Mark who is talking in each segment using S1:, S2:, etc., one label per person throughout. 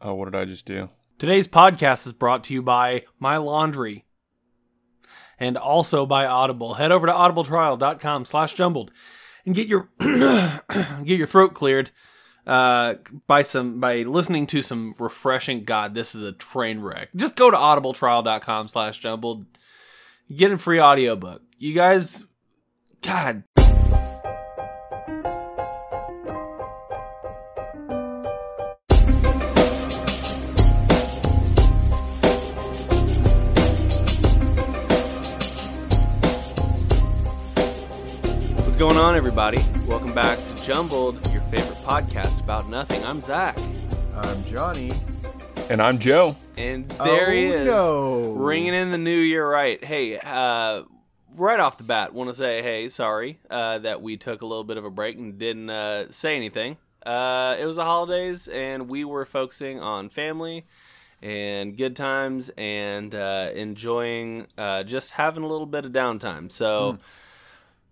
S1: Oh, what did I just do?
S2: Today's podcast is brought to you by My Laundry and also by Audible. Head over to audibletrial.com slash jumbled and get your get your throat cleared uh, by some by listening to some refreshing God, this is a train wreck. Just go to audibletrial.com slash jumbled. Get a free audiobook. You guys God What's going on, everybody? Welcome back to Jumbled, your favorite podcast about nothing. I'm Zach,
S3: I'm Johnny.
S1: And I'm Joe.
S2: and there
S3: oh,
S2: he is,
S3: No.
S2: ringing in the new year. Right? Hey, uh, right off the bat, want to say, hey, sorry uh, that we took a little bit of a break and didn't uh, say anything. Uh, it was the holidays, and we were focusing on family and good times and uh, enjoying uh, just having a little bit of downtime. So.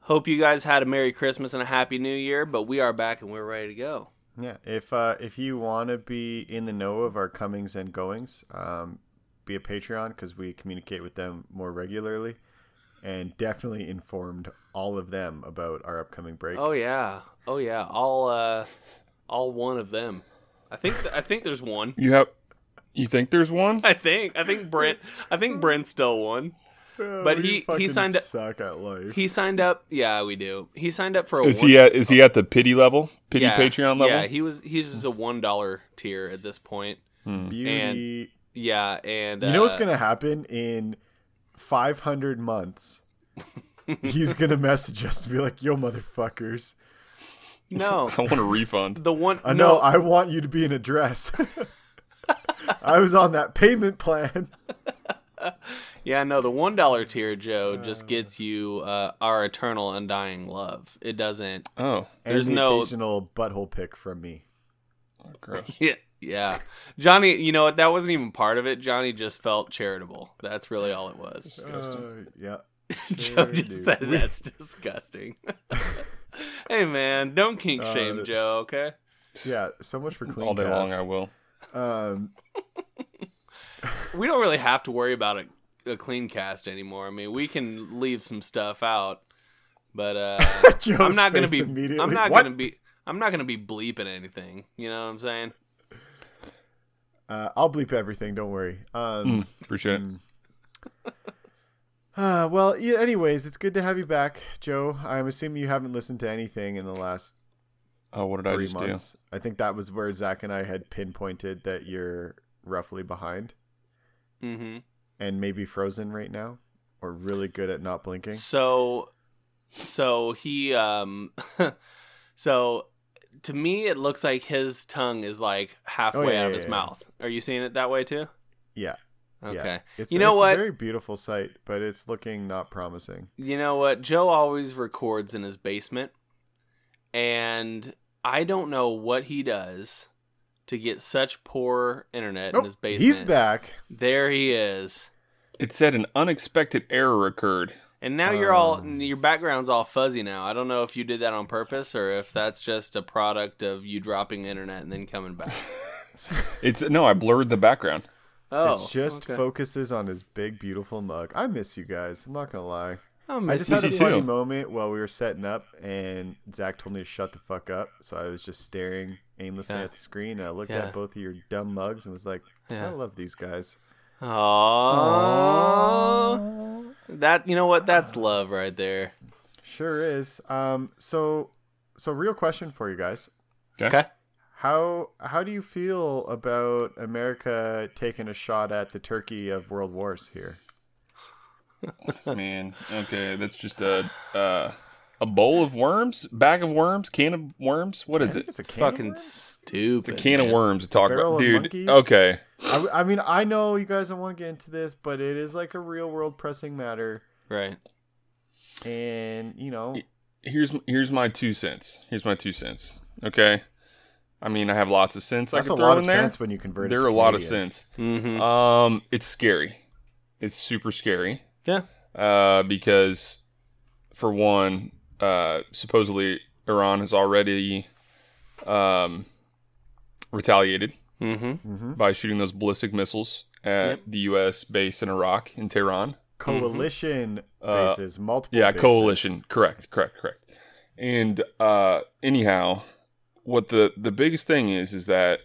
S2: Hope you guys had a Merry Christmas and a Happy New Year, but we are back and we're ready to go.
S3: Yeah. If uh, if you want to be in the know of our comings and goings, um, be a Patreon because we communicate with them more regularly, and definitely informed all of them about our upcoming break.
S2: Oh yeah, oh yeah, all uh, all one of them. I think I think there's one.
S1: You have you think there's one?
S2: I think I think Brent I think Brent's still one. but he- he signed up-
S3: Suck at life.
S2: He signed up. Yeah, we do. He signed up for a
S1: Is
S2: one,
S1: he at is he at the pity level? Pity
S2: yeah,
S1: Patreon level?
S2: Yeah, he was. He's just a one dollar tier at this point.
S3: Beauty.
S2: Yeah, and
S3: you know what's
S2: uh,
S3: gonna happen in 500 months? He's gonna message us and be like, "Yo, motherfuckers!
S2: no
S1: I want a refund.
S2: the one
S3: I know
S2: no
S3: I want you to be in a dress. I was on that payment plan."
S2: yeah no the one dollar tier Joe just gets you uh, our eternal undying love. It doesn't.
S1: Oh,
S2: There's
S3: and the
S2: no-
S3: occasional butthole pick from me.
S1: gross.
S2: Yeah. Yeah. Johnny, you know what? That wasn't even part of it. Johnny just felt charitable. That's really all it was.
S3: Uh, yeah.
S2: Joe
S3: Sure,
S2: just
S3: dude.
S2: said
S3: We-
S2: that's disgusting. hey man, don't kink
S3: Uh,
S2: shame
S3: that's-
S2: Joe, okay?
S3: Yeah, so much for clean
S1: All day long I
S3: cast.
S1: will.
S3: Um,
S2: We don't really have to worry about a, a clean cast anymore. I mean, we can leave some stuff out, but uh
S3: Joe's
S2: I'm not going to
S3: face
S2: be
S3: immediately.
S2: I'm not
S3: What?
S2: going to be I'm not going to be bleeping anything, you know what I'm saying?
S3: Uh, I'll bleep everything. Don't worry. Um, hmm.
S1: Mm, appreciate it.
S3: uh, well, yeah, anyways, it's good to have you back, Joe. I'm assuming you haven't listened to anything in the last
S1: Oh, what did I
S3: three
S1: just
S3: months. I think that was where Zach and I had pinpointed that you're roughly behind
S2: Mhm.
S3: and maybe frozen right now, or really good at not blinking.
S2: So, so he, um, so to me, it looks like his tongue is like halfway
S3: Oh, yeah,
S2: out of
S3: yeah,
S2: his
S3: yeah.
S2: mouth. Are you seeing it that way too?
S3: Yeah,
S2: Okay.
S3: it's,
S2: You know
S3: it's
S2: what?
S3: A very beautiful sight, but it's looking not promising.
S2: You know what? Joe always records in his basement, and I don't know what he does to get such poor internet in
S3: Nope,
S2: his basement.
S3: he's back.
S2: There he is.
S1: do? It said an unexpected error occurred.
S2: And now you're all
S3: Um.
S2: your background's all fuzzy now. I don't know if you did that on purpose or if that's just a product of you dropping internet and then coming back.
S1: It's no, I blurred the background.
S2: Oh,
S3: it just
S2: okay.
S3: focuses on his big, beautiful mug. I miss you guys. I'm not gonna lie.
S2: I
S3: I
S2: miss
S3: just
S2: you
S3: had a
S1: too.
S3: funny moment while we were setting up, and Zach told me to shut the fuck up. So I was just staring aimlessly
S2: Yeah.
S3: at the screen. And I looked
S2: Yeah.
S3: at both of your dumb mugs and was like,
S2: Yeah.
S3: "I love these guys."
S2: Aww. that you know what? That's love right there.
S3: Sure is. Um, so, so real question for you guys:
S1: Okay.
S2: Okay.
S3: how how do you feel about America taking a shot at the turkey of world wars here?
S1: Man, okay, that's just a uh, a bowl of worms, bag of worms, can of worms. What is it?
S3: It's a can of
S2: Fucking
S3: worms?
S2: stupid.
S1: It's a can of
S2: man.
S1: worms to talk about,
S3: Barrel of
S1: dude.
S3: monkeys?
S1: Okay,
S3: I, I mean, I know you guys don't want to get into this, but it is like a real world pressing matter,
S2: Right.
S3: and you know,
S1: here's here's my two cents. Here's my two cents. Okay, I mean I have lots of cents I
S3: that's a
S1: can throw
S3: lot
S1: in
S3: of
S1: there.
S3: sense when you convert.
S1: there
S3: it
S1: are
S3: to
S1: a lot of
S3: Canadian.
S1: cents.
S2: Mm-hmm.
S1: Um, it's scary. It's super scary.
S2: yeah.
S1: Uh, because for one, uh, supposedly Iran has already um retaliated
S2: Mm-hmm.
S3: Mm-hmm.
S1: by shooting those ballistic missiles at
S2: Yep.
S1: the U.S. base in Iraq in Tehran.
S3: Coalition
S1: Uh,
S3: bases, multiple.
S1: Yeah,
S3: bases.
S1: coalition. Correct, correct, correct. And uh anyhow, what the the biggest thing is is that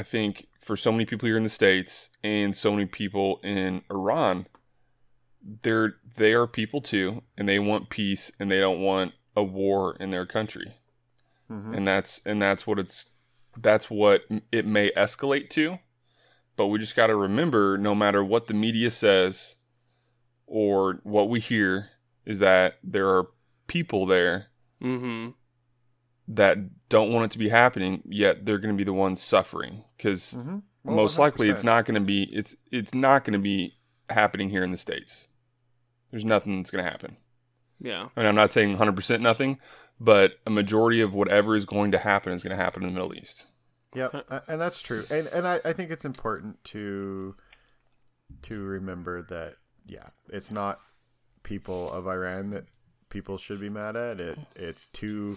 S1: I think for so many people here in the states and so many people in Iran, they're they are people too, and they want peace and they don't want a war in their country
S3: Mhm.
S1: and that's and that's what it's that's what m- it may escalate to but we just got to remember no matter what the media says or what we hear is that there are people there
S2: Mm-hmm.
S1: that don't want it to be happening yet they're going to be the ones suffering because
S3: Mhm. Well,
S1: most likely it's
S3: 100%.
S1: not going to be it's it's not going to be happening here in the states there's nothing that's going to happen
S2: Yeah.
S1: I mean, I'm not saying 100% nothing, but a majority of whatever is going to happen is going to happen in the Middle East.
S3: Yep, a- and that's true, and and I, I think it's important to to remember that yeah, it's not people of Iran that people should be mad at. It it's two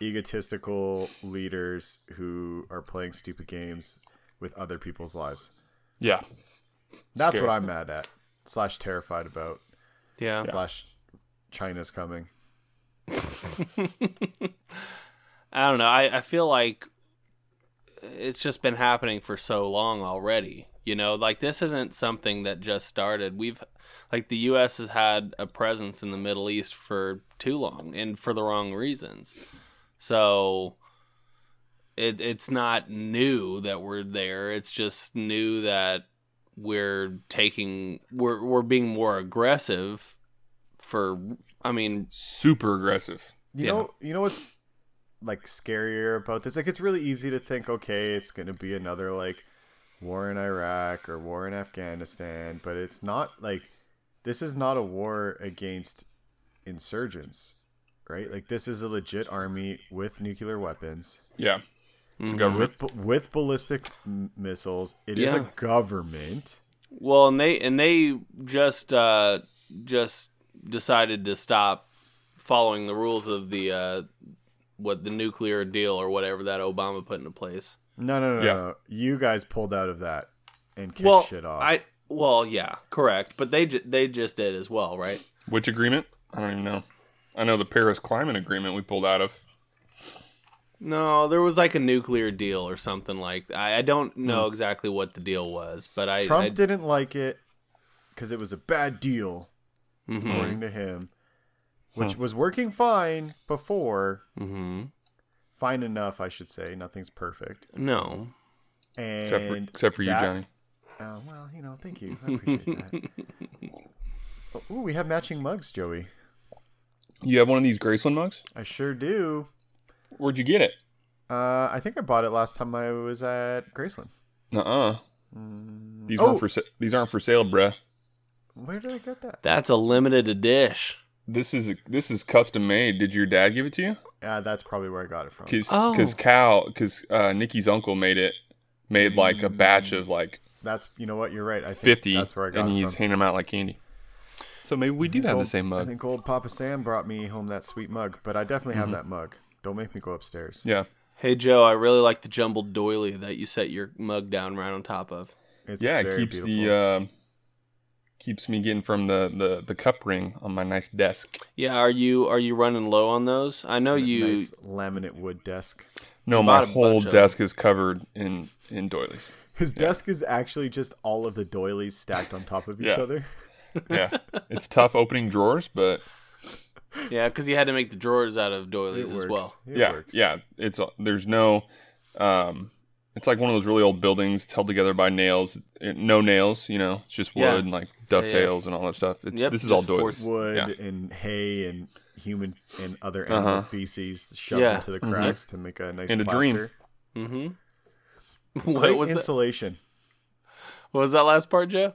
S3: egotistical leaders who are playing stupid games with other people's lives.
S1: Yeah.
S3: That's
S1: Scary.
S3: what I'm mad at slash terrified about
S2: Yeah.
S3: slash China's coming.
S2: I don't know. I, I feel like it's just been happening for so long already. You know, like this isn't something that just started. We've, like, the U.S. has had a presence in the Middle East for too long and for the wrong reasons. So it, it's not new that we're there. It's just new that we're taking, we're, we're being more aggressive for, I mean,
S1: Super aggressive.
S3: You
S2: Yeah.
S3: know, you know what's like scarier about this? Like, it's really easy to think, okay, it's going to be another like war in Iraq or war in Afghanistan, but it's not like this is not a war against insurgents, right? Like, this is a legit army with nuclear weapons,
S1: Yeah. It's a
S2: mhm.
S1: government.
S3: with with ballistic m- missiles. It is
S2: Yeah.
S3: a government.
S2: Well, and they and they just uh, just decided to stop following the rules of the uh, what the nuclear deal or whatever that Obama put into place.
S3: No, no, no,
S1: Yeah.
S3: no. You guys pulled out of that and kicked
S2: well,
S3: shit off.
S2: I well, yeah, correct. But they ju- they just did as well, right?
S1: Which agreement? I don't even know. I know the Paris Climate Agreement we pulled out of.
S2: No, there was like a nuclear deal or something like that. I, I don't know exactly what the deal was, but I,
S3: Hmm. Trump
S2: I-
S3: didn't like it because it was a bad deal.
S2: Mhm,
S1: Hmm.
S3: according to him, which was working fine before,
S2: mhm.
S3: fine enough, I should say. Nothing's perfect.
S2: No.
S3: And
S1: Except for, except for you,
S3: that-
S1: Johnny.
S3: Oh, well, you know, thank you. I appreciate that. Oh, Ooh, we have matching mugs, Joey.
S1: You have one of these Graceland mugs?
S3: I sure do.
S1: Where'd you get it?
S3: Uh, I think I bought it last time I was at Graceland.
S1: Uh uh These,
S3: Oh.
S1: weren't for sa- these aren't for sale, bruh.
S3: Where did I get that?
S2: That's a limited dish.
S1: This is this is custom made. Did your dad give it to you?
S3: Uh, that's probably where I got it from.
S1: Because
S2: Oh.
S1: Cal, because uh, Nikki's uncle made it, made like a batch of like
S3: That's you know what you're right. I think
S1: 50
S3: Mm. That's where I got
S1: and
S3: it
S1: he's
S3: from.
S1: handing them out like candy so maybe we do have the
S3: Old-
S1: same
S3: I
S1: mug
S3: think old Papa Sam brought me home that sweet mug, but I definitely
S1: Mm-hmm.
S3: have that mug. Don't make me go upstairs.
S1: yeah
S2: Hey Joe, I really like the jumbled doily that you set your mug down right on top of.
S3: It's
S1: yeah it
S3: very
S1: keeps
S3: beautiful.
S1: the um keeps me getting from the, the the cup ring on my nice desk
S2: Yeah, are you are you running low on those? I know you.
S3: nice laminate wood desk.
S1: no
S2: bought
S1: my
S2: a
S1: whole
S2: bunch of
S1: desk is covered in in doilies
S3: His desk is actually just all of the doilies stacked on top of each
S1: Yeah.
S3: other.
S1: yeah it's tough opening drawers but
S2: Yeah, because you had to make the drawers out of doilies
S3: It
S2: as
S3: works.
S2: well.
S3: It
S1: yeah
S3: works.
S1: yeah it's uh, there's no um it's like one of those really old buildings it's held together by nails eh, no nails you know it's just wood
S2: Yeah.
S1: and like dovetails and all that stuff it's,
S2: Yep,
S1: this is all
S2: just
S1: doilies
S2: force-
S3: Wood
S1: Yeah.
S3: and hay and human and other animal
S1: Uh-huh.
S3: feces shoved
S2: Yeah.
S3: into the
S1: Mhm.
S3: cracks to make a nice
S1: And a dream.
S3: plaster.
S2: Mm-hmm.
S3: Great
S2: What was that?
S3: insulation.
S2: What was that last part, Joe?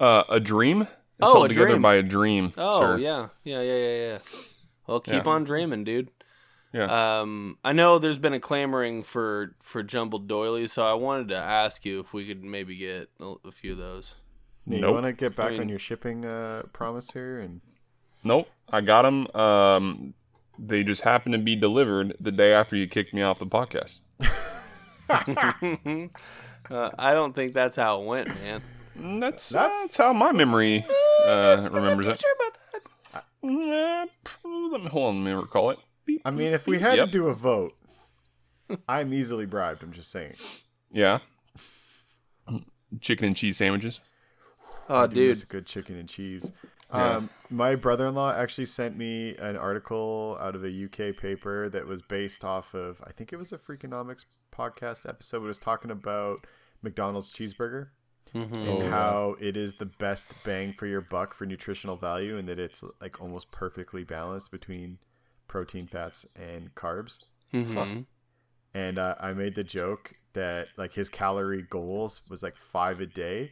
S1: Uh, a dream. It's
S2: Oh,
S1: held
S2: a
S1: together
S2: dream.
S1: by a dream.
S2: Oh
S1: sir.
S2: yeah, yeah, yeah, yeah, yeah. Well, keep
S1: Yeah.
S2: on dreaming, dude.
S1: Yeah.
S2: Um, I know there's been a clamoring for for jumbled doilies, so I wanted to ask you if we could maybe get a, a few of those.
S3: Nate,
S1: Nope.
S3: You want to get back
S2: mean-
S3: on your shipping uh, promise here? And
S1: Nope. I got them. Um, they just happened to be delivered the day after you kicked me off the podcast.
S2: uh, I don't think that's how it went, man.
S1: Mm, That's that's,
S3: That's- Eh,
S1: how my memory uh, remembers it.
S3: sure about that.
S1: Yeah, p- let me hold on. Let me recall it. Beep,
S3: I mean,
S1: beep,
S3: if we
S1: beep.
S3: had
S1: Yep.
S3: to do a vote, I'm easily bribed. I'm just saying.
S1: yeah, chicken and cheese sandwiches.
S2: Oh,
S3: I do miss
S2: dude.
S3: a good chicken and cheese.
S1: Yeah.
S3: Um, my brother-in-law actually sent me an article out of a UK paper that was based off of I think it was a Freakonomics podcast episode. It was talking about McDonald's cheeseburger
S2: Mhm.
S1: Oh,
S3: and
S1: yeah.
S3: how it is the best bang for your buck for nutritional value, and that it's like almost perfectly balanced between protein, fats, and carbs
S2: Mhm.
S3: and uh, I made the joke that like his calorie goals was like five a day,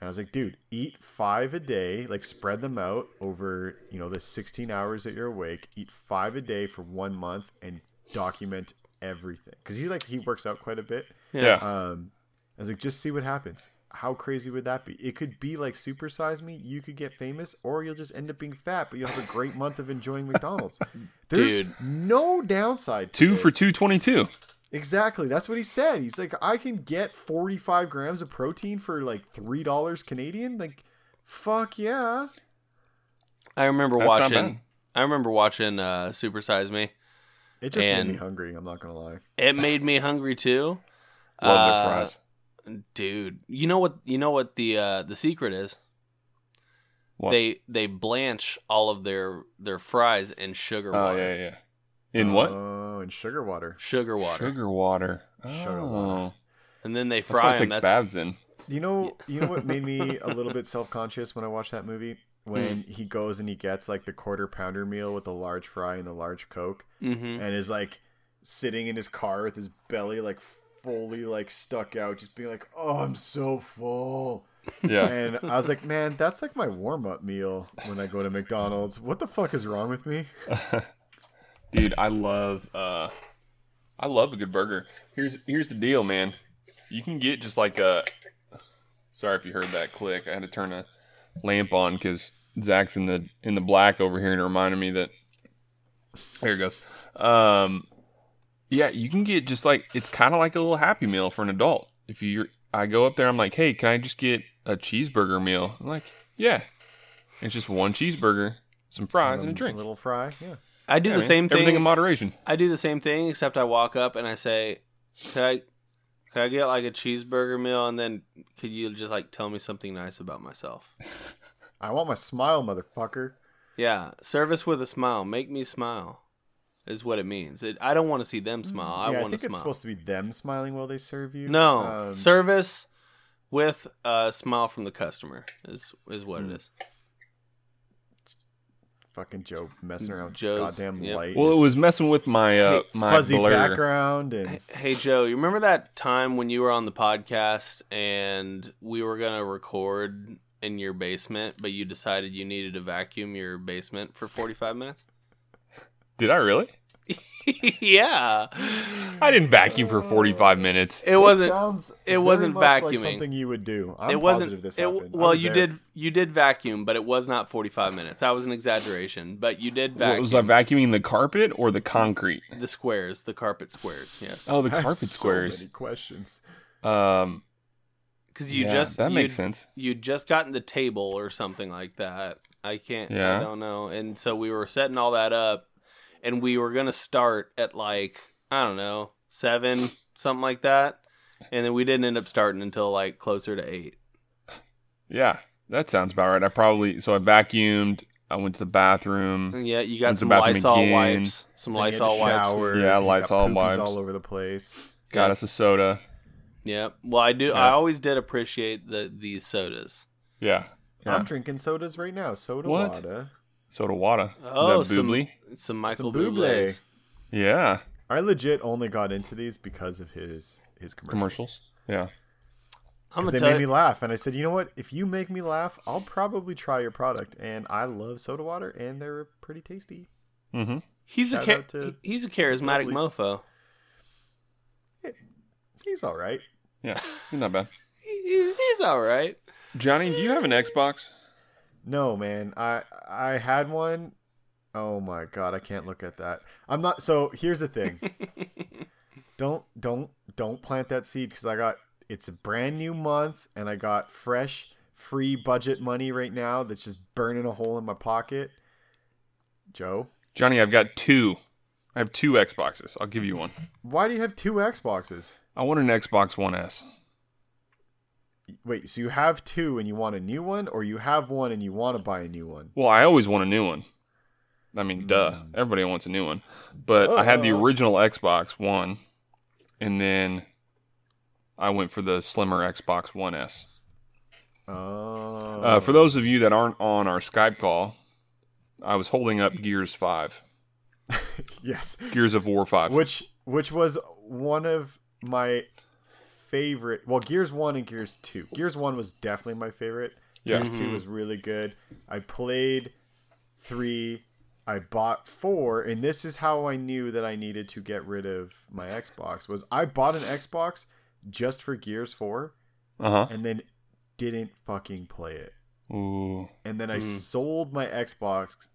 S3: and I was like, dude, eat five a day, like spread them out over you know the sixteen hours that you're awake. Eat five a day for one month and document everything because he like he works out quite a bit.
S1: Yeah,
S3: Um, I was like, just see what happens. How crazy would that be? It could be like supersize me. You could get famous, or you'll just end up being fat, but you'll have a great month of enjoying McDonald's. There's
S2: Dude.
S3: no downside. To
S1: two for
S3: this.
S1: two twenty two.
S3: Exactly. That's what he said. He's like, I can get 45 grams of protein for like $3 Canadian. Like, fuck yeah.
S2: I remember
S1: That's not bad.
S2: watching. I remember watching uh, Super Size Me.
S3: It just
S2: And-
S3: made me hungry. I'm not going to lie.
S2: It made me hungry too.
S1: Love
S2: Uh,
S1: their fries.
S2: dude. You know what? You know what the uh, the secret is.
S1: What?
S2: They they blanch all of their their fries in sugar
S1: oh
S2: water.
S1: yeah, yeah. In what?
S3: Oh, in sugar water.
S2: Sugar water,
S1: Sugar water.
S3: Sugar
S1: Oh.
S3: water.
S2: and then they
S1: That's why I
S2: fry
S1: take
S2: them. That's
S1: baths in.
S3: You know, you know what made me a little bit self-conscious when I watched that movie? When he goes and he gets like the quarter pounder meal with the large fry and the large Coke.
S2: hmm
S3: and is like sitting in his car with his belly like fully like stuck out, just being like, "Oh, I'm so full."
S1: Yeah.
S3: And I was like, "Man, that's like my warm up meal when I go to McDonald's. What the fuck is wrong with me?"
S1: Dude, I love uh I love a good burger. Here's here's the deal, man. You can get just like a Sorry if you heard that click. I had to turn a lamp on cuz Zach's in the in the black over here and it reminded me that There it goes. Um yeah, you can get just like it's kind of like a little happy meal for an adult. If you I go up there I'm like, "Hey, can I just get a cheeseburger meal?" I'm like, "Yeah." It's just one cheeseburger, some fries and a drink.
S3: Um, little fry. Yeah.
S2: I do
S1: Yeah,
S2: the
S1: man.
S2: same thing.
S1: Everything in moderation.
S2: I do the same thing, except I walk up and I say, "Could I, could I get like a cheeseburger meal?" And then could you just like tell me something nice about myself?
S3: I want my smile, motherfucker.
S2: Yeah, service with a smile. Make me smile, is what it means. It, I don't want to see them smile. I
S3: Mm. yeah, I
S2: want to
S3: think it's
S2: smile.
S3: supposed to be them smiling while they serve you.
S2: no
S3: Um,
S2: service with a smile from the customer is is what
S3: Mm.
S2: it is.
S3: fucking Joe messing around with this
S2: Joe's-
S3: goddamn
S2: yep.
S3: light.
S1: Well, it
S3: and
S1: was messing with my uh,
S2: Hey,
S1: my
S3: fuzzy
S1: blur.
S3: background and
S2: Hey Joe, you remember that time when you were on the podcast and we were gonna record in your basement, but you decided you needed to vacuum your basement for forty five minutes?
S1: Did I really?
S2: yeah,
S1: I didn't vacuum for 45 minutes.
S2: it wasn't.
S3: sounds
S2: it
S3: very
S2: wasn't
S3: much like
S2: vacuuming.
S3: something you would do. I'm
S2: it
S3: positive
S2: wasn't.
S3: this
S2: it-
S3: happened. I
S2: well,
S3: was
S2: you
S3: there.
S2: did. You did vacuum, but it was not forty five minutes. That was an exaggeration, but you did
S1: What,
S2: vacuum
S1: was I vacuuming the carpet or the concrete?
S2: the squares, the carpet squares. Yes,
S1: Oh, the
S3: I have
S1: carpet
S3: so
S1: squares.
S3: many questions.
S1: Um,
S2: because you
S1: yeah,
S2: just
S1: that makes
S2: you'd-
S1: sense.
S2: you'd just gotten the table or something like that. I can't.
S1: Yeah.
S2: I don't know. And so we were setting all that up, and we were gonna start at like I don't know seven something like that, and then we didn't end up starting until like closer to eight.
S1: Yeah, that sounds about right. I probably so I vacuumed. I went to the bathroom.
S2: And yeah, you
S1: Went
S2: got
S1: to
S2: some
S1: the bathroom
S2: Lysol
S1: again.
S2: wipes, some
S3: Then you had to
S2: Lysol wipes.
S3: shower,
S1: Yeah,
S3: you got
S1: Lysol
S3: poopies
S1: wipes.
S3: all over the place.
S1: Got us a soda.
S2: Yeah. Well, I do. I
S1: Yeah.
S2: always did appreciate the these sodas.
S1: Yeah, Yeah.
S3: I'm drinking sodas right now. Soda
S1: What?
S3: water.
S1: soda water.
S2: Oh,
S1: Is that
S2: some-
S1: Boobly?
S2: Some Michael
S3: Bublé.
S2: Bublé's.
S1: Yeah,
S3: I legit only got into these because of his his
S1: commercials.
S3: commercials.
S1: Yeah,
S2: I'm
S3: 'Cause
S2: gonna
S3: They
S2: tell
S3: made
S2: you.
S3: me laugh, and I said, "You know what? If you make me laugh, I'll probably try your product." And I love soda water, and they're pretty tasty.
S1: mm-hmm.
S2: he's a
S3: shout
S2: char-
S3: out to
S2: he- he's a charismatic
S3: Bublé's.
S2: mofo.
S3: He's all right.
S1: yeah, not bad.
S2: He- He's, he's all right.
S1: Johnny, do you have an Xbox?
S3: No, man. I I had one. Oh my god, I can't look at that. I'm not. So here's the thing. Don't don't don't plant that seed because I got it's a brand new month and I got fresh free budget money right now that's just burning a hole in my pocket. Joe,
S1: Johnny, I've got two. I have two Xboxes. I'll give you one.
S3: why do you have two Xboxes?
S1: I want an Xbox One S.
S3: Wait, so you have two and you want a new one, or you have one and you want to buy a new one?
S1: Well, I always want a new one. I mean, duh.
S3: Mm.
S1: Everybody wants a new one. But I had the
S3: Uh-oh.
S1: original Xbox One, and then I went for the slimmer Xbox One S.
S3: Oh,
S1: Uh, for those of you that aren't on our Skype call, I was holding up Gears 5,
S3: yes,
S1: Gears of War 5.
S3: which which was one of my favorite. Well, Gears One and Gears Two. Gears One was definitely my favorite.
S1: Yeah.
S3: Gears Two was really good. I played three. I bought four, and this is how I knew that I needed to get rid of my Xbox. Was I bought an Xbox just for Gears Four,
S1: Uh
S3: and then didn't fucking play it.
S1: huh. Ooh.
S3: and then I
S2: Mm.
S3: sold my Xbox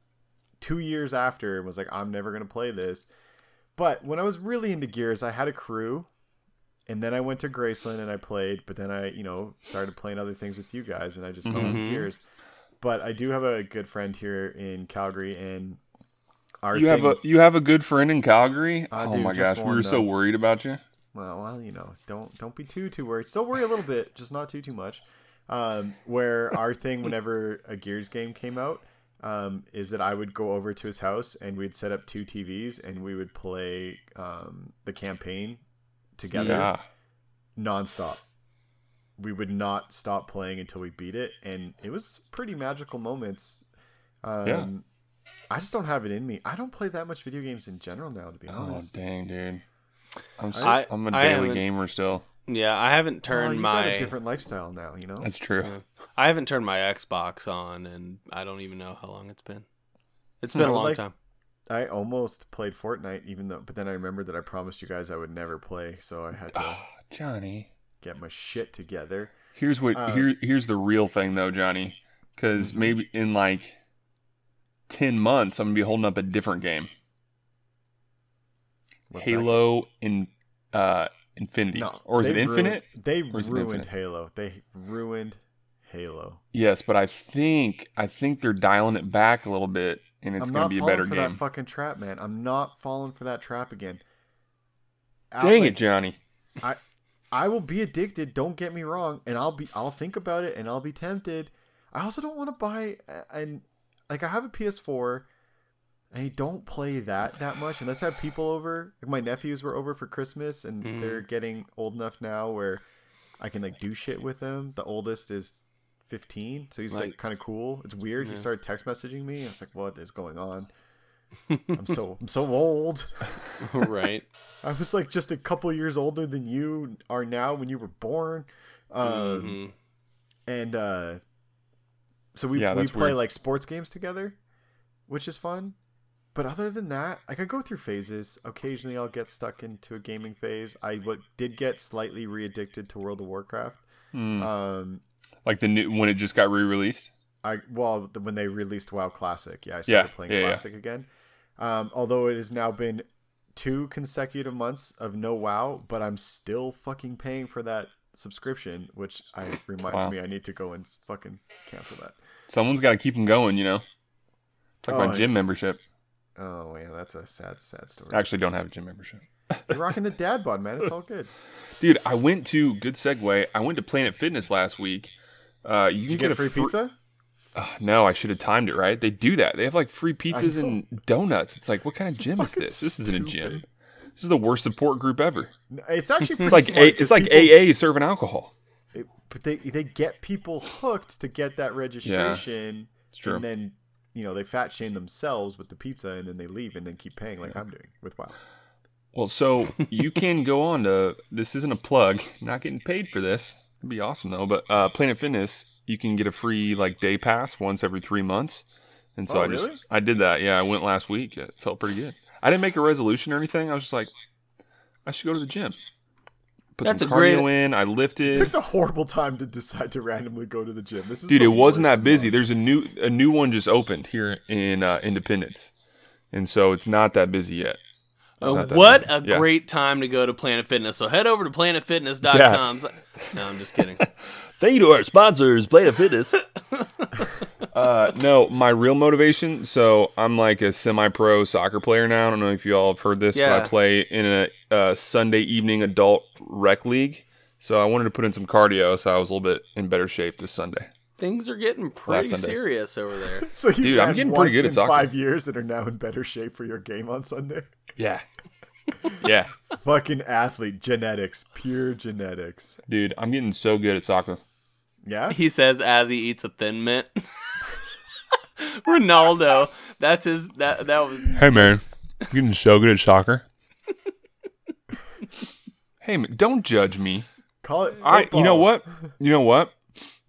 S3: two years after and was like, I'm never gonna play this. But when I was really into Gears, I had a crew, and then I went to Graceland and I played. But then I, you know, started playing other things with you guys, and I just fell in
S1: Mm-hmm.
S2: Mhm.
S3: Gears. But I do have a good friend here in Calgary, and our
S1: You have
S3: thing-
S1: a you have a good friend in Calgary.
S3: I
S1: oh
S3: do,
S1: my
S3: just
S1: gosh, we
S3: one,
S1: were so
S3: though.
S1: worried about you.
S3: well, well, you know, don't don't be too too worried. Still worry a little bit, just not too too much. Um, where our thing, whenever a Gears game came out, um, is that I would go over to his house and we'd set up two TVs and we would play um, the campaign together
S1: Yeah.
S3: nonstop. We would not stop playing until we beat it, and it was pretty magical moments. Um,
S1: Yeah.
S3: I just don't have it in me. I don't play that much video games in general now, to be
S1: Oh
S3: honest.
S1: dang, dude. I'm s
S2: I-
S1: am a
S2: I
S1: daily
S2: haven't-
S1: gamer still.
S2: Yeah, I haven't
S3: Well,
S2: turned
S3: you've Oh, got a
S2: my
S3: different lifestyle now, you know.
S1: That's true.
S2: Yeah. I haven't turned my Xbox on, and I don't even know how long it's been. It's been
S3: I
S2: a
S3: would
S2: long
S3: like-
S2: time.
S3: I almost played Fortnite, even though, but then I remembered that I promised you guys I would never play, so I had to
S1: Ah, Johnny.
S3: get my shit together.
S1: Here's what
S3: Uh,
S1: here here's the real thing though, Johnny. because
S3: Mhm.
S1: maybe in like ten months I'm gonna be holding up a different game.
S3: What's that
S1: Halo in uh Infinity.
S3: game? No,
S1: or is
S3: they
S1: it Infinite?
S3: ruined- they
S1: Or is it
S3: ruined
S1: Infinite?
S3: Halo. They ruined Halo.
S1: Yes, but I think I think they're dialing it back a little bit and it's
S3: I'm
S1: gonna
S3: not
S1: be a
S3: falling
S1: better
S3: for that
S1: game.
S3: fucking trap, man. I'm not falling for that trap again. Out-
S1: Dang
S3: like,
S1: it, Johnny.
S3: I will be addicted. Don't get me wrong, and I'll be I'll think about it and I'll be tempted. I also don't want to buy a- and like I have a PS4. I don't play that that much unless I have people over. Like my nephews were over for Christmas, and
S2: Mhm.
S3: they're getting old enough now where I can like do shit with them. The oldest is fifteen, so he's like,
S2: Like-
S3: kind of cool. It's weird.
S2: Yeah.
S3: He started text messaging me. I was like, "What is going on? I'm so I'm so old."
S2: right.
S3: I was like just a couple years older than you are now when you were born. Um,
S1: Mm-hmm.
S2: Mhm.
S3: And uh, so we,
S1: Yeah,
S3: we
S1: that's
S3: play
S1: weird.
S3: like sports games together, which is fun. But other than that, like I go through phases. Occasionally I'll get stuck into a gaming phase. I w- did get slightly re addicted to World of Warcraft.
S1: Hmm.
S3: Um,
S1: like the new when it just got re-released.
S3: I well th- when they released WoW Classic, yeah, I
S1: Yeah,
S3: started playing
S1: yeah, yeah.
S3: Classic again. Um, although it has now been two consecutive months of no WoW, but I'm still fucking paying for that subscription, which I reminds
S1: Wow.
S3: me I need to go and s- fucking cancel that.
S1: Someone's got to keep them going, you know. It's like
S3: Oh,
S1: my
S3: I-
S1: gym membership.
S3: Oh yeah, that's a sad, sad story.
S1: I actually don't have a gym membership.
S3: You're rocking the dad bod, man. It's all good.
S1: Dude, I went to good segue. I went to Planet Fitness last week. Uh, you
S3: Did
S1: can
S3: you get,
S1: a
S3: free
S1: fr-
S3: pizza?
S1: Ugh, no, I should have timed it right. They do that. They have like free pizzas
S3: know.
S1: and donuts. It's like, what kind of gym is
S3: fucking
S1: this? This isn't a gym.
S3: stupid.
S1: This is the worst support group ever.
S3: No, It's actually pretty
S1: It's like
S3: smart
S1: a,
S3: 'cause
S1: it's like
S3: people-
S1: AA serving alcohol.
S3: it- but they they get people hooked to get that registration.
S1: It's true.
S3: And then, you know, they fat shame themselves with the pizza and then they leave and then keep paying like I'm doing with WoW.
S1: Well, so you can go on to this isn't a plug. Not getting paid for this. It'd be awesome though. But uh, Planet Fitness, you can get a free like day pass once every three months. And so
S3: Oh,
S1: I just
S3: really?
S1: I did that. Yeah, I went last week. It felt pretty good. I didn't make a resolution or anything. I was just like, I should go to the gym. Put
S2: That's
S1: some
S2: a
S1: cardio
S2: great-
S1: in. I lifted.
S3: It's a horrible time to decide to randomly go to the gym. This is
S1: Dude,
S3: the
S1: it wasn't
S3: worst
S1: that busy.
S3: month.
S1: There's a new a new one just opened here in uh, Independence, and so it's not that busy yet.
S3: It's not that
S2: Mm-hmm. what
S3: easy.
S2: a
S1: Yeah.
S2: great time to go to Planet Fitness. So head over to planetfitness.com. No, I'm just kidding.
S4: Thank you to our sponsors, Planet Fitness.
S1: Uh, no, my real motivation. So I'm like a semi-pro soccer player now. I don't know if you all have heard this, but
S2: Yeah.
S1: I play in a, uh Sunday evening adult rec league. So I wanted to put in some cardio, so I was a little bit in better shape this Sunday.
S2: Things are getting pretty
S1: Sunday.
S2: serious over there.
S3: So you
S1: Dude, I'm
S3: ran
S1: getting pretty
S3: once
S1: good at
S3: in
S1: soccer.
S3: Five years and are now in better shape for your game on Sunday.
S1: Yeah, yeah,
S3: Fucking athlete genetics, pure genetics.
S1: dude, I'm getting so good at soccer.
S3: Yeah,
S2: He says as he eats a thin mint. Ronaldo, that's his. That that was
S1: Hey man, I'm getting so good at soccer. hey, man, don't judge me.
S3: call it.
S1: I, you know
S3: football.
S1: what? You know what?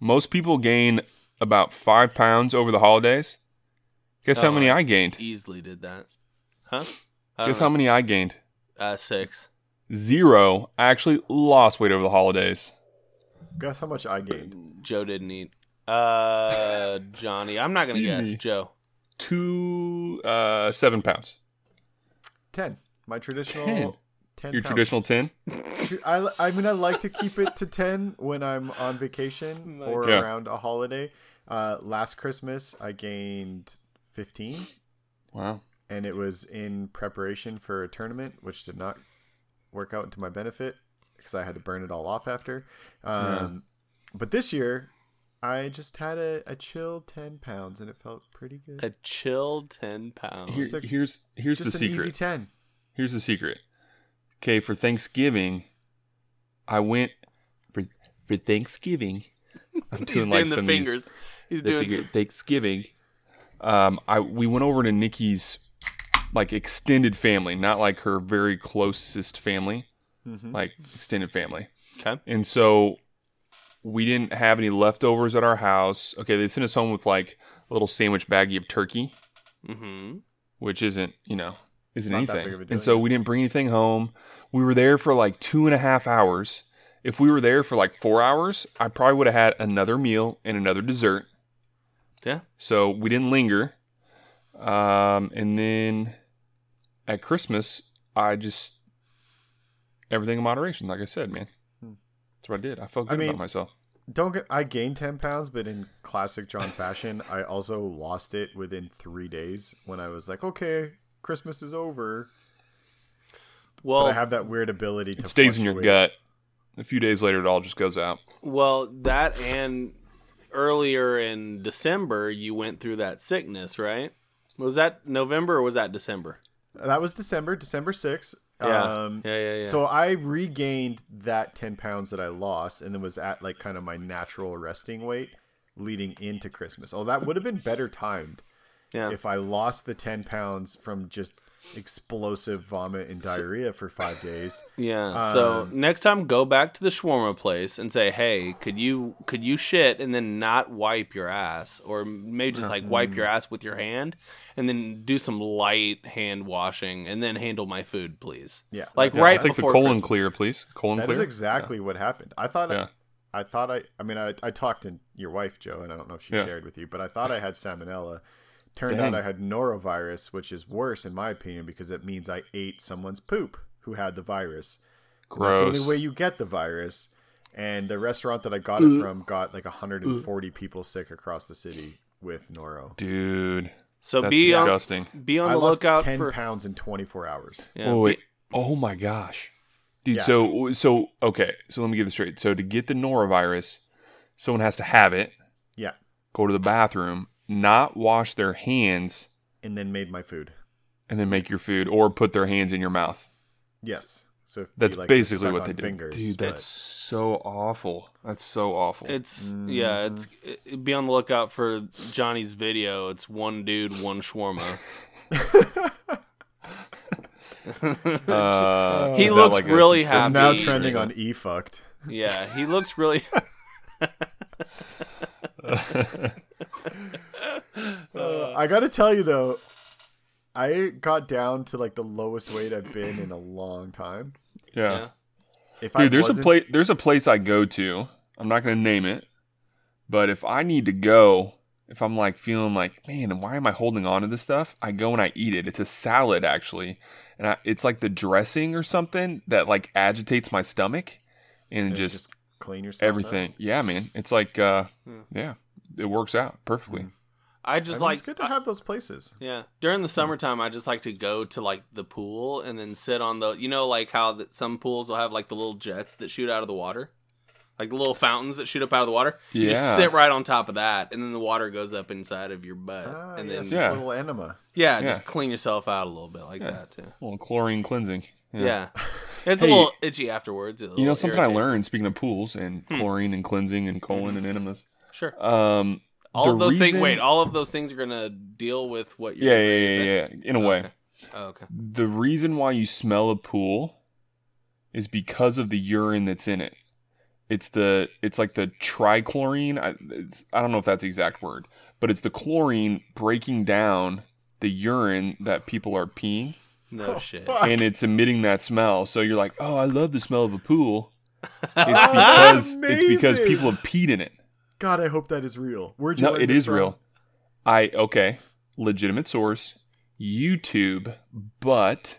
S1: Most people gain about five pounds over the holidays. Guess how
S2: Oh,
S1: many
S2: I-
S1: I gained?
S2: easily did that, huh? I
S1: Guess how
S2: don't
S1: many I gained?
S2: know. Uh, six.
S1: Zero. I actually lost weight over the holidays.
S3: Guess how much I gained?
S2: Joe didn't eat. Uh, Johnny, I'm not gonna guess.
S1: Phoebe.
S2: Joe.
S1: Two, uh, seven pounds.
S3: Ten. My traditional.
S1: 10.
S3: 10
S1: Your
S3: pounds.
S1: traditional 10?
S3: Tr- I, I mean, I like to keep it to 10 when I'm on vacation
S2: My
S3: or
S1: God. Yeah.
S3: around a holiday. Uh, last Christmas, I gained 15,
S1: Wow.
S3: and it was in preparation for a tournament, which did not work out to my benefit because I had to burn it all off after. Um, But this year, I just had a, a chill 10 pounds, and it felt pretty good.
S2: A chill ten pounds.
S1: Here-
S3: Just a-
S1: here's here's
S3: just
S1: the
S3: an easy
S1: secret.
S3: 10.
S1: Here's the secret. Okay, for Thanksgiving, I went for for Thanksgiving. I'm
S2: He's doing the
S1: some of these-
S2: fingers. He's
S1: the
S2: doing.
S1: figure-
S2: some-
S1: Thanksgiving. Um, I we went over to Nikki's like extended family, not like her very closest family,
S3: Mm-hmm.
S1: like extended family.
S2: Okay.
S1: And so we didn't have any leftovers at our house. Okay, they sent us home with like a little sandwich baggie of turkey,
S2: Mm-hmm.
S1: which isn't you know isn't
S3: Not that
S1: anything.
S3: big of a deal,
S1: and so
S3: yeah.
S1: we didn't bring anything home. We were there for like two and a half hours. If we were there for like four hours, I probably would have had another meal and another dessert.
S2: Yeah.
S1: So we didn't linger. Um, and then at Christmas, I just everything in moderation, like I said, man.
S3: Hmm.
S1: That's what I did. I felt
S3: I
S1: good
S3: mean-
S1: about myself.
S3: Don't get. I gained ten pounds, but in classic John fashion, I also lost it within three days when I was like, okay, Christmas is over.
S2: Well,
S3: but I have that weird ability to
S1: It stays in your gut.
S3: fluctuate.
S1: A few days later, it all just goes out.
S2: Well, that and earlier in December, you went through that sickness, right? Was that November or was that December?
S3: That was December, December sixth.
S2: Yeah.
S3: Um,
S2: yeah, yeah, yeah.
S3: So I regained that ten pounds that I lost, and then was at like kind of my natural resting weight leading into Christmas. Oh, that would have been better timed
S2: yeah.
S3: if I lost the ten pounds from just explosive vomit and diarrhea for five days.
S2: yeah. so
S3: um,
S2: next time, go back to the shawarma place and say, "Hey, could you could you shit and then not wipe your ass, or maybe just like wipe your ass with your hand, and then do some light hand washing, and then handle my food, please."
S3: Yeah,
S2: Like
S3: that's-
S2: right
S3: that's-
S1: Take the
S2: Before
S1: colon
S2: Christmas.
S1: clear, please. Colon
S3: That is
S1: clear.
S3: exactly what happened. I thought
S1: Yeah.
S3: I thought I I mean I I talked to your wife Joe and I don't know if she
S1: Yeah.
S3: shared with you, but I thought I had salmonella. Turned
S1: Dang.
S3: out I had norovirus, which is worse in my opinion because it means I ate someone's poop who had the virus. And
S1: Gross.
S3: That's the only way you get the virus. And the restaurant that I got
S2: Mm.
S3: it from got like 140 people sick across the city with noro.
S1: Dude,
S2: So
S1: that's
S2: be um, on,
S1: disgusting.
S2: be on
S3: I
S2: the
S3: lost
S2: lookout
S3: 10
S2: for.
S3: pounds in 24 hours.
S2: Yeah,
S1: oh,
S2: be-
S1: wait. oh my gosh, dude.
S3: Yeah.
S1: So so okay. So let me get this straight. So to get the norovirus, someone has to have it.
S3: Yeah,
S1: Go to the bathroom, not wash their hands,
S3: and then made my food.
S1: and then make your food or put their hands in your mouth.
S3: Yes. So if you,
S1: That's
S3: like,
S1: basically
S3: suck
S1: what
S3: on
S1: they do.
S3: fingers,
S1: dude,
S3: but-
S1: that's so awful. That's so awful.
S2: It's
S3: Mm-hmm.
S2: yeah. It's it, be on the lookout for Johnny's video. It's one dude, one shawarma.
S1: Uh,
S2: He
S1: is that
S2: looks
S1: like a
S2: really
S1: subscription
S2: happy.
S3: now
S1: or
S3: trending on
S1: something?
S3: e fucked.
S2: yeah, he looks really. Uh.
S3: I gotta tell you though, I got down to like the lowest weight I've been in a long time.
S1: Yeah.
S2: Yeah.
S3: If I
S1: Dude, there's a
S3: wasn't-
S1: place. There's a place I go to. I'm not going to name it, but if I need to go, if I'm like feeling like, man, why am I holding on to this stuff? I go and I eat it. It's a salad actually, and I, it's like the dressing or something that like agitates my stomach, and,
S3: And
S1: just,
S3: clean yourself. up.
S1: everything. Yeah, man, it's like, uh,
S2: Hmm.
S1: yeah, it works out perfectly.
S2: I
S3: I
S2: just
S3: mean,
S2: like uh,
S3: it's good to have those places.
S2: Yeah. During the summertime, I just like to go to like the pool and then sit on the, you know, like how that some pools will have like the little jets that shoot out of the water, like the little fountains that shoot up out of the water. You
S1: Yeah,
S2: just sit right on top of that, and then the water goes up inside of your butt,
S3: Ah,
S2: uh, and then
S3: yes,
S2: yeah,
S1: Yeah.
S3: yeah. little enema.
S2: just
S1: Yeah.
S2: clean yourself out a little bit like
S1: Yeah.
S2: that too.
S1: well, chlorine cleansing.
S2: Yeah. It's a
S1: Hey,
S2: little itchy afterwards. a
S1: You know
S2: little
S1: something I
S2: irritating.
S1: learned speaking of pools and
S2: Hmm.
S1: chlorine and cleansing and colon and enemas.
S2: Sure.
S1: Um,
S2: All
S1: the
S2: of those
S1: reason-
S2: things. Wait, all of those things are gonna deal with what you're.
S1: yeah, yeah, yeah, yeah, yeah. In a way,
S2: Okay. Oh, okay.
S1: the reason why you smell a pool is because of the urine that's in it. It's the it's like the trichlorine. I, it's, I don't know if that's the exact word, but it's the chlorine breaking down the urine that people are peeing,
S2: No
S3: Oh,
S2: shit.
S3: fuck.
S1: and it's emitting that smell. So you're like, oh, I love the smell of a pool. It's
S3: Oh,
S1: because it's because
S3: amazing.
S1: people have peed in it.
S3: God, I hope that is real. Where'd you
S1: No,
S3: learn
S1: it
S3: this
S1: is
S3: from?
S1: real. I okay, legitimate source, YouTube, but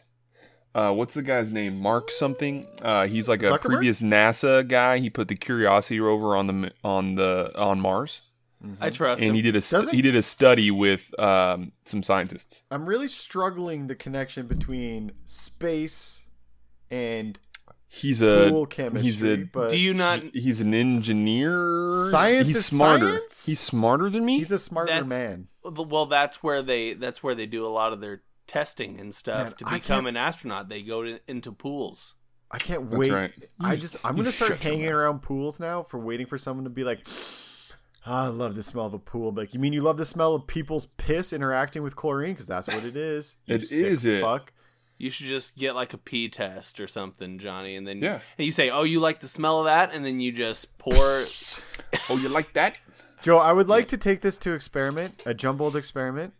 S1: uh, what's the guy's name? Mark something. Uh, he's like a
S3: Zuckerberg?
S1: previous NASA guy. He put the Curiosity rover on the m- on the on Mars,
S3: Mhm.
S2: I trust
S1: and
S2: him.
S1: he did a st-
S3: Doesn't-
S1: he did a study with um, some scientists.
S3: I'm really struggling the connection between space and
S1: He's a
S3: cool chemistry.
S1: he's a
S3: but
S2: Do you not?
S1: he's an engineer.
S3: Science
S1: He's
S3: is
S1: smarter.
S3: science?
S1: He's smarter than me.
S3: he's a smarter
S2: That's-
S3: man.
S2: Well, that's where they that's where they do a lot of their testing and stuff
S3: Man,
S2: to
S3: I
S2: become
S3: can't-
S2: an astronaut. They go to, into pools.
S3: I can't
S1: That's
S3: wait.
S1: right.
S3: I
S1: You-
S3: just I'm
S1: you
S3: gonna start
S1: shut your
S3: hanging
S1: mouth.
S3: around pools now for waiting for someone to be like, "Ah, I love the smell of a pool. But like, you mean you love the smell of people's piss interacting with chlorine? Because that's what it is. You
S1: It
S3: sick
S1: is it.
S3: Fuck.
S2: You should just get like a pee test or something, Johnny, and then
S1: Yeah.
S2: and you say, "Oh, you like the smell of that," and then you just pour.
S1: Oh, you like that?
S3: Joe, I would like to take this to experiment, a jumbled experiment,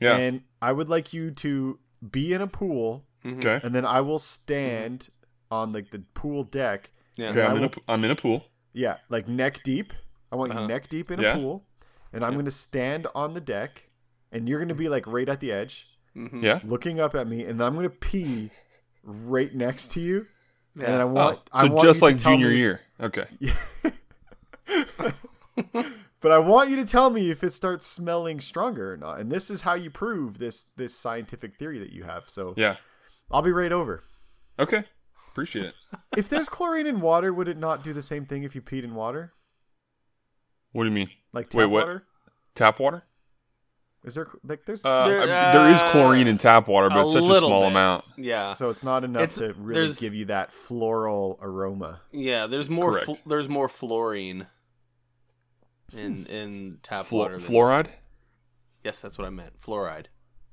S1: Yeah.
S3: and I would like you to be in a pool,
S2: Mhm.
S1: okay.
S3: and then I will stand on like the pool deck.
S2: Yeah.
S1: Okay.
S3: I
S1: I'm in a
S3: will-
S1: p- I'm in a pool.
S3: Yeah, like neck deep. I want
S2: Uh-huh.
S3: you neck deep in
S1: Yeah.
S3: a pool, and I'm
S2: Yeah.
S3: gonna stand on the deck, and you're gonna be like right at the edge.
S2: Mhm.
S1: Yeah.
S3: looking up at me, and I'm gonna pee right next to you.
S2: Yeah.
S3: And I want,
S1: oh, so
S3: I want
S1: just
S3: you to
S1: like
S3: tell
S1: junior
S3: me-
S1: year. Okay.
S3: But I want you to tell me if it starts smelling stronger or not. And this is how you prove this this scientific theory that you have. So
S1: Yeah.
S3: I'll be right over.
S1: Okay. Appreciate it.
S3: If there's chlorine in water, would it not do the same thing if you peed in water?
S1: What do you mean?
S3: Like tap
S1: Wait, what?
S3: water?
S1: Tap water?
S3: Is there like there's
S1: Uh,
S2: There-
S1: I mean, there is
S2: uh,
S1: chlorine in tap water, but
S2: a
S1: it's such a
S2: little
S1: small
S2: bit.
S1: amount.
S2: Yeah.
S3: so it's not enough
S2: It's-
S3: to really
S2: there's-
S3: give you that floral aroma.
S2: Yeah. There's more.
S1: Correct.
S2: Fl- there's more fluorine. In in tap
S1: Flo-
S2: water. than-
S1: fluoride?
S2: yes, that's what I meant. Fluoride.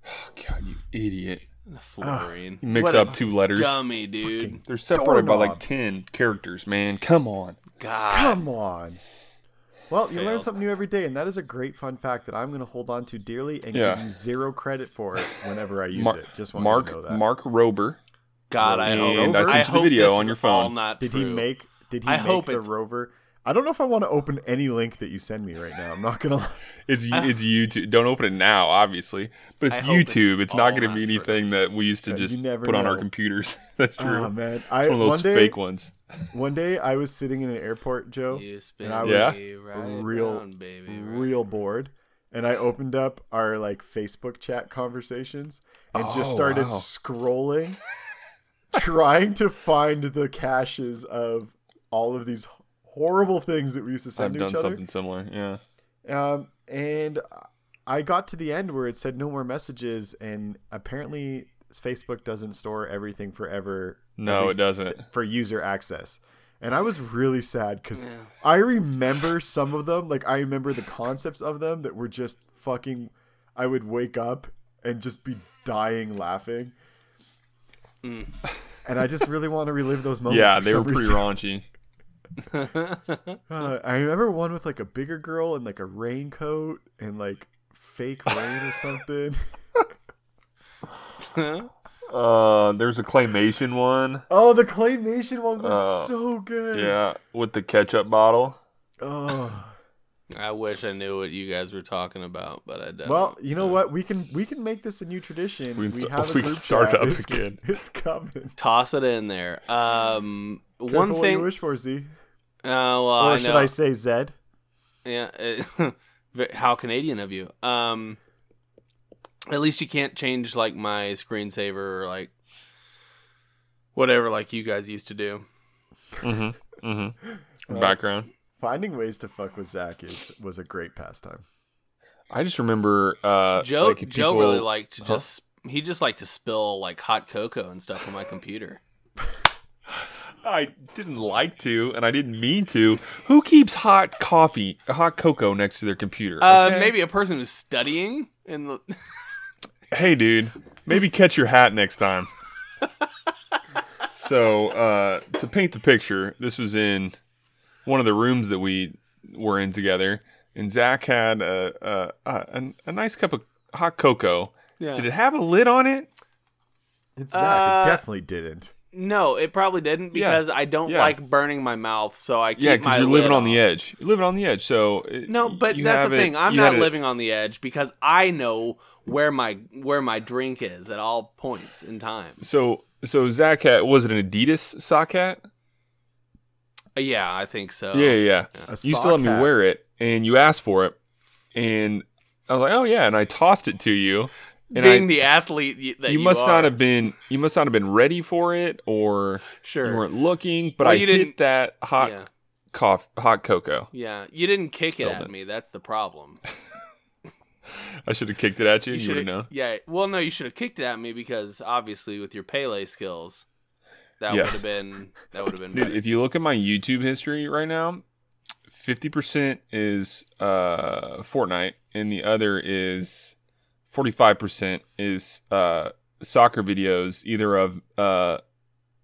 S1: Oh, God, you idiot!
S2: Fluorine.
S1: You mix
S3: What a
S1: up two letters.
S2: Dummy, dude.
S1: They're separated by like
S3: doorknob.
S1: ten characters. Man, come on.
S2: God.
S3: Come on. Well, you learn
S2: Failed.
S3: something new every day, and that is a great fun fact that I'm going to hold on to dearly and
S1: Yeah.
S3: give you zero credit for it whenever I use
S1: Mar-
S3: it. Just want you to know
S1: Mark
S3: that.
S1: Mark Rober.
S2: God, I hope.
S1: And
S3: I
S1: sent you the
S2: hope
S1: video
S2: this
S1: on
S2: is
S1: your phone.
S2: all not
S3: did he
S2: true.
S3: make? Did he
S2: I
S3: make
S2: hope
S3: the
S2: it's-
S3: rover? I don't know if I want to open any link that you send me right now. I'm not gonna. lie.
S1: It's
S2: I-
S1: it's YouTube. Don't open it now, obviously. But it's
S2: I hope it's
S1: YouTube. It's, not
S2: all
S1: going to
S2: not
S1: be
S2: true.
S1: anything that we used to
S3: Yeah, you
S1: just put
S3: never
S1: on our
S3: know.
S1: computers. That's true.
S3: Oh man, I
S1: it's one of those
S3: one day
S1: fake ones.
S3: one day I was sitting in an airport, Joe,
S2: You spin
S3: I
S1: was Yeah.
S2: me right
S3: real-
S2: round, baby, right
S3: real bored, and I opened up our like Facebook chat conversations and just
S1: Oh,
S3: started
S1: wow.
S3: scrolling, trying to find the caches of all of these horrible things that we used to
S1: I've
S3: send to
S1: done
S3: each other.
S1: something similar. Yeah.
S3: Um, and I got to the end where it said no more messages, and apparently Facebook doesn't store everything forever. at
S1: No, it
S3: least
S1: doesn't.
S3: for user access. And I was really sad because
S2: Yeah.
S3: I remember some of them. Like I remember the concepts of them that were just fucking. I would wake up and just be dying laughing.
S2: Mm.
S3: And I just really want to relive those moments.
S1: yeah,
S3: for
S1: they
S3: some
S1: were pretty
S3: reason.
S1: raunchy.
S3: Uh, I remember one with like a bigger girl and like a raincoat and like fake rain or something.
S1: Uh, there's a claymation one.
S3: Oh, the claymation one was
S1: Oh,
S2: Hmm.
S3: so good.
S1: Yeah, with the ketchup bottle.
S3: Oh,
S2: I wish I knew what you guys were talking about, but I don't.
S3: Well, you know
S2: so.
S3: what? We can we can make this a new tradition.
S1: We can sta-
S3: have a
S1: we can
S3: group
S1: start
S3: chat.
S1: up
S3: It's-
S1: again.
S3: It's coming.
S2: Toss it in there. Um,
S3: Careful
S2: one
S3: what
S2: thing.
S3: you wish for, Z.
S2: Oh, well,
S3: Or
S2: I know.
S3: should I say Zed?
S2: Yeah. it- ve- how Canadian of you. Um, at least you can't change like my screensaver or like whatever like you guys used to do.
S1: Mm-hmm. Mm-hmm.
S3: Well,
S1: Background.
S3: Finding ways to fuck with Zach is was a great pastime.
S1: I just remember uh,
S2: Joe
S1: like,
S2: Joe
S1: people-
S2: really liked to
S1: Huh?
S2: just he just liked to spill like hot cocoa and stuff on my computer.
S1: I didn't like to, and I didn't mean to. Who keeps hot coffee, hot cocoa next to their computer?
S2: Uh,
S1: okay?
S2: maybe a person who's studying and the-
S1: Hey, dude. Maybe catch your hat next time. so, uh, to paint the picture, this was in one of the rooms that we were in together, and Zach had a a, a, a nice cup of hot cocoa.
S2: Yeah.
S1: Did it have a lid on it?
S3: It's Zach.
S2: Uh,
S3: it definitely didn't.
S2: no, it probably didn't
S1: Yeah.
S2: because I don't
S1: Yeah.
S2: like burning my mouth, so I keep
S1: Yeah,
S2: my
S1: because you're living
S2: lid
S1: on the
S2: off.
S1: edge. You're living on the edge, so it-
S2: No, but
S1: you
S2: that's
S1: have
S2: the
S1: it-
S2: thing. I'm
S1: you
S2: not
S1: had it-
S2: living on the edge because I know where my where my drink is at all points in time.
S1: So, so Zach had was it an Adidas sock hat?
S2: Uh, Yeah, I think so.
S1: Yeah, yeah. yeah.
S3: A
S1: You still
S3: sock
S1: let me
S3: hat.
S1: wear it, and you asked for it, and I was like, oh yeah, and I tossed it to you. And
S2: Being
S1: I,
S2: the athlete y- that
S1: you
S2: you,
S1: must
S2: are.
S1: not have been you must not have been ready for it, or you
S2: sure.
S1: weren't looking. But I
S2: Well, you didn't-
S1: hit that hot
S2: Yeah,
S1: cough, hot cocoa.
S2: yeah. You didn't kick it
S1: Spilled
S2: at
S1: it.
S2: me. That's the problem.
S1: I should have kicked it at you. You, would have
S2: shoulda-
S1: known.
S2: Yeah. Well, no, you should have kicked it at me because obviously with your Pele skills, that
S1: Yes.
S2: would have been that would have been.
S1: Dude,
S2: better.
S1: if you look at my YouTube history right now, fifty percent is uh Fortnite, and the other is forty five percent is uh soccer videos, either of uh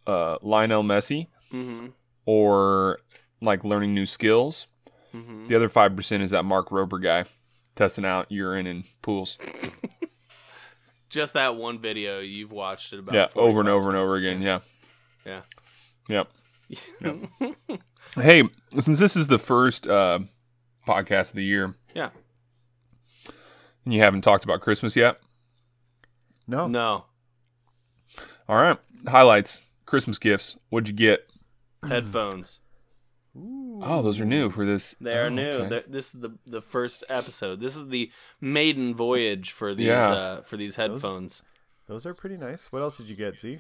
S1: uh Lionel Messi
S2: Mhm,
S1: or like learning new skills.
S2: mhm.
S1: The other five percent is that Mark Rober guy testing out urine in pools.
S2: Just that one video you've watched it about.
S1: yeah,
S2: 45
S1: over and over and over again. Yeah.
S2: Yeah.
S1: Yep.
S2: times.
S1: Hey, since this is the first uh, podcast of the year,
S2: Yeah.
S1: and you haven't talked about Christmas yet, Oh.
S3: No.
S2: no
S1: all right. Highlights, Christmas gifts. What'd you get?
S2: headphones.
S1: Oh, those are new for this.
S2: They are
S1: Oh,
S2: new.
S1: okay.
S2: They're- This is the the first episode. This is the maiden voyage for these
S1: Yeah.
S2: uh, for these headphones.
S3: Those are pretty nice. What else did you get, Z?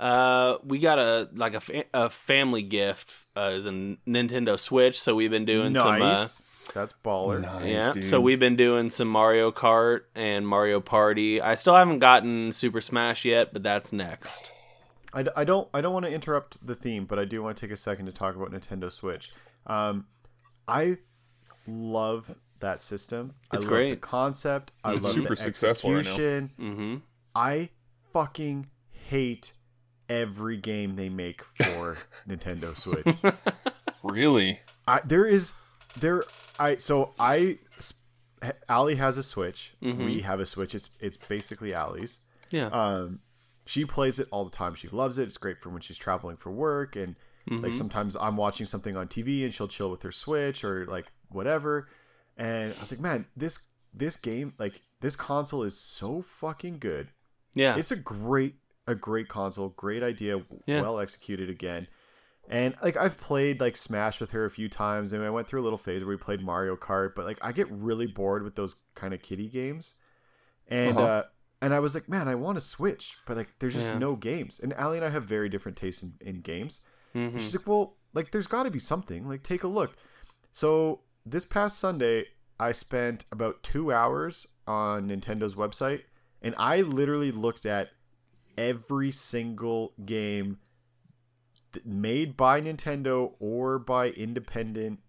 S2: Uh, we got a like a, fa- a family gift uh, is a Nintendo Switch. So we've been doing some. Uh,
S3: nice. That's baller.
S1: Nice,
S2: yeah,
S1: dude.
S2: so we've been doing some Mario Kart and Mario Party. I still haven't gotten Super Smash yet, but that's next.
S3: I, d- I don't I don't want to interrupt the theme, but I do want to take a second to talk about Nintendo Switch. Um, I love that system.
S2: It's
S3: I love The
S2: great.
S3: concept. I
S1: It's
S3: love
S1: super
S3: the
S1: successful right now.
S3: execution.
S2: Mm-hmm.
S3: I fucking hate every game they make for Nintendo Switch.
S1: Really?
S3: I, there is there I so I Ali has a Switch. We have a Switch. It's it's basically Ali's.
S2: Yeah.
S3: Um, she plays it all the time. She loves it. It's great for when she's traveling for work and
S2: Mm-hmm.
S3: like sometimes I'm watching something on TV and she'll chill with her Switch or like whatever. And I was like, man, this this game like this console is so fucking good.
S2: yeah.
S3: It's a great a great console, great idea,
S2: Yeah.
S3: well executed again. And like I've played like Smash with her a few times, and I went through a little phase where we played Mario Kart, but like I get really bored with those kind of kiddie games. And uh
S1: Uh-huh.
S3: and I was like, man, I want to switch, but like there's just
S2: Yeah.
S3: no games. And Allie and I have very different tastes in, in games.
S2: Mhm.
S3: She's like, well, like there's got to be something. Like take a look. So this past Sunday, I spent about two hours on Nintendo's website, and I literally looked at every single game th- made by Nintendo or by independent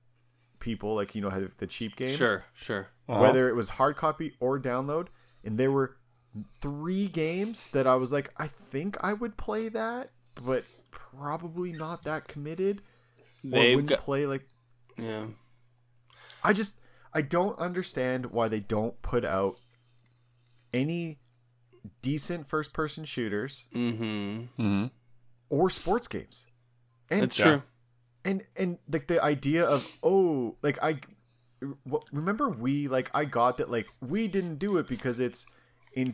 S3: people, like you know, have the cheap games
S2: Sure. Sure.
S3: whether it was hard copy or download and there were three games that i was like i think i would play that but probably not that committed or
S2: They've
S3: wouldn't
S2: got-
S3: play like
S2: Yeah.
S3: i just i don't understand why they don't put out any decent first person shooters
S2: Mm-hmm.
S1: hmm
S3: or sports games and
S2: It's true.
S3: and and like the idea of oh like i wh- remember we like I got that like we didn't do it because it's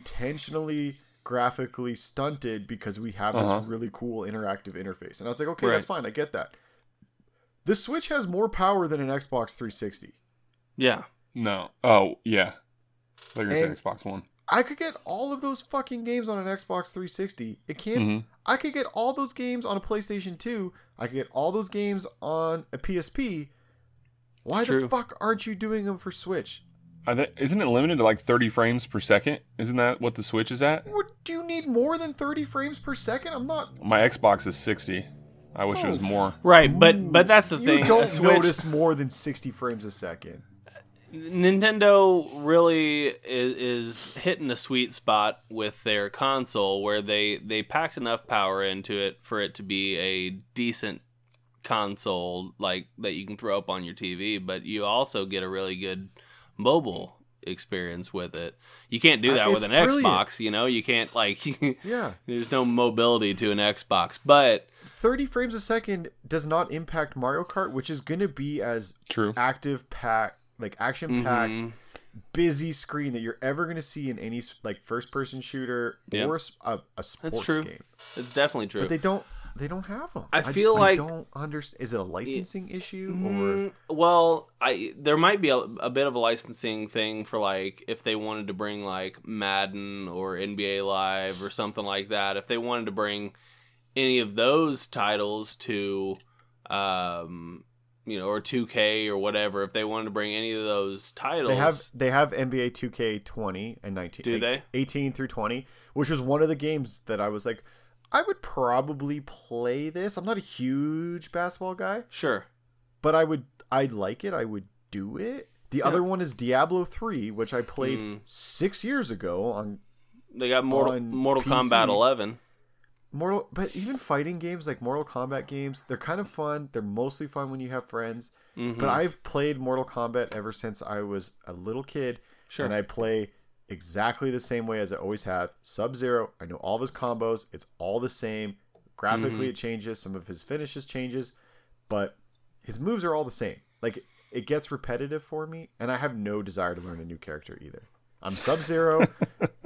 S3: intentionally graphically stunted because we have
S1: Uh-huh.
S3: this really cool interactive interface. And I was like, okay,
S1: Right.
S3: that's fine. I get that. The Switch has more power than an Xbox 360.
S2: Yeah.
S1: No. Oh yeah. I thought you were gonna
S3: And-
S1: say Xbox One.
S3: I could get all of those fucking games on an Xbox 360. It can't.
S1: Mhm.
S3: I could get all those games on a PlayStation 2. I could get all those games on a PSP. Why
S2: It's
S3: the
S2: true.
S3: fuck aren't you doing them for Switch?
S1: I thi- isn't it limited to like 30 frames per second? Isn't that what the Switch is at?
S3: What, do you need more than 30 frames per second? I'm not.
S1: My Xbox is 60. I wish
S2: Oh.
S1: it was more.
S2: Right, but but that's the
S3: you
S2: thing.
S3: don't
S2: A Switch,
S3: notice more than 60 frames a second.
S2: Nintendo really is, is hitting a sweet spot with their console where they they packed enough power into it for it to be a decent console like that you can throw up on your TV, but you also get a really good mobile experience with it. You can't do
S3: Uh,
S2: that
S3: it's
S2: with an
S3: brilliant.
S2: Xbox, you know? You can't like
S3: Yeah.
S2: there's no mobility to an Xbox, but
S3: 30 frames a second does not impact Mario Kart, which is going to be as
S1: True.
S3: active pack, like action packed
S2: Mhm.
S3: busy screen that you're ever going to see in any like first person shooter
S2: Yeah.
S3: or s- a, a sports
S2: true.
S3: game.
S2: it's definitely true.
S3: But they don't they don't have them.
S2: I
S3: just-
S2: feel like-
S3: I don't understand. Is it a licensing issue or
S2: Mm, well, I there might be a, a bit of a licensing thing for like if they wanted to bring like Madden or NBA Live or something like that. If they wanted to bring any of those titles to, um, you know, or 2K or whatever, if they wanted to bring any of those titles,
S3: they have they have NBA 2K 20 and 19.
S2: Do they?
S3: 18 through 20, which was one of the games that I was like I would probably play this. I'm not a huge basketball guy,
S2: sure.
S3: but I would I'd like it. I would do it. The other one is Diablo 3, which I played
S2: Mm.
S3: 6 years ago on
S2: They got Mortal
S3: On
S2: Mortal
S3: PC.
S2: Kombat 11.
S3: Mortal, but even fighting games like Mortal Kombat games, they're kind of fun. They're mostly fun when you have friends.
S2: Mhm.
S3: But I've played Mortal Kombat ever since I was a little kid,
S2: sure.
S3: and I play exactly the same way as I always have. Sub Zero, I know all of his combos. It's all the same. Graphically,
S2: Mhm.
S3: it changes. Some of his finishes changes, but his moves are all the same. Like it gets repetitive for me, and I have no desire to learn a new character either. I'm Sub Zero,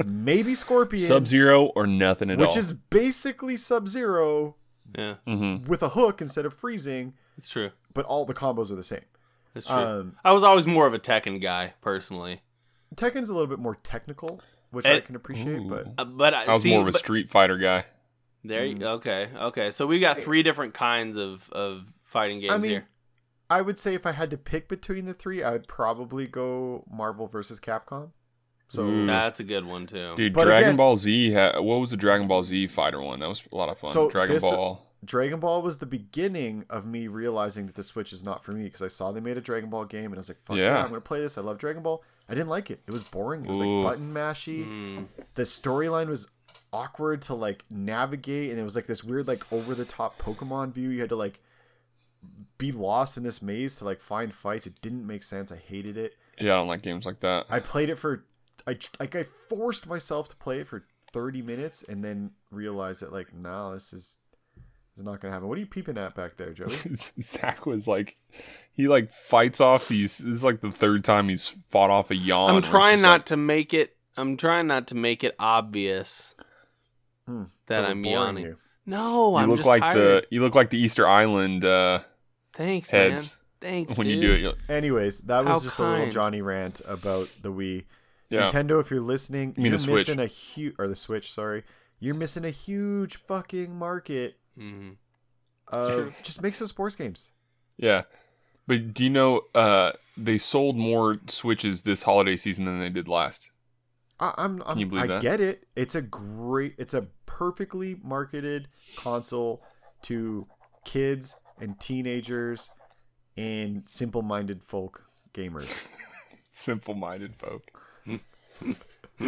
S3: maybe Scorpion,
S1: Sub Zero or nothing at all.
S3: which is basically Sub Zero
S2: yeah,
S1: hmm
S3: with a hook instead of freezing,
S2: it's true.
S3: but all the combos are the same.
S2: It's true.
S3: Um,
S2: I was always more of a Tekken guy personally.
S3: Tekken's a little bit more technical, which I
S2: And-
S3: can appreciate, but
S1: Ooh.
S2: Uh, but I,
S1: I was
S2: see,
S1: more of a
S2: but-
S1: Street Fighter guy.
S2: There.
S1: Mm.
S2: You, okay. Okay. So we've got three different kinds of of fighting games
S3: I mean,
S2: here.
S3: I would say if I had to pick between the three, I would probably go Marvel versus Capcom. So
S1: Ooh.
S2: That's a good one too.
S1: Mm. Dude,
S3: But
S1: Dragon
S3: again-
S1: Ball Z. Ha- what was the Dragon Ball Z fighter one? That was a lot of fun.
S3: So
S1: Dragon
S3: this-
S1: Ball.
S3: Dragon Ball was the beginning of me realizing that the Switch is not for me because I saw they made a Dragon Ball game and I was like, "Fuck yeah,
S1: Yeah.
S3: I'm gonna play this. I love Dragon Ball." I didn't like it. It was boring. It was
S1: Ooh.
S3: like button mashy.
S2: Mm,
S3: the storyline was awkward to like navigate and it was like this weird like over the top pokemon view you had to like be lost in this maze to like find fights it didn't make sense i hated it
S1: Yeah, I don't like games like that.
S3: i played it for i tr- like i forced myself to play it for 30 minutes and then realized that like no this is this is not gonna happen what are you peeping at back there joey
S1: Zach was like, he like fights off these. This is like the third time he's fought off a yawn.
S2: I'm
S1: where it's
S2: trying
S1: just
S2: not
S1: like-
S2: to make it. I'm trying not to make it obvious
S3: Hmm,
S2: that
S3: So we're
S2: I'm
S3: boring
S2: yawning.
S3: you.
S2: No,
S1: you
S2: Oh, I'm
S1: look
S2: just
S1: like
S2: tired.
S1: the you look like the Easter Island uh,
S2: Thanks,
S1: heads
S2: man. Thanks,
S1: when
S2: dude.
S1: you do it. You're like,
S3: anyways that was
S2: How
S3: just a little
S2: kind.
S3: johnny rant about the wii
S1: yeah,
S3: Nintendo, if you're listening,
S1: You mean
S3: you're
S1: the Switch.
S3: missing a huge or the Switch, sorry. You're missing a huge fucking market
S2: Mhm.
S3: of
S2: true.
S3: just make some sports games.
S1: yeah. But do you know uh, they sold more Switches this holiday season than they did last?
S3: I, I'm, I'm
S1: you believe
S3: I
S1: that?
S3: get it. It's a great, it's a perfectly marketed console to kids and teenagers and simple-minded folk gamers.
S1: Simple-minded folk.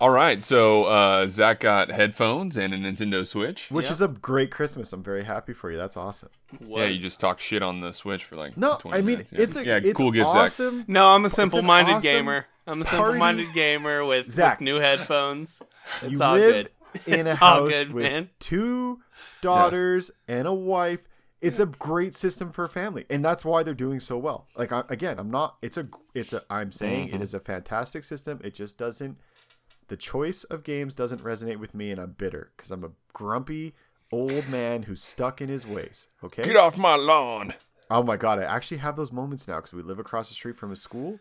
S1: All right, so uh, Zach got headphones and a Nintendo Switch.
S3: Which
S2: Yeah.
S3: is a great Christmas. I'm very happy for you. That's awesome.
S1: Yeah,
S2: What?
S1: you just talk shit on the Switch for like
S3: No,
S1: 20
S3: I mean
S1: minutes, yeah.
S3: it's a
S1: yeah,
S3: it's
S1: cool gift, Zach.
S3: awesome.
S2: No, I'm a
S3: an
S2: simple-minded
S3: awesome
S2: gamer. I'm a simple-minded gamer with,
S3: Zach.
S2: with new headphones. It's
S3: you
S2: all
S3: live
S2: good.
S3: in a
S2: It's all
S3: house
S2: good,
S3: with
S2: man.
S3: two daughters and a wife. it's a great system for a family, and that's why they're doing so well. Like I, again, I'm not. It's a. It's a. I'm saying it is a fantastic system. It just doesn't. The choice of games doesn't resonate with me, and I'm bitter because I'm a grumpy old man who's stuck in his ways. Okay.
S1: Get off my lawn.
S3: Oh my god, I actually have those moments now because we live across the street from a school,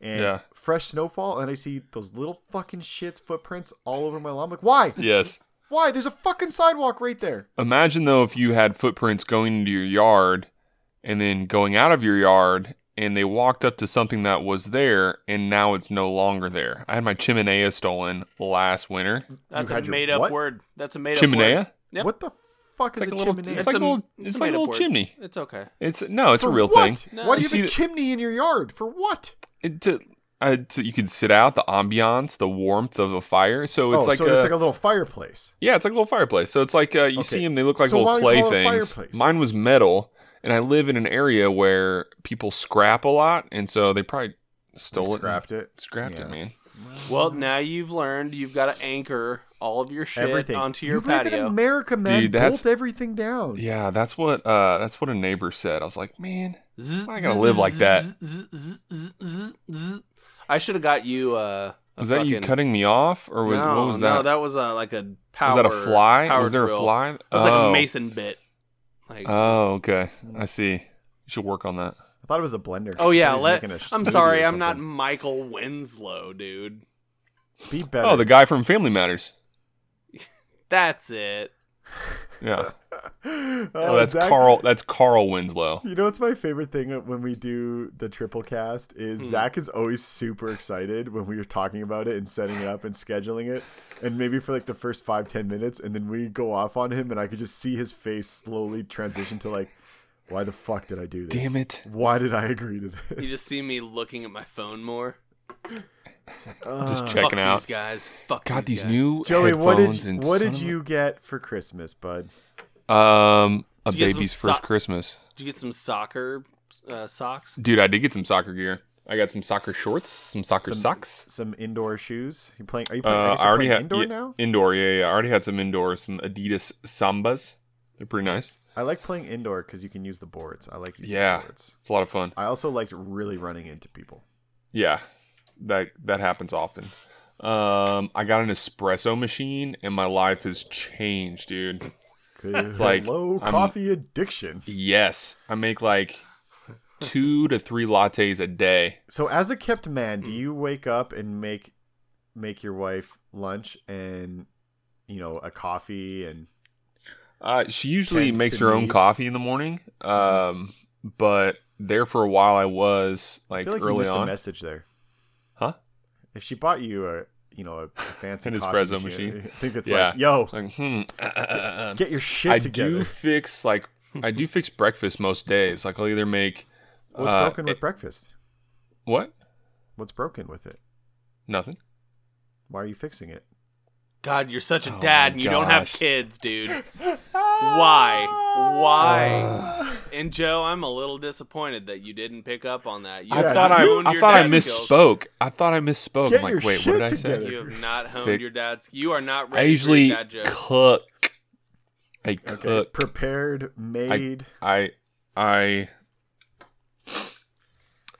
S3: and
S1: Yeah.
S3: fresh snowfall, and I see those little fucking shits footprints all over my lawn. I'm like, why?
S1: Yes.
S3: Why? There's a fucking sidewalk right there.
S1: Imagine though if you had footprints going into your yard and then going out of your yard and they walked up to something that was there and now it's no longer there. I had my chimenea stolen last winter.
S2: That's
S3: You
S2: a
S3: had your
S2: made up
S3: what?
S2: word. That's a made up
S1: Chimenea?
S2: Yep.
S3: What the fuck
S1: It's like
S3: is a,
S1: a little
S3: chimney?
S1: it's like a little it's like a
S2: made-up
S1: little
S2: word.
S1: chimney.
S2: It's okay.
S1: It's no, it's
S3: For
S1: a real
S3: what?
S1: thing.
S2: No.
S3: Why do
S1: You
S3: you have a
S1: see
S3: chimney in your yard? For what?
S1: It, to, uh, to, you could sit out, the ambiance, the warmth of the fire. So it's
S3: oh,
S1: like
S3: so
S1: a,
S3: it's like a little fireplace.
S1: Yeah, it's like a little fireplace. So it's like uh, you
S3: Okay.
S1: see them; they look like
S3: So
S1: little
S3: why
S1: clay
S3: call it a
S1: things.
S3: fireplace?
S1: Mine was metal, and I live in an area where people scrap a lot, and so they probably stole
S3: They
S1: it,
S3: scrapped it.
S1: scrapped
S3: Yeah.
S1: it, man.
S2: Well,
S3: Mm-hmm.
S2: now you've learned you've got to anchor all of your shit
S3: everything
S2: onto your
S3: you live in
S2: patio.
S3: America, man.
S1: Dude, that's-
S3: Bolt everything down.
S1: Yeah, that's what uh, that's what a neighbor said. I was like, man,
S2: Zzz,
S1: I'm not gonna live like that.
S2: zzz, zzz, zzz, zzz, zzz. I should have got you. Uh, a
S1: was that you
S2: fucking-
S1: cutting me off, or was
S2: no,
S1: what was
S2: No,
S1: that?
S2: that was uh, like a power.
S1: was that a fly?
S2: power
S1: Was there a
S2: drill.
S1: fly?
S2: It was like
S1: Oh.
S2: a mason bit. Like,
S1: Oh, okay, I see. You should work on that.
S3: I thought it was a blender.
S2: oh
S3: I
S2: yeah.
S3: thought he was
S2: Let,
S3: making a
S2: I'm
S3: smoothie
S2: sorry,
S3: or
S2: I'm not
S3: something.
S2: Michael Winslow, dude.
S3: Be better.
S1: Oh, the guy from Family Matters.
S2: That's it.
S1: Yeah.
S3: oh,
S1: Oh, that's
S3: Zach-
S1: Carl. That's Carl Winslow.
S3: You know what's my favorite thing when we do the triple cast is
S1: Hmm.
S3: Zach is always super excited when we are talking about it and setting it up and scheduling it, and maybe for like the first five ten minutes, and then we go off on him, and I could just see his face slowly transition to like, why the fuck did I do this?
S1: Damn it.
S3: Why did I agree to
S2: You
S3: this?
S2: just see me looking at my phone more.
S1: Just
S2: Uh, Fuck
S1: checking out.
S2: these guys. Fuck
S1: Got these
S2: guys.
S1: new
S3: Joey,
S1: headphones
S3: what did you,
S1: and
S3: what
S1: son
S3: did
S1: of a-
S3: you get for Christmas, bud?
S1: Um, a
S2: Did you get
S1: baby's
S2: some
S1: first
S2: sock-
S1: Christmas.
S2: Did you get some soccer uh, socks?
S1: Dude, I did get some soccer gear. I got some soccer shorts, some soccer socks.
S3: Some indoor shoes. You playing? Are
S1: Uh,
S3: you playing? I, guess
S1: I
S3: you're
S1: already
S3: playing
S1: had
S3: indoor
S1: yeah,
S3: now.
S1: Indoor, yeah, yeah. I already had some indoor, some Adidas Sambas. They're pretty nice.
S3: I like playing indoor because you can use the boards. I like using
S1: Yeah.
S3: the boards.
S1: It's a lot of fun.
S3: I also liked really running into people.
S1: Yeah, that that happens often. Um, I got an espresso machine, and my life has changed, dude.
S3: It's
S1: like,
S3: low
S1: I'm-
S3: coffee addiction.
S1: Yes, I make like two to three lattes a day.
S3: So as a kept man,
S1: Mm.
S3: do you wake up and make make your wife lunch and you know a coffee and
S1: Uh, she usually
S3: Tends
S1: makes
S3: to
S1: her own
S3: knees.
S1: coffee in the morning. Um, but there for a while, I was
S3: I
S1: like,
S3: feel like you
S1: early
S3: missed a
S1: on.
S3: message there.
S1: Huh?
S3: If she bought you a you know a fancy
S1: An
S3: coffee
S1: espresso machine.
S3: I think it's
S1: Yeah.
S3: like yo,
S1: Like, hmm. uh, uh, uh, uh.
S3: get your shit
S1: I
S3: together.
S1: do fix like I do fix breakfast most days. Like I'll either make
S3: What's
S1: uh,
S3: broken with
S1: it-
S3: breakfast?
S1: what
S3: What's broken with it?
S1: nothing.
S3: Why are you fixing it?
S2: God, you're such a
S1: Oh
S2: dad
S1: my
S2: and you don't have
S1: gosh.
S2: kids, dude. Why? Why?
S1: Uh,
S2: and Joe, I'm a little disappointed that you didn't pick up on that. You
S1: I
S3: Yeah,
S2: have
S1: thought
S2: not
S1: I
S2: honed
S1: I
S2: your
S1: thought I
S2: dad skills.
S1: misspoke. I thought I misspoke.
S3: Get
S1: I'm like,
S3: your
S1: wait, what did
S3: shit
S1: I
S3: together.
S1: say?
S2: You have not honed
S1: Fix-
S2: your dad's. You are not
S1: I
S2: ready
S1: usually
S2: for your dad joke.
S1: cook. I cook.
S3: Okay, prepared, made.
S1: I I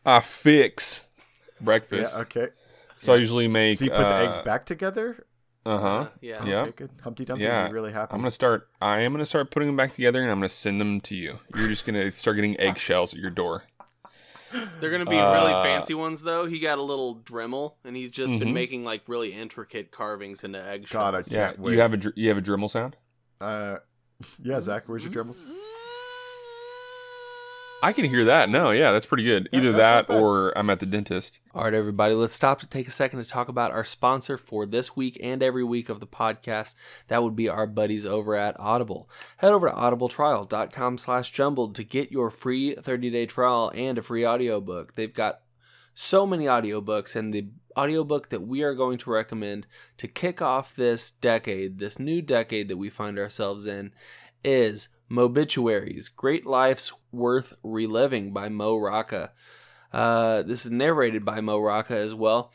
S1: I fix
S3: Yeah,
S1: breakfast.
S3: okay.
S1: So I usually make.
S3: So you put the eggs
S1: uh,
S3: back together?
S1: Uh huh.
S2: Yeah.
S1: Yeah.
S3: Oh, Okay, good. Humpty Dumpty
S1: Yeah.
S3: would be really happy.
S1: I'm gonna start. I am gonna start putting them back together, and I'm gonna send them to you. You're just gonna start getting eggshells at your door.
S2: They're gonna be really
S1: Uh,
S2: fancy ones though. He got a little Dremel, and he's just
S1: Mhm.
S2: been making like really intricate carvings into eggshells.
S3: God, I
S1: Yeah.
S3: can't wait.
S1: You have a dr- you have a Dremel sound.
S3: Uh, yeah, Zach, where's your Dremels?
S1: I can hear that. No, yeah, that's pretty good.
S3: Yeah,
S1: Either
S3: that's
S1: that
S3: not bad.
S1: or I'm at the dentist.
S2: All right, everybody, let's stop to take a second to talk about our sponsor for this week and every week of the podcast. That would be our buddies over at Audible. Head over to audibletrial.com slash jumbled to get your free 30-day trial and a free audiobook. They've got so many audiobooks, and the audiobook that we are going to recommend to kick off this decade, this new decade that we find ourselves in, is Mobituaries, Great Life's Worth Reliving by Mo Rocca. Uh, this is narrated by Mo Rocca as well,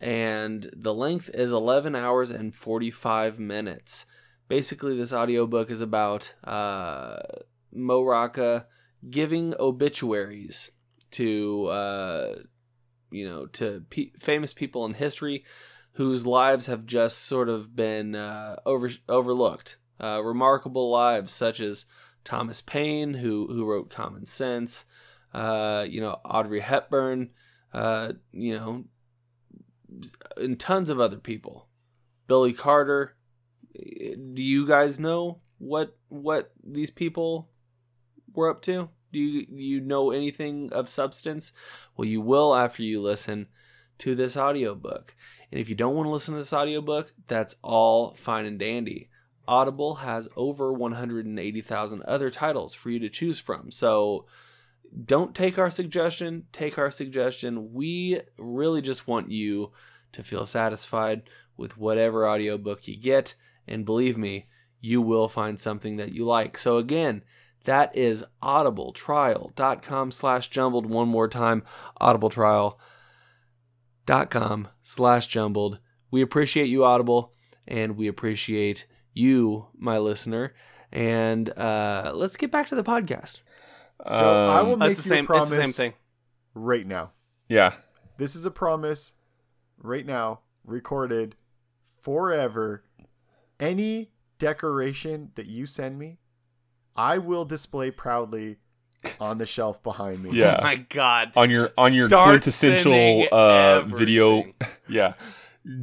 S2: and the length is 11 hours and 45 minutes. Basically, this audiobook is about uh, Mo Rocca giving obituaries to uh, you know to pe famous people in history whose lives have just sort of been uh, over overlooked. Uh, remarkable lives such as Thomas Paine, who who wrote Common Sense, uh, you know Audrey Hepburn, uh, you know, and tons of other people. Billy Carter. Do you guys know what what these people were up to? Do you do you know anything of substance? Well, you will after you listen to this audiobook. And if you don't want to listen to this audiobook, that's all fine and dandy. Audible has over 180,000 other titles for you to choose from. So don't take our suggestion, take our suggestion. We really just want you to feel satisfied with whatever audiobook you get. And believe me, you will find something that you like. So again, that is audibletrial.com slash jumbled one more time. Audibletrial.com slash jumbled. We appreciate you, Audible, and we appreciate you, my listener. And uh, let's get back to the podcast.
S3: I will
S1: Um,
S3: make
S2: it's, the
S3: you a
S2: same, it's the same
S3: promise.
S2: thing.
S3: right now.
S1: yeah.
S3: This is a promise right now, recorded forever. Any decoration that you send me, I will display proudly on the shelf behind me.
S1: Yeah.
S2: Oh my God.
S1: On your on your
S2: Start
S1: quintessential
S2: sending
S1: uh, video
S2: everything.
S1: Yeah.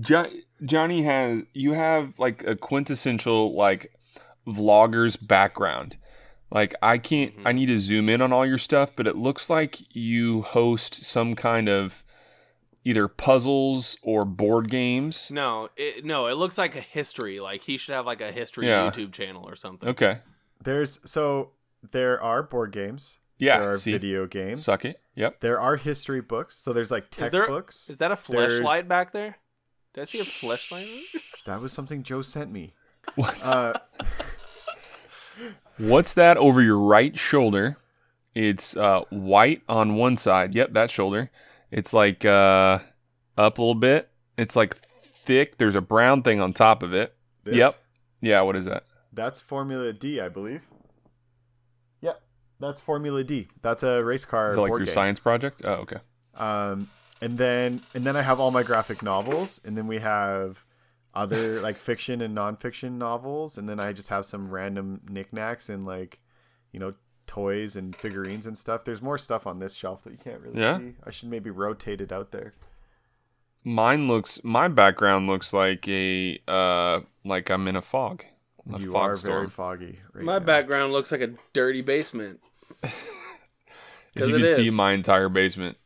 S1: Jo- Johnny has you have like a quintessential like vlogger's background. Like I can't
S3: Mm-hmm.
S1: I need to zoom in on all your stuff, but it looks like you host some kind of either puzzles or board games.
S2: No, it, no, it looks like a history. Like he should have like a history
S1: Yeah.
S2: YouTube channel or something.
S1: Okay.
S3: There's so there are board games.
S1: Yeah.
S3: there are
S1: see.
S3: video games.
S1: Suck it. Yep.
S3: There are history books. So there's like
S2: there-
S3: textbooks.
S2: Is that a
S3: There's-
S2: flashlight back there? Did I see a flashlight?
S3: That was something Joe sent me.
S1: What's
S3: Uh,
S1: what's that over your right shoulder? It's uh, white on one side. Yep, that shoulder. It's like uh, up a little bit. It's like thick. There's a brown thing on top of it.
S3: this-
S1: Yep. Yeah. What is that?
S3: That's Formula D, I believe. Yep. That's Formula D. That's a race car.
S1: Is that like
S3: board
S1: your
S3: game.
S1: science project? Oh, okay.
S3: Um, and then and then I have all my graphic novels, and then we have other like fiction and nonfiction novels, and then I just have some random knickknacks and like you know toys and figurines and stuff. There's more stuff on this shelf that you can't really
S1: Yeah.
S3: see. I should maybe rotate it out there.
S1: Mine looks. My background looks like a uh, like I'm in a fog. A
S3: you
S1: fog
S3: are very
S1: storm.
S3: foggy. Right
S2: My
S3: now.
S2: background looks like a dirty basement.
S1: if you
S2: 'Cause
S1: could
S2: it
S1: see
S2: is.
S1: my entire basement.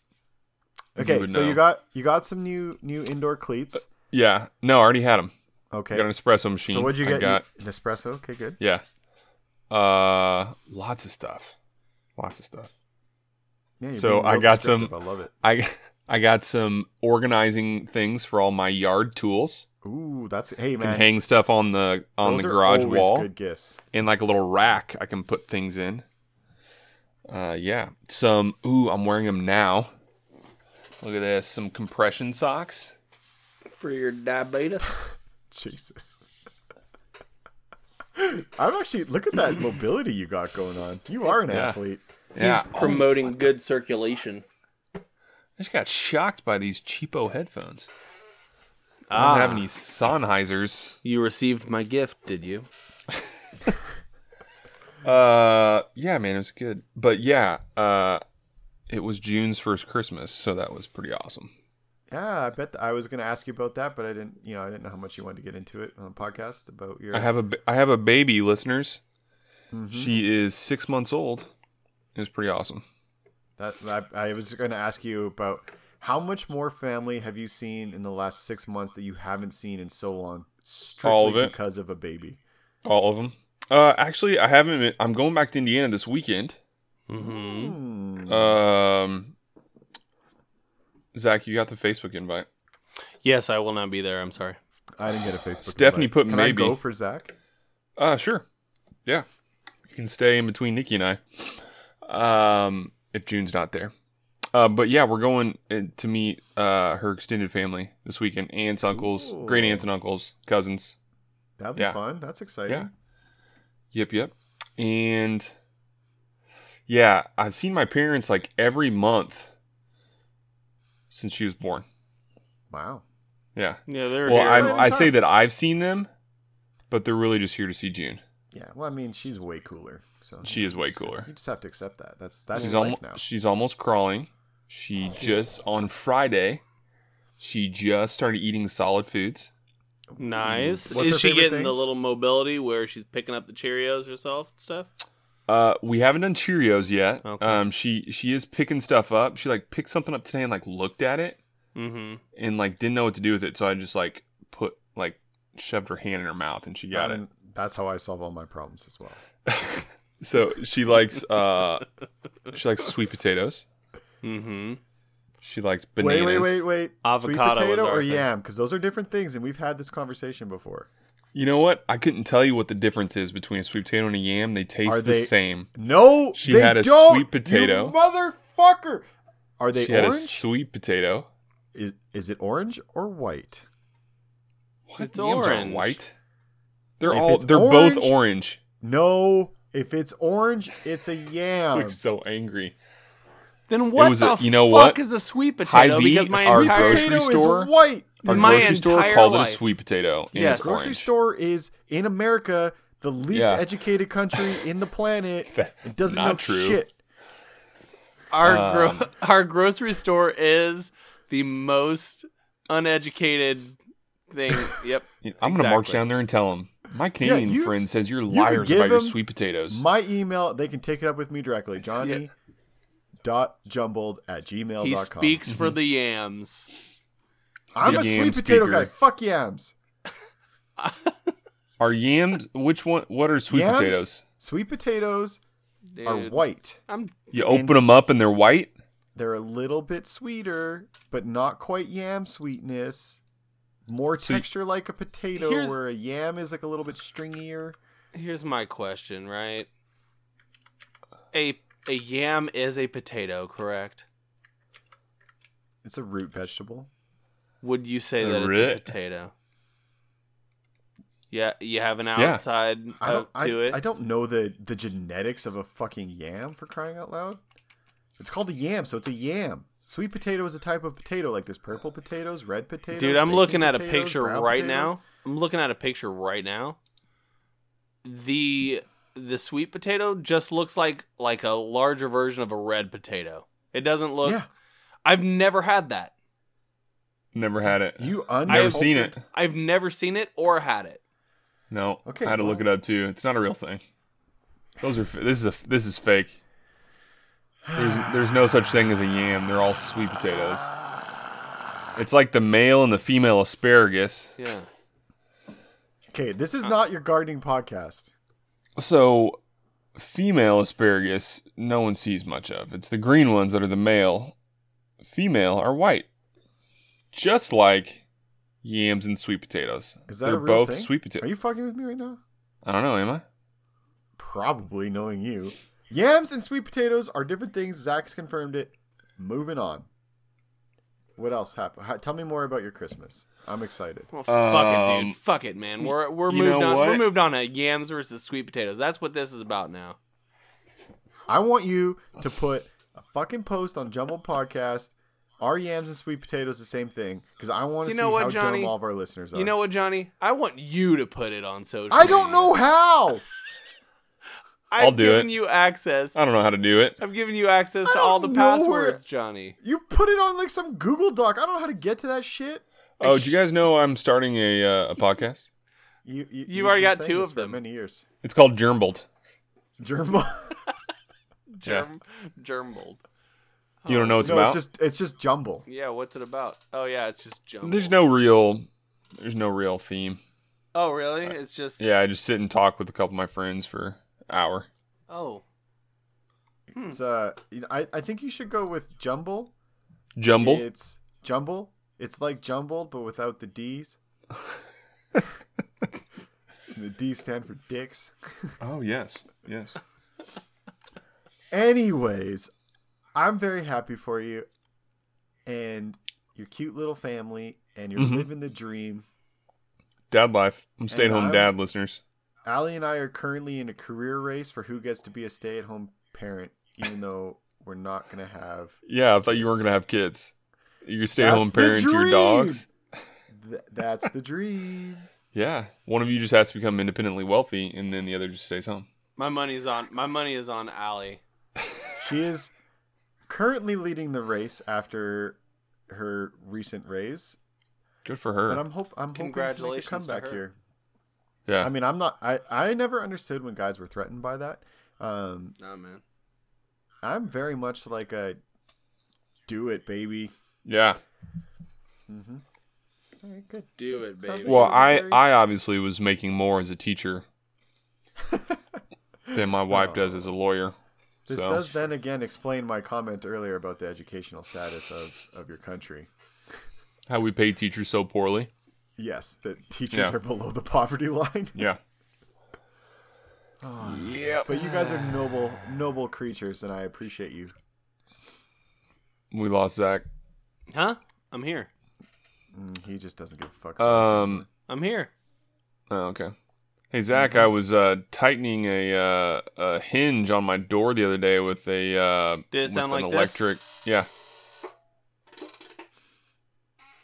S1: you
S3: Okay,
S1: would
S3: so
S1: know.
S3: you got you got some new new indoor cleats.
S1: Yeah. No, I already had them.
S3: Okay.
S1: Got an espresso machine.
S3: So what'd you
S1: I
S3: get?
S1: got-
S3: You- an espresso. Okay, good.
S1: Yeah. Uh lots of stuff. Lots of stuff.
S3: Yeah, you're
S1: So
S3: being
S1: I
S3: real
S1: got some-
S3: descriptive. I love it.
S1: I I got some organizing things for all my yard tools.
S3: Ooh, that's hey
S1: Can
S3: man.
S1: hang stuff on the on
S3: those
S1: the
S3: are
S1: garage
S3: always
S1: wall
S3: Good gifts.
S1: and like a little rack I can put things in. Uh yeah. Some ooh, I'm wearing them now. Look at this, some compression socks.
S2: For your diabetes.
S3: Jesus. I'm actually look at that mobility you got going on. You are an
S1: Yeah.
S3: athlete.
S1: Yeah. Oh,
S2: promoting good circulation.
S1: I just got shocked by these cheapo headphones. I don't
S2: Ah,
S1: have any Sennheisers.
S2: you received my gift, did you?
S1: Uh, yeah, man, it was good. But yeah, uh, it was June's first Christmas, so that was pretty awesome.
S3: Yeah, I bet th- I was going to ask you about that, but I didn't. You know, I didn't know how much you wanted to get into it on the podcast about your.
S1: I have a ba- I have a baby, listeners. She is six months old. It was pretty awesome.
S3: that I, I was going to ask you about how much more family have you seen in the last six months that you haven't seen in so long, strictly
S1: All of it.
S3: because of a baby.
S1: All of them. Uh, actually, I haven't. Been, I'm going back to Indiana this weekend. Uh,
S2: Mm-hmm.
S3: Hmm.
S1: Um, Zach, you got the Facebook invite.
S2: Yes, I will not be there. I'm sorry.
S3: I didn't get a Facebook.
S1: Stephanie
S3: invite.
S1: put
S3: Can
S1: maybe.
S3: I go for Zach?
S1: Uh, sure. Yeah, you can stay in between Nikki and I, um, if June's not there. Uh, but yeah, we're going uh, to meet uh her extended family this weekend: aunts, uncles, great aunts and uncles, cousins.
S3: That'd be
S1: Yeah.
S3: fun. That's exciting.
S1: Yeah. Yep, yep. And Yeah, I've seen my parents like every month since she was born.
S3: Wow.
S1: Yeah.
S2: Yeah, they're
S1: Well,
S2: here.
S1: I'm,
S3: Exciting
S1: I say
S3: time.
S1: that I've seen them, but they're really just here to see June.
S3: Yeah. Well, I mean, she's way cooler. So
S1: She is way cooler.
S3: You just have to accept that. That's that's
S1: she's
S3: your life
S1: almost
S3: now. Oh,
S1: she's almost crawling. She just on Friday, she just started eating solid foods.
S2: nice.
S3: What's her
S2: Is she
S3: favorite
S2: getting the
S3: things?
S2: little mobility where she's picking up the Cheerios herself and stuff?
S1: Uh, we haven't done Cheerios yet.
S2: Okay.
S1: Um, she she is picking stuff up. She like picked something up today and like looked at it
S2: Mm-hmm.
S1: and like didn't know what to do with it. So I just like put like shoved her hand in her mouth and she got it.
S3: And That's how I solve all my problems as well.
S1: So she likes uh she likes sweet potatoes.
S2: Mm-hmm.
S1: She likes bananas.
S3: Wait, wait, wait, wait.
S2: Avocado
S3: Sweet
S2: was
S3: potato
S2: our
S3: or
S2: thing.
S3: yam? Because those are different things, and we've had this conversation before.
S1: You know what? I couldn't tell you what the difference is between a sweet potato and a yam. They taste
S3: Are
S1: the
S3: they-
S1: same.
S3: No,
S1: She
S3: they
S1: had a
S3: don't,
S1: sweet
S3: you
S1: potato.
S3: motherfucker. Are they
S1: she had a
S3: orange?
S1: sweet potato.
S3: is is it orange or white?
S1: What?
S2: It's
S1: Yams aren't
S2: orange.
S1: white. They're
S3: If
S1: all
S3: it's
S1: they're both
S3: orange-
S1: orange.
S3: No, if it's orange, it's a
S1: I
S3: yam.
S1: look so angry.
S2: Then what
S1: was
S2: the
S1: a- you know
S2: fuck
S1: what?
S2: is a sweet potato?
S1: Hy-Vee,
S2: because my
S1: our
S2: entire
S1: grocery
S3: potato
S1: store-
S3: is white.
S1: Our
S2: My
S1: grocery store
S2: entire
S1: called it
S2: life.
S1: a sweet potato. And
S2: Yes.
S1: it's
S3: grocery
S1: orange.
S3: store is in America the least
S1: Yeah.
S3: educated country in the planet. It doesn't
S1: Not
S3: know
S1: true.
S3: shit.
S2: our
S1: um,
S2: gro- our grocery store is the most uneducated thing. yep.
S1: I'm gonna march
S2: Exactly.
S1: down there and tell him. My Canadian
S3: you-
S1: friend says you're
S3: can
S1: liars
S3: give
S1: about your
S3: him
S1: sweet potatoes.
S3: My email, they can take it up with me directly. Johnny dot jumbled at gmail.com.
S2: He speaks for
S1: Mm-hmm.
S2: the yams.
S3: I'm
S1: the
S3: a
S1: yam
S3: sweet potato
S1: speaker.
S3: guy. Fuck yams.
S1: Are yams? Which one? What are sweet
S3: Yams?
S1: potatoes?
S3: Sweet potatoes are
S2: Dude,
S3: white.
S2: I'm
S1: You open them up and they're white.
S3: They're a little bit sweeter, but not quite yam sweetness. More
S1: So y-
S3: texture like a potato,
S2: Here's-
S3: where a yam is like a little bit stringier.
S2: Here's my question, right? A a yam is a potato, correct?
S3: It's a root vegetable.
S2: Would you say
S1: Uh,
S2: that it's a
S1: right.
S2: potato? Yeah, you have an
S1: Yeah.
S2: outside
S3: I don't.
S2: uh, to
S3: I,
S2: it.
S3: I don't know the the genetics of a fucking yam for crying out loud. It's called a yam, so it's a yam. Sweet potato is a type of potato. Like there's purple potatoes, red potatoes.
S2: Dude, I'm
S3: baking
S2: looking at a
S3: potatoes,
S2: picture
S3: brown
S2: right
S3: potatoes.
S2: now. I'm looking at a picture right now. The the sweet potato just looks like like a larger version of a red potato. It doesn't look
S3: Yeah,
S2: I've never had that.
S1: Never had it.
S3: you
S1: Never seen it.
S2: I've never seen it or had it.
S1: No.
S3: Okay,
S1: I had to look it
S3: well-
S1: up too. It's not a real thing. Those are. f- This is a. This is fake. There's, there's no such thing as a yam. They're all sweet potatoes. It's like the male and the female asparagus.
S2: Yeah.
S3: Okay, this
S2: Uh,
S3: is not your gardening podcast.
S1: So, female asparagus, no one sees much of. It's the green ones that are the male. Female are white. Just like yams and sweet potatoes.
S3: Is that
S1: They're
S3: a real
S1: both
S3: thing?
S1: sweet
S3: Are
S1: potatoes.
S3: you fucking with me right now?
S1: I don't know, am I?
S3: Probably knowing you. Yams and sweet potatoes are different things. Zach's confirmed it. Moving on. What else happened? Ha- Tell me more about your Christmas. I'm excited.
S2: Well, fuck it,
S1: Um,
S2: dude. Fuck it, man. We're we're
S1: you
S2: moved
S1: know
S2: on. We're
S1: what?
S2: moved on to yams versus sweet potatoes. That's what this is about now.
S3: I want you to put a fucking post on Jumbled Podcast. Are yams and sweet potatoes the same thing? Because I want
S2: You
S3: to
S2: know
S3: see
S2: what,
S3: how
S2: Johnny?
S3: dumb all of our listeners are.
S2: You know what, Johnny? I want you to put it on social.
S3: I don't
S2: media.
S3: know how.
S2: I've
S1: I'll do
S2: given
S1: it.
S2: you access.
S1: I don't know how to do it.
S2: I've given you access
S3: I
S2: to all the
S3: don't know where-
S2: passwords, Johnny.
S3: You put it on like some Google Doc. I don't know how to get to that shit.
S1: Oh, do you guys know I'm starting a uh, a podcast?
S3: You, you,
S2: You've already
S3: been
S2: got
S3: saying
S2: two
S3: this
S2: of
S3: for
S2: them.
S3: Many years.
S1: It's called Germbled.
S3: Gerbil.
S2: Germ, germbled.
S1: You don't know what it's
S3: Oh, no,
S1: about.
S3: it's just it's just jumble.
S2: Yeah, what's it about? Oh yeah, it's just jumbled.
S1: There's no real. There's no real theme.
S2: Oh really? It's just.
S1: Yeah, I just sit and talk with a couple of my friends for an hour.
S2: Oh.
S3: It's uh, you know, I I think you should go with jumble.
S1: Jumble.
S3: It's jumble. It's like jumbled but without the D's. the D's stand for dicks.
S1: Oh yes, yes.
S3: Anyways, I'm very happy for you, and your cute little family, and you're
S1: Mhm.
S3: living the dream.
S1: Dad life. I'm staying home
S3: I'm-
S1: dad, listeners.
S3: Allie and I are currently in a career race for who gets to be a stay-at-home parent even though we're not gonna have
S1: Yeah, I thought you weren't gonna have kids. You stay at
S3: That's
S1: home
S3: the
S1: parent to your
S3: dream!
S1: dogs.
S3: th- that's the dream.
S1: Yeah, one of you just has to become independently wealthy, and then the other just stays home.
S2: My money's on my money is on Allie.
S3: She is currently leading the race after her recent raise,
S1: Good for
S3: but
S1: her.
S3: I'm hope I'm hoping to make a
S2: Congratulations to
S3: comeback
S2: her.
S3: here.
S1: Yeah,
S3: I mean, I'm not. I I never understood when guys were threatened by that. Um,
S2: Oh man.
S3: I'm very much like a do it, baby.
S1: yeah.
S3: Mm-hmm. All right, good.
S2: Do it,
S3: Sounds
S2: baby.
S3: like-
S1: Well, I
S3: very-
S1: I obviously was making more as a teacher than my wife
S3: Oh.
S1: does as a lawyer.
S3: This
S1: so
S3: does then again explain my comment earlier about the educational status of of your country.
S1: how we pay teachers so poorly.
S3: Yes, that teachers
S1: Yeah.
S3: are below the poverty line. Oh,
S1: Yeah.
S2: yeah.
S3: But you guys are noble, noble creatures, and I appreciate you.
S1: We lost Zach.
S2: Huh? I'm here.
S3: Mm, he just doesn't give a fuck. about
S1: Um.
S2: I'm here.
S1: Oh, okay. Hey Zach, I was uh, tightening a uh, a hinge on my door the other day with a uh,
S2: Did it
S1: with
S2: sound
S1: an
S2: like this?
S1: electric. Yeah.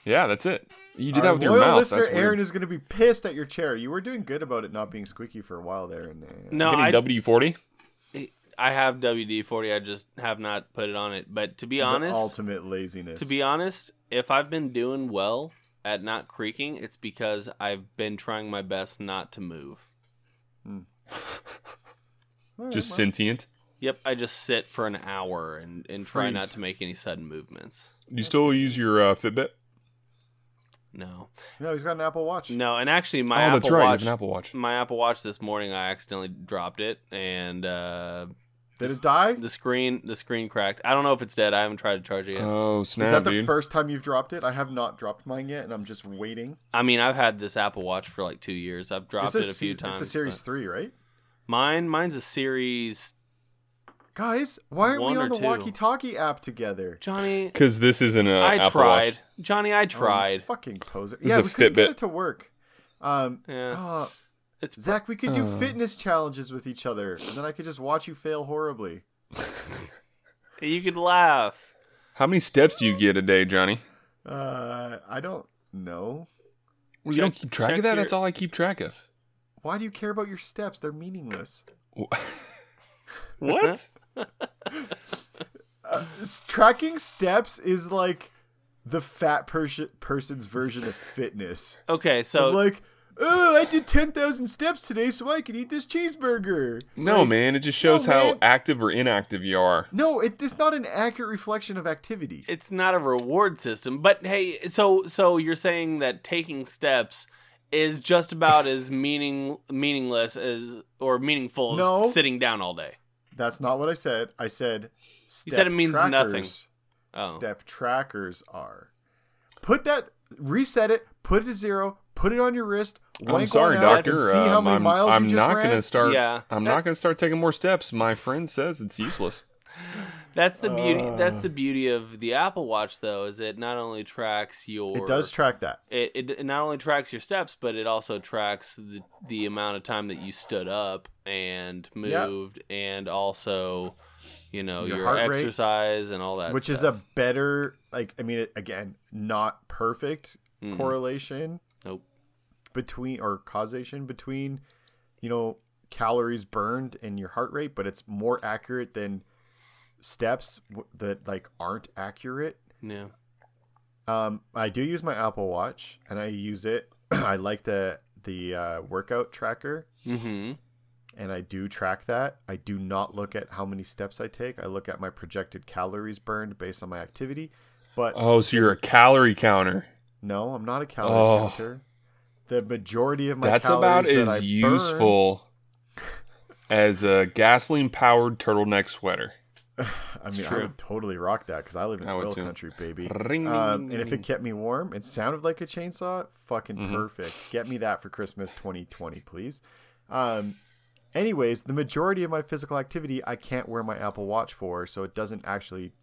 S1: Yeah, that's it. You did
S3: Our
S1: that with your
S3: loyal
S1: mouth.
S3: listener
S1: that's weird.
S3: Aaron is going to be pissed at your chair. You were doing good about it not being squeaky for a while there. And, uh,
S2: No,
S1: Getting
S2: I,
S1: WD forty.
S2: I have WD forty. I just have not put it on it. But to be
S3: the
S2: honest,
S3: ultimate laziness.
S2: to be honest, if I've been doing well at not creaking, it's because I've been trying my best not to move.
S3: All right,
S1: Just
S3: well,
S1: sentient.
S2: Yep, I just sit for an hour and, and try
S3: Freeze.
S2: not to make any sudden movements.
S1: Do you still use your uh, Fitbit?
S2: No,
S3: No, he's got an Apple Watch.
S2: no, and actually, my
S1: oh,
S2: Apple
S1: that's right. you
S2: Watch,
S1: have an Apple Watch.
S2: my Apple Watch this morning, I accidentally dropped it, and uh,
S3: Did it die?
S2: the screen, the screen cracked. I don't know if it's dead. I haven't tried to charge it yet.
S1: Oh snap,
S3: is that the
S1: dude.
S3: first time you've dropped it? I have not dropped mine yet, and I'm just waiting.
S2: I mean, I've had this Apple Watch for like two years. I've dropped
S3: It's a
S2: it a few
S3: se-
S2: times.
S3: It's a Series
S2: but-
S3: Three, right?
S2: Mine, mine's a Series.
S3: Guys, why aren't
S2: One
S3: we
S2: or
S3: on the
S2: two.
S3: walkie-talkie app together?
S2: Johnny,
S1: Because this isn't an
S2: I
S1: Uh, Apple
S2: tried.
S1: Watch.
S2: Johnny, I
S3: Oh, you
S2: tried.
S3: fucking poser.
S1: This
S3: yeah,
S1: is
S3: we
S1: a
S3: couldn't get
S1: Fitbit.
S3: it to work. Um,
S2: yeah,
S3: uh,
S2: it's
S3: Zach, we could do
S1: Oh.
S3: fitness challenges with each other, and then I could just watch you fail horribly.
S2: you could laugh.
S1: How many steps do you get a day, Johnny?
S3: Uh, I don't know.
S1: Well,
S2: Check-
S1: you don't keep track
S2: check
S1: of that.
S2: your-
S1: That's all I keep track of.
S3: Why do you care about your steps? They're meaningless.
S1: what?
S3: Uh, s- tracking steps is like the fat pers- person's version of fitness.
S2: Okay, so
S3: Of like, oh, I did ten thousand steps today, so I could eat this cheeseburger.
S1: No,
S3: Like,
S1: man. It just shows
S3: No,
S1: how
S3: man.
S1: active or inactive you are.
S3: No, it, it's not an accurate reflection of activity.
S2: it's not a reward system but hey so so you're saying that taking steps is just about as meaning meaningless as or meaningful as
S3: No.
S2: sitting down all day
S3: That's not what I said. I said. Step
S2: You said it means nothing.
S3: trackers-
S2: oh
S3: step trackers are. Put that, reset it, put it to zero, put it on your wrist.
S1: I'm
S3: wank
S1: sorry,
S3: one out, and
S1: doctor.
S3: See
S1: um,
S3: how many
S1: I'm,
S3: miles
S1: I'm
S3: you just
S1: not
S3: ran.
S1: gonna start.
S2: Yeah.
S1: I'm not gonna start taking more steps. My friend says it's useless.
S2: that's the beauty
S3: Uh.
S2: that's the beauty of the apple watch though is it not only tracks your
S3: It does track that.
S2: it, it, it not only tracks your steps but it also tracks the, the amount of time that you stood up and
S3: Yeah.
S2: moved and also you know
S3: Your
S2: your,
S3: heart rate,
S2: exercise and all that
S3: which is a
S2: stuff.
S3: better like i mean it- again not perfect
S2: Mhm.
S3: correlation
S2: Nope.
S3: between or causation between you know calories burned and your heart rate but it's more accurate than steps w- that like aren't accurate
S2: yeah
S3: um i do use my apple watch and i use it i like the the uh, workout tracker
S2: mm-hmm
S3: and I do track that. I do not look at how many steps I take. I look at my projected calories burned based on my activity. But
S1: Oh, so you're a calorie counter.
S3: No, I'm not a calorie
S1: Oh.
S3: counter. The majority of my
S1: That's about
S3: calories
S1: as
S3: that I burn-
S1: useful as a gasoline-powered turtleneck sweater.
S3: I mean, I
S2: true.
S3: would totally rock that because I live in
S1: I would
S3: oil
S1: too.
S3: country, baby.
S1: Ring,
S3: Um,
S1: ding,
S3: and if
S1: ding,
S3: it kept me warm, it sounded like a chainsaw. Fucking
S1: Mhm.
S3: perfect. Get me that for Christmas 2020, please. Um, anyways, the majority of my physical activity I can't wear my Apple Watch for, so it doesn't actually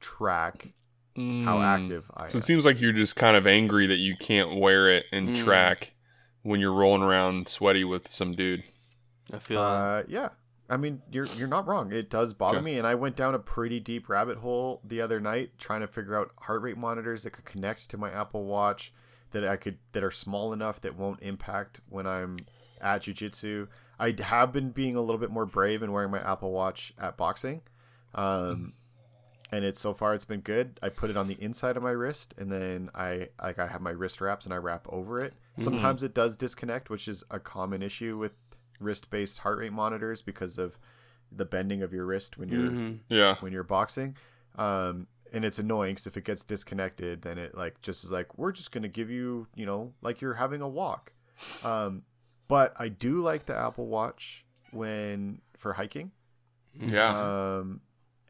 S3: track
S1: ding.
S3: how
S1: Mm.
S3: active I am.
S1: So it seems like you're just kind of angry that you can't wear it and
S2: Mm.
S1: track when you're rolling around sweaty with some dude.
S2: i feel
S3: Uh, yeah. I mean, you're you're not wrong. It does bother
S1: Okay.
S3: me, and I went down a pretty deep rabbit hole the other night trying to figure out heart rate monitors that could connect to my Apple Watch that I could that are small enough that won't impact when I'm at jujitsu. I have been being a little bit more brave and wearing my Apple Watch at boxing, um, and it's so far it's been good. I put it on the inside of my wrist, and then I like I have my wrist wraps and I wrap over it. Sometimes it does disconnect, which is a common issue with wrist-based heart rate monitors because of the bending of your wrist when you're
S1: Mm-hmm.
S2: Mhm.
S1: Yeah.
S3: when you're boxing. Um, and it's annoying because if it gets disconnected, then it like just is like we're just gonna give you, you know, like you're having a walk. Um, but I do like the Apple Watch when for hiking,
S2: Mm-hmm.
S1: Yeah.
S3: um,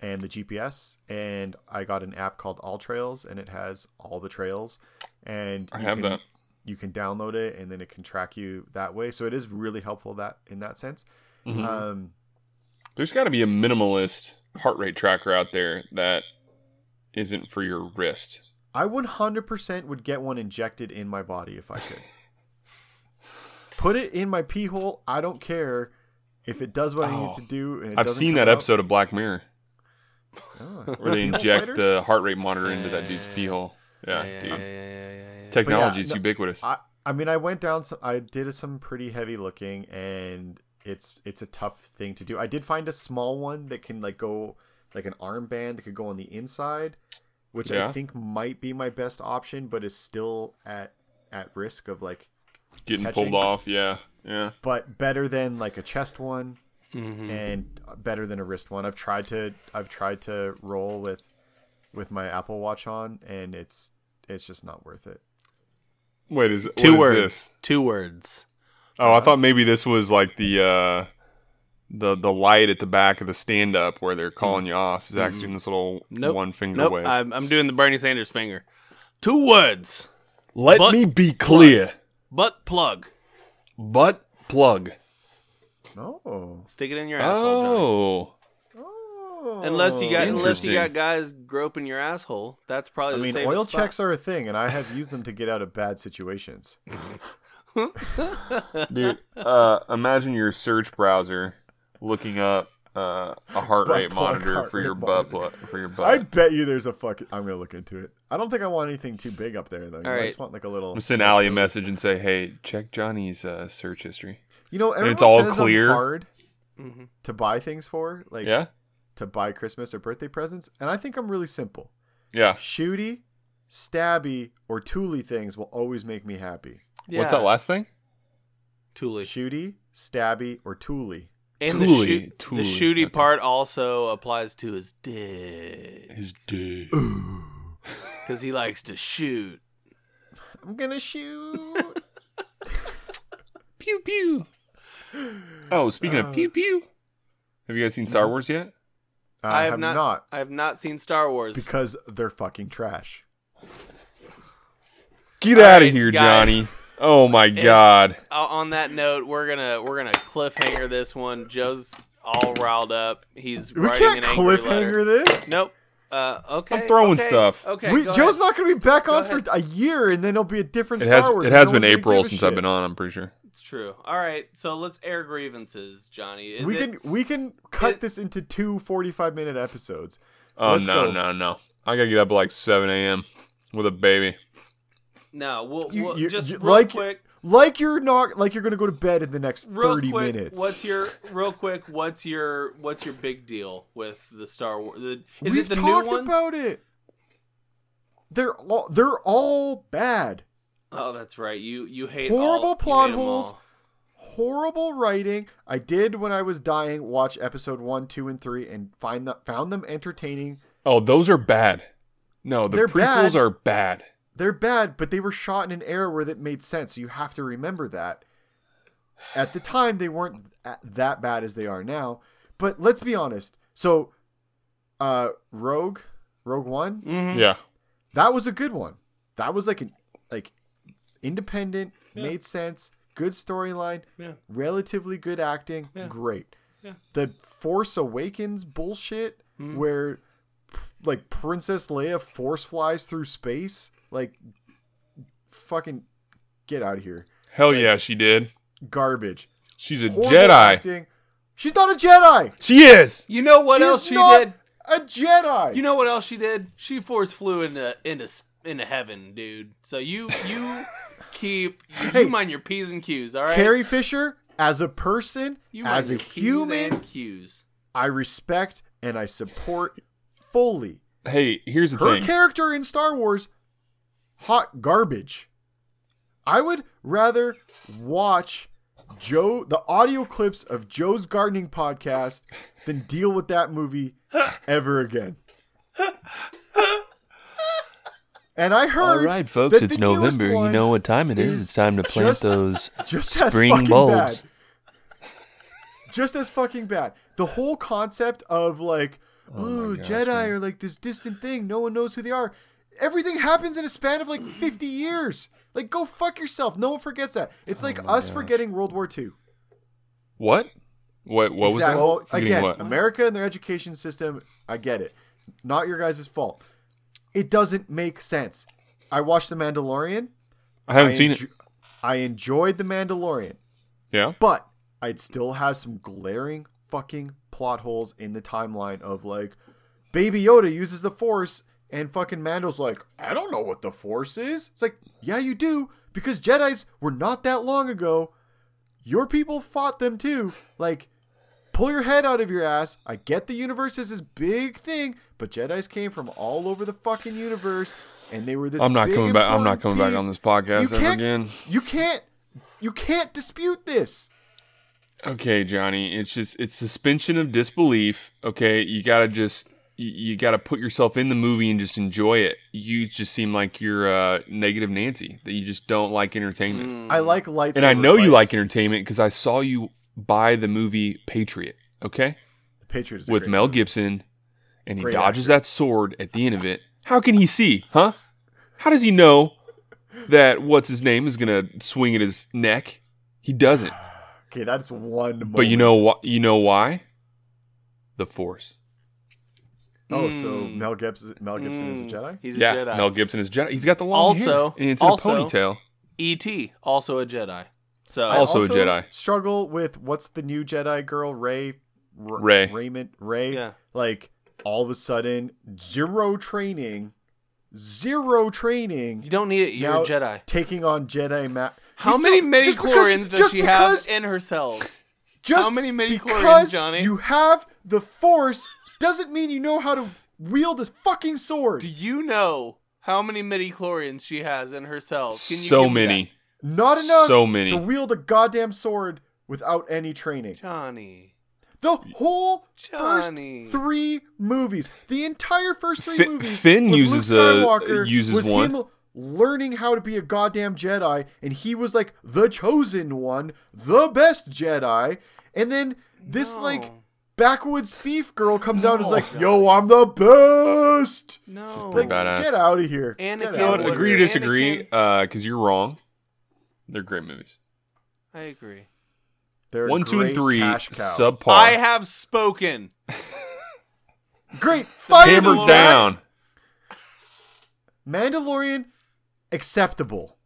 S3: and the GPS. And I got an app called All Trails, and it has all the trails. And
S1: I
S3: you
S1: have
S3: can-
S1: that.
S3: You can download it, and then it can track you that way. So it is really helpful that in that sense.
S2: Mm-hmm.
S1: Mhm.
S3: Um,
S1: There's got to be a minimalist heart rate tracker out there that isn't for your wrist.
S3: I 100% would get one injected in my body if I could. Put it in my pee hole. I don't care if it does what I need
S1: Oh,
S3: to do. And it
S1: I've
S3: doesn't
S1: seen
S3: come
S1: that
S3: out.
S1: episode of Black Mirror
S3: Oh.
S1: where they
S3: Pee hole
S1: inject
S3: spiders?
S1: the heart rate monitor into that
S2: Yeah,
S1: dude's
S2: yeah,
S1: pee hole. Yeah,
S2: yeah,
S1: dude.
S2: yeah, yeah, yeah, yeah.
S1: Technology
S3: But
S1: is
S3: yeah, no-
S1: ubiquitous.
S3: I, I mean, I went down. Some, I did some pretty heavy looking, and it's it's a tough thing to do. I did find a small one that can like go like an armband that could go on the inside, which
S1: Yeah.
S3: I think might be my best option, but is still at at risk of like,
S1: Getting
S3: catching-
S1: pulled off. Yeah. Yeah.
S3: but better than like a chest one. Mm-hmm.
S2: Mhm.
S3: and better than a wrist one. I've tried to I've tried to roll with with my Apple Watch on, and it's it's just not worth it.
S1: Wait, is
S2: Two
S1: what is
S2: words.
S1: this?
S2: Two words.
S1: Oh, I thought maybe this was like the uh, the the light at the back of the stand up where they're calling you off. Zach's doing this little
S2: Nope.
S1: one finger
S2: Nope.
S1: wave.
S2: I'm, I'm doing the Bernie Sanders finger. Two words.
S4: Let
S2: But-
S4: me be clear.
S2: Butt plug.
S4: Butt plug.
S3: No.
S2: Stick it in your asshole, Johnny.
S1: oh,
S3: Oh.
S2: Unless you got unless you
S1: Interesting.
S2: got guys groping your asshole, that's
S3: I
S2: probably the
S3: mean,
S2: safest
S3: oil
S2: spot.
S3: checks are a thing, and I have used them to get out of bad situations.
S1: dude! Uh, imagine your search browser looking up uh, a heart
S3: Butt
S1: rate
S3: plug,
S1: monitor
S3: heart
S1: for
S3: rate
S1: your butt
S3: monitor.
S1: plug, for your
S3: I
S1: butt.
S3: bet you there's a fucking. I'm gonna look into it. I don't think I want anything too big up there though. You know, I
S2: right.
S3: just want like a little.
S1: I'm send Ali a message and say, "Hey, check Johnny's uh, search history."
S3: You know, everyone
S1: it's all
S3: says
S1: clear.
S3: I'm hard
S2: Mhm.
S3: to buy things for, like
S1: Yeah,
S3: to buy Christmas or birthday presents, and I think I'm really simple.
S1: yeah.
S3: shooty, stabby, or tooly things will always make me happy.
S1: What's that
S2: Yeah.
S1: last thing?
S2: Toolie.
S3: Shooty, stabby, or tooly.
S2: And
S1: Toolie,
S2: the, shoot, the
S1: toolie,
S2: shooty
S1: okay.
S2: part also applies to his dick
S1: His dick.
S2: because he likes to shoot.
S3: I'm gonna shoot.
S1: Pew pew. Oh, speaking
S3: Uh.
S1: of pew pew, have you guys seen Star Wars yet?
S3: I, have not,
S2: I have not seen Star Wars.
S3: because they're fucking trash.
S1: Get
S2: All
S1: out of
S2: right,
S1: here,
S2: guys.
S1: Johnny. Oh my
S2: It's-
S1: god.
S2: o- Uh, on that note, we're gonna we're gonna cliffhanger this one. Joe's all riled up. He's
S3: We
S2: writing an
S3: can't
S2: angry
S3: cliffhanger
S2: letter.
S3: this.
S2: Nope. Uh, okay.
S1: I'm throwing
S2: okay,
S1: stuff.
S2: Okay.
S3: we,
S2: go
S3: Joe's
S2: ahead.
S3: not gonna be back
S2: Go
S3: on
S2: ahead.
S3: for a year, and then it'll be a different
S1: It
S3: Star
S1: has
S3: Wars.
S1: it
S3: and
S1: has
S3: no
S1: been
S3: one's gonna
S1: April
S3: give a
S1: since I've
S3: shit.
S1: been on. I'm pretty sure.
S2: It's true. All right. So let's air grievances, Johnny. Is
S3: we
S2: it,
S3: can we can cut
S2: it-
S3: this into two 45 minute episodes.
S1: Oh
S3: Let's
S1: no
S3: go.
S1: no no! I gotta get up at like 7 a.m. with a baby.
S2: no. We'll,
S3: You-
S2: we'll
S3: you-
S2: just
S3: you-
S2: real
S3: like-
S2: quick.
S3: Like you're not like you're gonna go to bed in the next
S2: Real
S3: 30
S2: quick,
S3: minutes.
S2: What's your real quick? What's your what's your big deal with the Star Wars? The, is
S3: We've
S2: it the new
S3: talked
S2: ones?
S3: about it. They're all they're all bad.
S2: oh, that's right. You you hate
S3: Horrible
S2: all,
S3: plot
S2: you hate 'em
S3: holes.
S2: all.
S3: Horrible writing. I did when I was dying watch episode one, two, and three, and find that found them entertaining.
S1: Oh, those are bad. No, the
S3: They're
S1: prequels
S3: bad.
S1: are bad.
S3: They're bad, but they were shot in an era where that made sense. You have to remember that. At the time, they weren't a- that bad as they are now. But let's be honest. So, uh, Rogue, Rogue One,
S2: Mhm.
S1: Yeah,
S3: that was a good one. That was like an like independent, made sense, good storyline,
S2: Yeah.
S3: relatively good acting,
S2: Yeah.
S3: great.
S2: Yeah. Mm.
S3: The Force Awakens bullshit where like Princess Leia force flies through space, like fucking get out of here.
S1: hell yeah, she did.
S3: Garbage.
S1: She's a
S3: Horrible
S1: Jedi.
S3: acting, She's not a Jedi.
S4: She is.
S2: You know what
S3: She's
S2: else she
S3: not
S2: did?
S3: a Jedi.
S2: You know what else she did? She force flew into into s- into heaven, dude. So you you keep you,
S3: Hey.
S2: you mind your p's and q's, all right?
S3: Carrie Fisher as a person,
S2: you mind
S3: as a
S2: your P's
S3: human,
S2: and q's.
S3: I respect and I support fully
S1: Hey, here's the
S3: her
S1: thing.
S3: character in Star Wars. Hot garbage. I would rather watch Joe the audio clips of Joe's gardening podcast than deal with that movie ever again. And I heard that the newest one
S5: what time it
S3: is
S5: time to
S3: just-
S5: those
S3: just as fucking bad. Just as fucking bad. The whole concept of like, ooh, Jedi are like this distant thing. No one knows who they are. Everything happens in a span of like 50 years. Like, go fuck yourself. No one forgets that. It's like us forgetting World War II.
S1: What? What? What was that?
S3: Exact- well,
S1: Forgetting
S3: again,
S1: what?
S3: America and their education system, I get it. Not your guys' fault. It doesn't make sense. I watched The Mandalorian.
S1: I haven't seen it.
S3: enjo- I enjoyed The Mandalorian.
S1: Yeah.
S3: But it still has some glaring fucking plot holes in the timeline of like Baby Yoda uses the Force and fucking Mando's like, I don't know what the Force is. It's like, yeah, you do, because Jedi's were not that long ago. Your people fought them too. Like, pull your head out of your ass. I get the universe is this big thing, but Jedi's came from all over the fucking universe, and they were this.
S1: I'm not
S3: big,
S1: coming back. I'm not
S3: important
S1: coming back
S3: piece.
S1: on this podcast
S3: You
S1: ever
S3: can't-
S1: again.
S3: You can't. You can't dispute this.
S1: Okay, Johnny. It's just it's suspension of disbelief. Okay, you gotta just you, you gotta put yourself in the movie and just enjoy it. You just seem like you're uh, negative Nancy that you just don't like entertainment.
S2: Mm.
S3: I like lightsaber.
S1: and I know you like
S3: fights.
S1: entertainment because I saw you buy the movie Patriot. Okay,
S3: The Patriots is a
S1: with
S3: great
S1: Mel
S3: movie.
S1: Gibson, and he
S3: Great
S1: dodges that sword at the end of it. How can he see, huh? How does he know that what's his name is gonna swing at his neck? He doesn't.
S3: Okay, that's one.
S1: But you know
S3: moment.
S1: what? You know why? The Force.
S3: Oh, so
S2: Mm.
S3: Mel Gibson. Mel Gibson is a
S2: Mm.
S3: Jedi.
S2: He's a
S1: yeah,
S2: Jedi.
S1: Mel Gibson is Jedi. He's got the long
S2: Also-
S1: hair, and it's in
S2: also-
S1: a ponytail.
S2: E.T. E also a Jedi. So
S3: I
S1: also a Jedi.
S3: Struggle with what's the new Jedi girl? Ray.
S1: Rey.
S3: Raymond. Ray.
S2: Yeah.
S3: Like all of a sudden, zero training, zero training.
S2: you don't need it. You're
S3: now
S2: a Jedi.
S3: Taking on Jedi map.
S2: How many midi chlorians does she have in her cells?
S3: Just
S2: How many midi-chlorians,
S3: because
S2: Johnny?
S3: You have the Force doesn't mean you know how to wield a fucking sword.
S2: Do you know how many midi chlorians she has in her cells? Can you
S1: So
S2: give me
S1: many.
S3: Not enough
S1: So many.
S3: to wield a goddamn sword without any training.
S2: that? Johnny.
S3: The whole
S2: Johnny.
S3: first three movies, the entire first three
S1: Fin-
S3: movies,
S1: Finn
S3: with
S1: uses a-
S3: Luke Skywalker
S1: uses
S3: was
S1: one.
S3: him learning how to be a goddamn Jedi, and he was like the chosen one, the best Jedi, and then this
S2: No.
S3: like backwoods thief girl comes out and is like, "Yo, I'm the best."
S2: No.
S1: pretty
S3: Like,
S1: badass.
S3: get out of here.
S2: Anakin
S3: Get
S1: You know
S3: outta
S1: what?
S2: Order.
S3: here.
S1: Agree to disagree,
S2: Anakin-
S1: because Uh, you're wrong. They're great movies.
S2: I agree.
S3: They're a
S1: One, two, and
S3: great
S1: three
S3: cash cow.
S1: subpar.
S2: I have spoken.
S3: great. Fire
S1: Hammer
S3: Zach.
S1: down.
S3: Mandalorian, acceptable.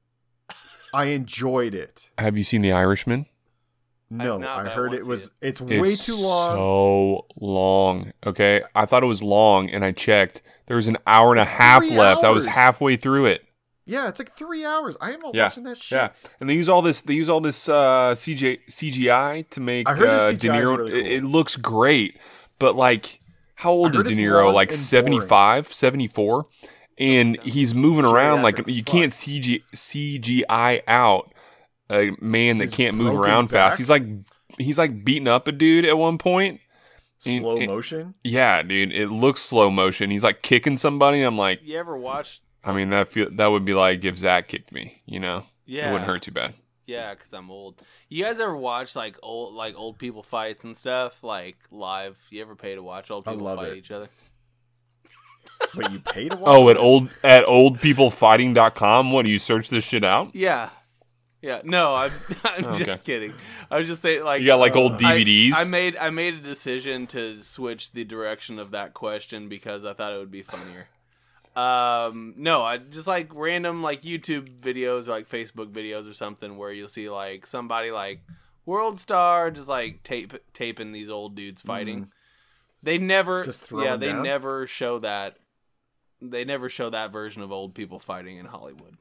S3: I enjoyed it.
S1: Have you seen The Irishman?
S3: No,
S2: not,
S3: I
S2: but I
S3: heard
S2: wanna
S3: it
S2: see
S3: was.
S2: it.
S3: It's way
S1: It's
S3: too long.
S1: So long. Okay, I thought it was long, and I checked. There was an hour and a half
S3: three
S1: left. I was
S3: hours.
S1: halfway through it.
S3: Yeah, it's like three hours. I am not
S1: Yeah,
S3: watching that shit.
S1: Yeah, and they use all this. They use all this uh, CJ, CGI to make
S3: I heard the
S1: uh,
S3: CGI
S1: De
S3: is
S1: Niro.
S3: really cool.
S1: it, it looks great, but like, how old
S3: I
S1: is
S3: heard
S1: De
S3: it's
S1: Niro?
S3: long
S1: Like
S3: and
S1: 75, 74? and he's moving around like
S3: Geriatric
S1: you
S3: fuck.
S1: can't CG, CGI out a man that
S3: His
S1: can't move
S3: broken
S1: around
S3: back?
S1: fast. He's like he's like beating up a dude at one point. And-
S3: Slow
S1: and-
S3: motion.
S1: Yeah, dude, it looks slow motion. He's like kicking somebody. I'm like,
S2: You ever watched?
S1: I mean that feel that would be like if Zach kicked me, you know,
S2: Yeah.
S1: it wouldn't hurt too bad.
S2: Yeah, because I'm old. You guys ever watch like old like old people fights and stuff like live? You ever pay to watch old
S3: I
S2: people
S3: love
S2: fight
S3: it.
S2: each other?
S3: But you pay to watch.
S1: Oh, at
S3: it?
S1: old at oldpeoplefighting.com. What do you search this shit out?
S2: Yeah, yeah. No, I'm I'm
S1: Oh, Okay.
S2: just kidding. I was just saying like
S1: You got like old
S2: uh, I-
S1: DVDs.
S2: I, made I made a decision to switch the direction of that question because I thought it would be funnier. Um, no, I just like random like YouTube videos or like Facebook videos or something where you'll see like somebody like World Star just like tape taping these old dudes fighting. They never
S3: Mm-hmm. Just throw
S2: yeah,
S3: them
S2: they
S3: down?
S2: never show that they never show that version of old people fighting in Hollywood.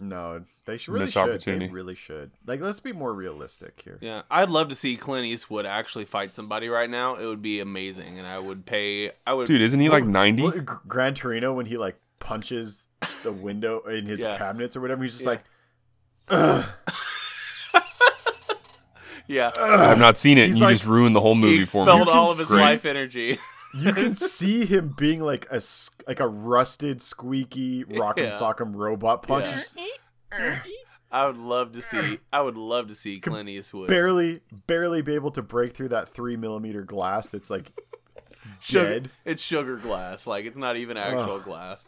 S3: No, they should really
S1: Missed
S3: should. They
S1: opportunity.
S3: really should. Like, let's be more realistic here.
S2: Yeah, I'd love to see Clint Eastwood actually fight somebody right now. It would be amazing and I would pay I would
S1: Dude, isn't he like 90?
S3: What, G- Gran Torino when he like punches the window in his
S2: Yeah.
S3: cabinets or whatever, he's just
S2: Yeah.
S3: like, Ugh.
S2: yeah.
S1: I've not seen it.
S3: He's
S1: And you
S3: like-
S1: just ruined the whole
S2: He
S1: movie for
S2: expelled
S1: me.
S3: You can
S2: all of his
S1: scream.
S2: life energy.
S3: you can see him being like a s- like a rusted, squeaky rock'em
S2: Yeah.
S3: sock'em robot punch,
S2: Yeah.
S3: just
S2: I would love to see I would love to see Clint Eastwood
S3: barely barely be able to break through that three millimeter glass that's like
S2: Sugar-
S3: dead.
S2: It's sugar glass. Like it's not even actual glass.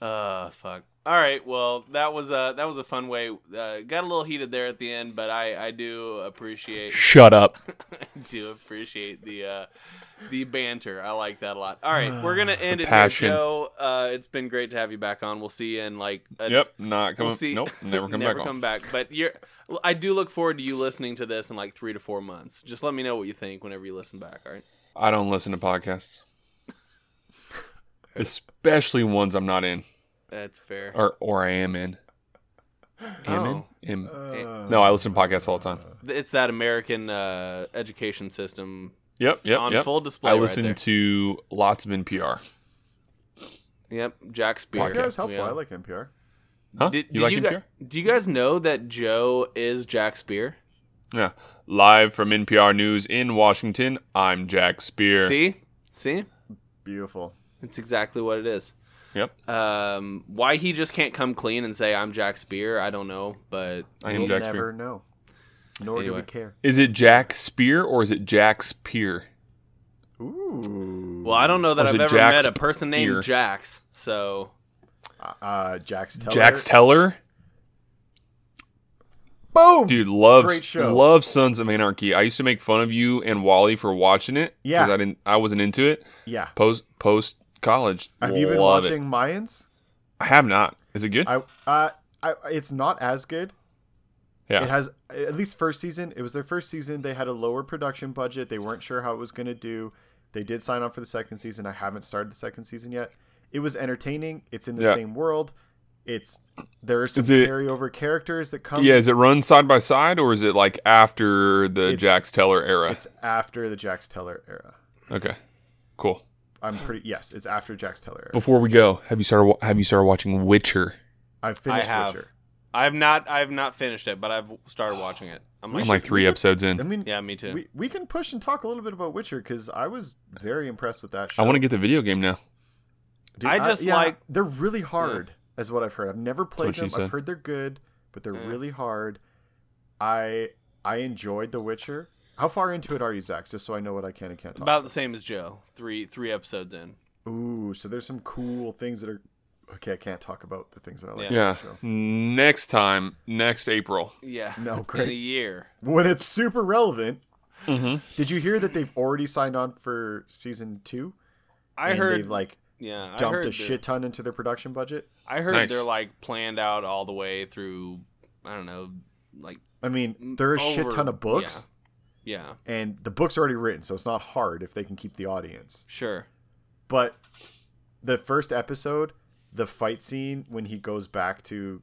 S2: Uh fuck. All right. Well, that was a that was a fun way. Uh, got a little heated there at the end, but I I do appreciate
S4: Shut up.
S2: do appreciate the uh the banter. I like that a lot. All right, we're gonna end it
S1: passion.
S2: here, Joe. Uh, it's been great to have you back on. We'll see you in like a,
S1: Yep, not coming.
S2: We'll see.
S1: Nope, never come
S2: never
S1: back
S2: come
S1: on.
S2: back. But you're, I do look forward to you listening to this in like three to four months. Just let me know what you think whenever you listen back. All right.
S1: I don't listen to podcasts, especially ones I'm not in
S2: That's fair.
S1: or or I am in. Am
S2: Oh.
S1: in? Am-
S3: Uh,
S1: no, I listen to podcasts all the time.
S2: It's that American uh, education system
S1: Yep, yep,
S2: on
S1: yep.
S2: full display.
S1: I
S2: right
S1: listen
S2: there.
S1: to lots of NPR.
S2: Yep, Jack Spear.
S1: Podcast.
S3: Yeah, it's helpful.
S2: Yeah.
S3: I like NPR.
S1: Huh?
S2: Did,
S1: you
S2: did
S1: like
S2: you
S1: NPR?
S2: guys, do you guys know that Joe is Jack Spear?
S1: yeah. Live from NPR News in Washington, I'm Jack Spear.
S2: See, see,
S3: Beautiful.
S2: it's exactly what it is.
S1: Yep.
S2: Um, why he just can't come clean and say I'm Jack Spear, I don't know, but
S1: I am
S3: We'll
S1: Jack
S3: never
S1: Spear.
S3: know. Nor do we
S2: Anyway.
S3: care.
S1: Is it Jack Spear or is it Jack Spear?
S3: Ooh.
S2: well, I don't know that
S1: Or is
S2: I've
S1: it
S2: ever
S1: Jack
S2: met a person named
S1: Spear?
S2: Jax. So
S3: Uh, Jack's teller.
S1: Jax Teller?
S3: Boom.
S1: Dude, loves
S3: Great show.
S1: love Sons of Anarchy. I used to make fun of you and Wally for watching it
S3: Yeah.
S1: I didn't I wasn't into it.
S3: Yeah.
S1: Post post college.
S3: Have you been
S1: love it.
S3: watching Mayans?
S1: I have not. Is it good?
S3: I, uh, I, it's not as good.
S1: Yeah.
S3: It has at least first season. It was their first season. They had a lower production budget. They weren't sure how it was going to do. They did sign on for the second season. I haven't started the second season yet. It was entertaining. It's in the
S1: Yeah.
S3: same world. It's there are some
S1: Is it-
S3: carryover characters that come.
S1: yeah, is it run side by side or is it like after the
S3: It's-
S1: Jax Teller era?
S3: it's after the Jax Teller era.
S1: Okay. Cool.
S3: I'm pretty yes. It's after Jax Teller era.
S1: Before we go, have you started wa- have you started watching Witcher?
S3: I finished
S2: I have,
S3: Witcher.
S2: I've not, I've not finished it, but I've started watching it. I'm like,
S1: I'm like 3 episodes in.
S3: I mean,
S2: yeah, me too.
S3: we, we can push and talk a little bit about Witcher because I was very impressed with that. Show.
S1: I want to get the video game now.
S3: Dude,
S2: I just like-
S3: they're really hard, is what I've heard. I've never played
S1: what
S3: them.
S1: she
S3: I've
S1: said.
S3: heard they're good, but they're
S2: Yeah.
S3: really hard. I I enjoyed The Witcher. How far into it are you, Zach? Just so I know what I can and can't talk
S2: About the same as Joe. Three, three episodes in.
S3: Ooh, so there's some cool things that are. Okay, I can't talk about the things that I
S2: Yeah.
S3: like.
S1: Yeah.
S3: about the show.
S1: Next time, next April.
S2: Yeah.
S3: No,
S2: In a
S3: great.
S2: year.
S3: When it's super relevant.
S2: Mm-hmm.
S1: Mhm.
S3: Did you hear that they've already signed on for season two?
S2: I
S3: And
S2: heard
S3: they've like
S2: yeah, I
S3: dumped
S2: heard
S3: a
S2: they're-
S3: shit ton into their production budget.
S2: I heard
S1: Nice.
S2: they're like planned out all the way through. I don't know, like
S3: I mean,
S2: Mm,
S3: there are a shit
S2: over-
S3: ton of books.
S2: yeah. yeah,
S3: and the book's already written, so it's not hard if they can keep the audience.
S2: sure.
S3: But the first episode, the fight scene when he goes back to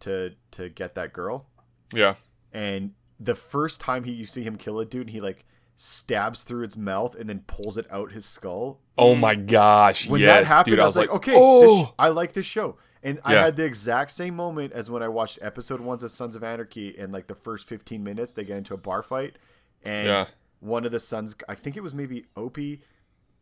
S3: to to get that girl,
S1: Yeah.
S3: and the first time he you see him kill a dude, and he like stabs through its mouth and then pulls it out his skull.
S1: Oh my gosh.
S3: When
S1: yes,
S3: that happened,
S1: dude,
S3: I was like, okay,
S1: oh.
S3: this sh- I like this show. And I
S1: Yeah.
S3: had the exact same moment as when I watched episode ones of Sons of Anarchy. And like the first 15 minutes, they get into a bar fight. And
S1: Yeah.
S3: one of the sons, I think it was maybe Opie,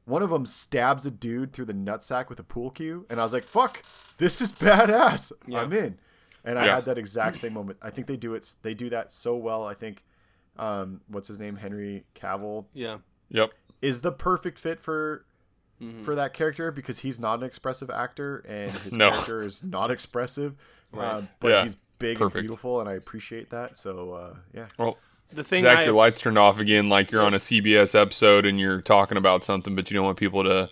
S3: one of them stabs a dude through the nutsack with a pool cue. And I was like, fuck, this is badass.
S2: Yeah.
S3: I'm in. And I
S1: Yeah.
S3: had that exact same moment. I think they do it. They do that so well. I think, um, what's his name? Henry Cavill
S2: Yeah,
S1: Yep.
S3: is the perfect fit for
S2: Mhm.
S3: for that character because he's not an expressive actor and his
S1: No.
S3: character is not expressive,
S2: Right.
S3: um, but
S1: Yeah.
S3: he's big
S1: Perfect.
S3: and beautiful, and I appreciate that. So uh, yeah,
S1: Well,
S2: the thing
S1: Zach,
S2: I
S1: your lights turned off again, like you're on a CBS episode and you're talking about something, but you don't want people to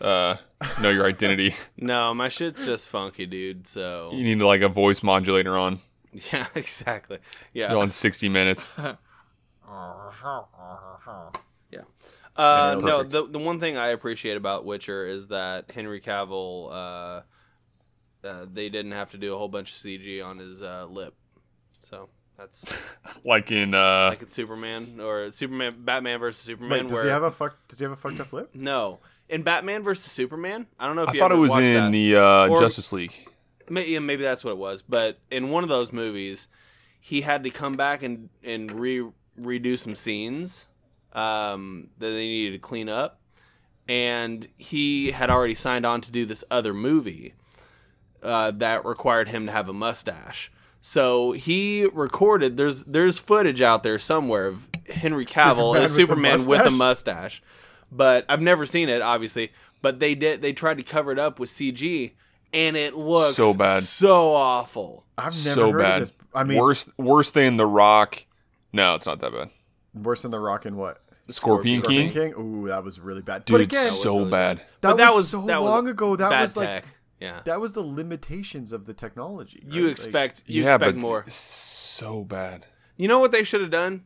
S1: uh, know your identity.
S2: no, my shit's just funky, dude. So
S1: you need like a voice modulator on.
S2: Yeah, exactly. Yeah.
S1: You're on 60 minutes.
S2: Uh,
S1: Yeah,
S2: no,
S1: perfect.
S2: the the one thing I appreciate about Witcher is that Henry Cavill, uh, uh, they didn't have to do a whole bunch of CG on his uh, lip, so that's
S1: Like in uh
S2: like it's Superman or Superman, Batman versus Superman.
S3: Wait, does
S2: where
S3: he have a fuck? Does he have a fucked up lip?
S2: no in Batman versus Superman? I don't know if
S1: I
S2: you
S1: thought it
S2: ever
S1: was
S2: watched
S1: in
S2: that.
S1: the uh
S2: Or-
S1: Justice Leag.
S2: Maybe, maybe that's what it was. But in one of those movies, he had to come back and and re redo some scenes um, that they needed to clean up, and he had already signed on to do this other movie uh, that required him to have a mustache. So he recorded. There's there's footage out there somewhere of Henry Cavill as
S3: Superman
S2: Superman
S3: with a
S2: with a
S3: mustache?
S2: mustache, but I've never seen it, obviously. But they did. They tried to cover it up with CG, and it looks
S1: So bad.
S2: so awful.
S3: I've never
S1: So
S3: heard
S1: bad.
S3: of this. I mean, worse,
S1: worse worse than The Rock. No, it's not that bad.
S3: than the Rock and what?
S1: Scorpion,
S2: Scorpion
S1: King.
S3: King. Ooh, that was really bad.
S1: Dude,
S3: but again,
S1: so
S2: really
S1: bad.
S3: that,
S2: But that
S3: was
S2: was-
S3: so
S2: that was
S3: long ago. That
S2: Bad
S3: was like
S2: tech. Yeah.
S3: that was the limitations of the technology.
S2: You
S3: right? Like,
S2: expect you expect more.
S1: it's so bad.
S2: You know what they should have done?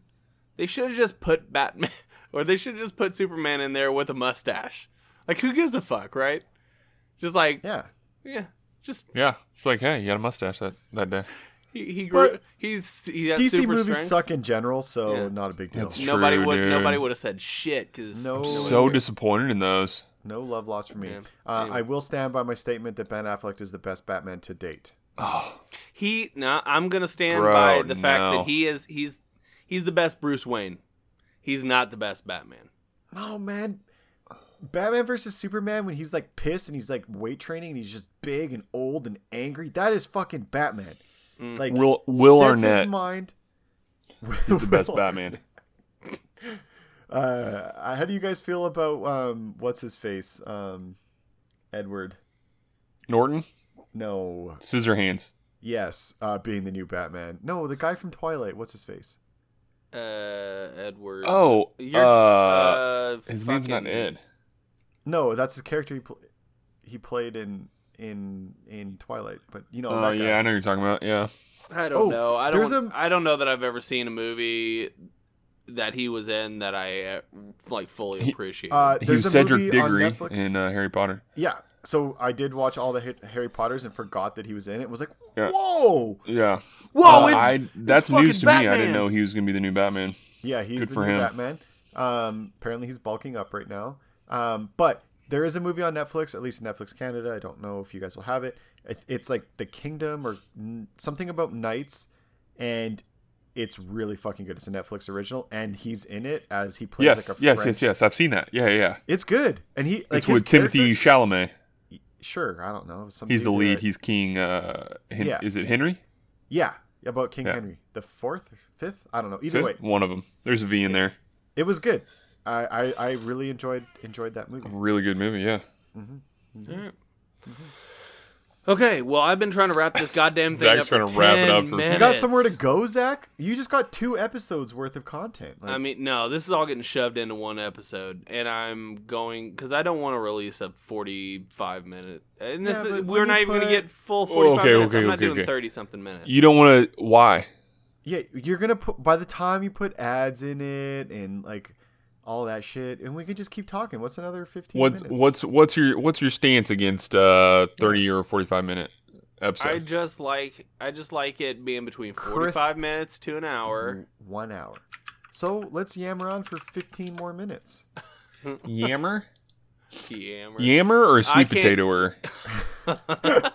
S2: They should have just put Batman or they should have just put Superman in there with a mustache. Like who gives a fuck, right? Just like yeah,
S3: yeah.
S2: just
S1: Yeah, it's like hey, you got a mustache that that day.
S2: he, he grew.
S3: But
S2: he's he has
S3: DC
S2: super
S3: movies
S2: strength.
S3: suck in general, so
S2: Yeah.
S3: not a big deal.
S1: That's
S2: nobody
S1: True,
S2: would
S1: dude.
S2: nobody would have said shit because
S3: No.
S1: So disappointed in those.
S3: No love lost for me.
S2: Yeah.
S3: Uh,
S2: Anyway.
S3: I will stand by my statement that Ben Affleck is the best Batman to date.
S1: Oh,
S2: he no. I'm gonna stand
S1: Bro,
S2: by the fact
S1: no.
S2: that he is he's he's the best Bruce Wayne. He's not the best Batman.
S3: No Oh, man, Batman versus Superman when he's like pissed and he's like weight training and he's just big and old and angry. That is fucking Batman. Like
S1: Will Will
S3: sets
S1: Arnett
S3: his mind.
S1: is the best Batman.
S3: Uh, how do you guys feel about um, what's his face? Um, Edward.
S1: Norton,
S3: No.
S1: scissor hands.
S3: Yes, uh, being the new Batman. No, the guy from Twilight. What's his face?
S2: Uh, Edward.
S1: Oh,
S2: You're-
S1: uh, his name's
S2: fucking-
S1: not Ed.
S3: No, that's the character he pl- he played in in in Twilight. But you know,
S1: Oh
S3: that guy.
S1: yeah, I know who you're talking about. Yeah,
S2: I don't
S3: Oh,
S2: know. I
S3: there's
S2: don't.
S3: a-
S2: I I don't know that I've ever seen a movie that he was in that I uh, like fully
S1: He-
S2: appreciate.
S3: Uh,
S1: he
S3: there's
S1: was
S3: a
S1: Cedric
S3: movie on
S1: Diggory
S3: Netflix-
S1: in uh, Harry Potter.
S3: Yeah. So I did watch all the Har- Harry Potters and forgot that he was in it. Was like,
S1: Yeah.
S3: whoa,
S1: Yeah,
S3: whoa!
S1: Uh,
S3: it's-
S1: I, that's news
S3: fucking
S1: to me. I
S3: Batman.
S1: didn't know he was gonna be the new Batman.
S3: yeah, he's
S1: good
S3: the
S1: for
S3: new
S1: him.
S3: Batman. Um, apparently he's bulking up right now. Um, but there is a movie on Netflix, at least Netflix Canada. I don't know if you guys will have it. It's, it's like The Kingdom or n- something about knights, and it's really fucking good. It's a Netflix original, and he's in it as he plays
S1: yes,
S3: like a
S1: yes,
S3: French
S1: yes, yes. I've seen that. Yeah, yeah.
S3: It's good, and he like
S1: it's
S3: his
S1: with Timothy
S3: character-
S1: Chalamet.
S3: Sure, I don't know. some
S1: He's the
S3: dude,
S1: lead.
S3: uh,
S1: He's King. Uh, Hen-
S3: Yeah.
S1: Is it Henry?
S3: yeah, about King
S1: Yeah.
S3: Henry the fourth, or fifth. I don't know. Either
S1: Fifth?
S3: way,
S1: one of them. There's a V in there.
S3: it was good. I, I I really enjoyed enjoyed that movie.
S1: Really good movie. Yeah.
S2: okay, well, I've been trying to wrap this goddamn thing
S1: Zach's
S2: up. for
S1: trying to wrap it
S2: 10
S1: up for- You got
S3: You got
S2: minutes.
S3: somewhere to go, Zach? You just got two episodes worth of content. Like,
S2: I mean, no, this is all getting shoved into one episode, and I'm going because I don't want to release a 45 minute. And this
S3: Yeah, but
S2: we're
S3: when
S2: not
S3: you
S2: even gonna
S3: put-
S2: get full 45
S1: okay,
S2: minutes. I'm
S1: okay,
S2: not
S1: okay,
S2: doing
S1: okay.
S2: 30 something minutes.
S1: You don't want to. Why?
S3: yeah, you're gonna put by the time you put ads in it and like all that shit, and we could just keep talking. What's another fifteen
S1: What's
S3: minutes?
S1: what's what's your what's your stance against uh thirty or forty five minute
S2: I
S1: episode?
S2: just like I just like it being between 45
S3: Crisp.
S2: minutes to an hour.
S1: Mm.
S3: one hour? So let's yammer on for fifteen more minutes.
S1: Yammer,
S2: Yammer.
S1: yammer, or
S2: I
S1: sweet
S2: can't-
S1: potato, or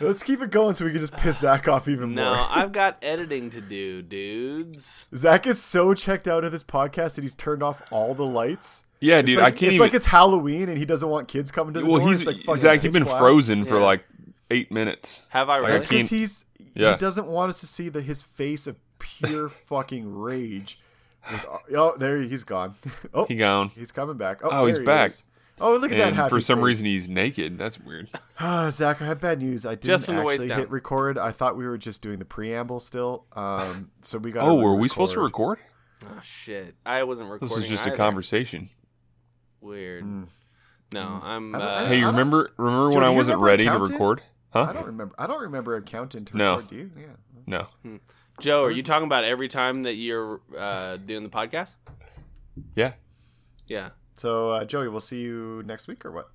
S3: Let's keep it going so we can just piss Zach off even
S2: No,
S3: more.
S2: I've got editing to do, dudes.
S3: Zach is so checked out of this podcast that he's turned off all the lights.
S1: yeah, dude,
S3: it's like,
S1: I can't
S3: It's
S1: even.
S3: like it's Halloween and he doesn't want kids coming to the
S1: well,
S3: door.
S1: he's
S3: It's, like, fucking
S1: Zach. You've
S3: pitch
S1: been
S3: black.
S1: frozen for
S2: Yeah.
S1: like eight minutes.
S2: Have I
S1: Like,
S2: read?
S3: That's
S1: I
S3: because
S1: can't-
S3: he's
S1: yeah.
S3: he doesn't want us to see the his face of pure fucking rage. With- oh, there he's gone. Oh,
S1: He gone.
S3: he's coming back. Oh,
S1: Oh, he's
S3: there he
S1: back.
S3: is. Oh, look at that
S1: And
S3: happy
S1: for some
S3: face.
S1: reason, he's naked. That's weird.
S3: Ah, Zach, I have bad news. I didn't
S2: Just from the waist
S3: actually
S2: down.
S3: hit record. I thought we were just doing the preamble still. Um, so we got.
S1: Oh, were we supposed to record?
S2: Oh shit, I wasn't recording.
S1: This is just a
S2: either.
S1: conversation.
S2: Weird. uh,
S3: Mm.
S2: No, I'm.
S3: I don't-
S2: Uh,
S3: I don't-
S1: Hey,
S3: I
S1: remember remember when
S3: Joe, do
S1: Uh, I
S3: you
S1: wasn't
S3: remember
S1: ready to
S3: accounting?
S1: record? Huh?
S3: I don't remember. I don't remember accountant. To
S1: No.
S3: record, do you? Yeah.
S1: No.
S2: Joe, are you talking about every time that you're uh, doing the podcast?
S1: Yeah.
S2: Yeah.
S3: So uh, Joey, we'll see you next week or what?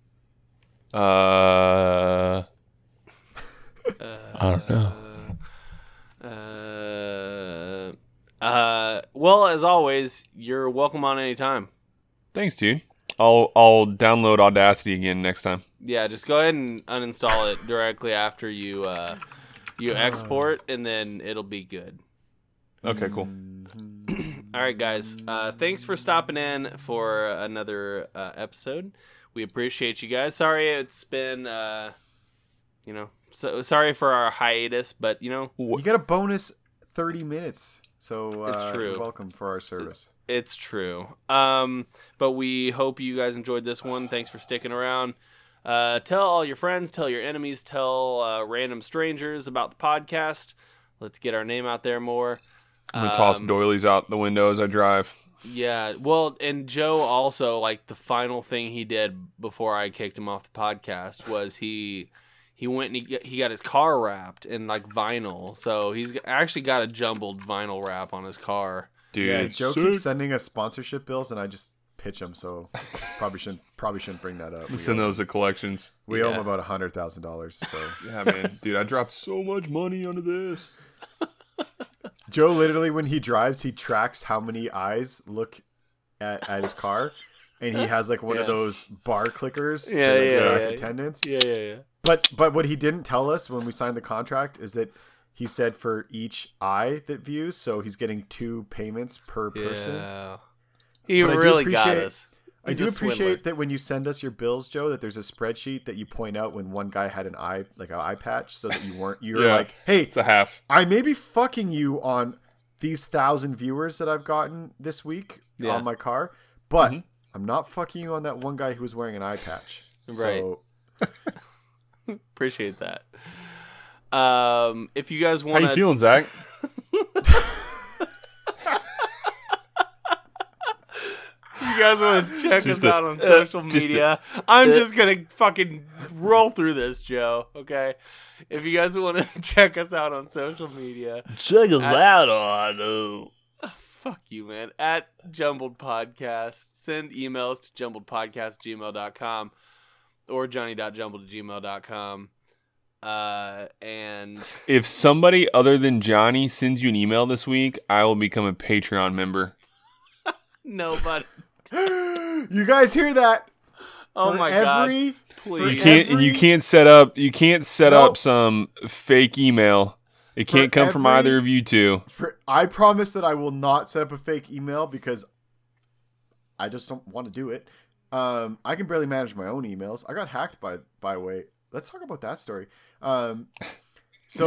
S1: Uh,
S2: Uh,
S1: I don't know.
S2: Uh, uh, well, as always, you're welcome on any time.
S1: Thanks, dude. I'll I'll download Audacity again next time.
S2: Yeah, just go ahead and uninstall it directly after you uh, you export, and then it'll be good.
S1: Okay, cool.
S2: Mm. All right, guys. Uh, thanks for stopping in for another uh, episode. We appreciate you guys. Sorry it's been, uh, you know, so sorry for our hiatus, but you know,
S3: You get a bonus thirty minutes. So uh,
S2: It's true.
S3: you're welcome for our service.
S2: It's true. Um, but we hope you guys enjoyed this one. Thanks for sticking around. Uh, tell all your friends, tell your enemies, tell uh, random strangers about the podcast. Let's get our name out there more.
S1: I'm gonna toss
S2: Um,
S1: doilies out the window as I drive.
S2: Yeah. Well, and Joe also like the final thing he did before I kicked him off the podcast was he he went and he, got- he got his car wrapped in like vinyl. So he's actually got a jumbled vinyl wrap on his car.
S1: Dude,
S3: yeah, Joe
S1: sick.
S3: keeps sending us sponsorship bills, and I just pitch them. So probably shouldn't probably shouldn't bring that up. We
S1: send
S3: owe,
S1: those to collections.
S3: we owe
S2: Yeah.
S3: him about hundred thousand dollars. So
S1: Yeah, man, dude, I dropped so much money onto this.
S3: Joe literally, when he drives, he tracks how many eyes look at, at his car, and he has like one of
S2: Yeah.
S3: those bar clickers
S2: Yeah,
S3: to like,
S2: yeah,
S3: track
S2: yeah.
S3: attendance.
S2: Yeah. Yeah. Yeah.
S3: But but what he didn't tell us when we signed the contract is that he said for each eye that views, so he's getting two payments per person.
S2: Yeah. He
S3: But I do
S2: really got
S3: appreciate-
S2: us.
S3: I
S2: He's
S3: do
S2: a swindler.
S3: appreciate that when you send us your bills, Joe, that there's a spreadsheet that you point out when one guy had an eye like an eye patch, so that you weren't you're
S1: Yeah.
S3: like, hey,
S1: It's a half.
S3: I may be fucking you on these thousand viewers that I've gotten this week
S2: Yeah. Mm-hmm.
S3: on my car, but I'm not fucking you on that one guy who was wearing an eye patch.
S2: Right.
S3: So,
S2: Appreciate that. Um, if you guys
S4: How
S2: want
S4: you
S2: to,
S4: feeling, Zach?
S2: you guys want to check us
S1: Just the- uh,
S2: out on social
S1: just the- uh,
S2: media. I'm just gonna fucking roll through this, Joe. Okay. If you guys want to check us out on social media,
S4: Check us
S2: I-
S4: out on. Uh,
S2: fuck you, man. At Jumbled Podcast. Send emails to jumbledpodcastgmail.com or johnny.jumbled@gmail.com. Uh, and
S1: If somebody other than Johnny sends you an email this week, I will become a Patreon member.
S2: nobody.
S3: you guys hear that?
S2: Oh
S3: For
S2: my god!
S3: every,
S2: Please.
S1: You can't and you can't set up you can't set
S3: Nope.
S1: up some fake email. It can't
S3: For
S1: come from
S3: every-
S1: either of you two.
S3: For, I promise that I will not set up a fake email because I just don't want to do it. Um, I can barely manage my own emails. I got hacked by by way. Let's talk about that story. Um, so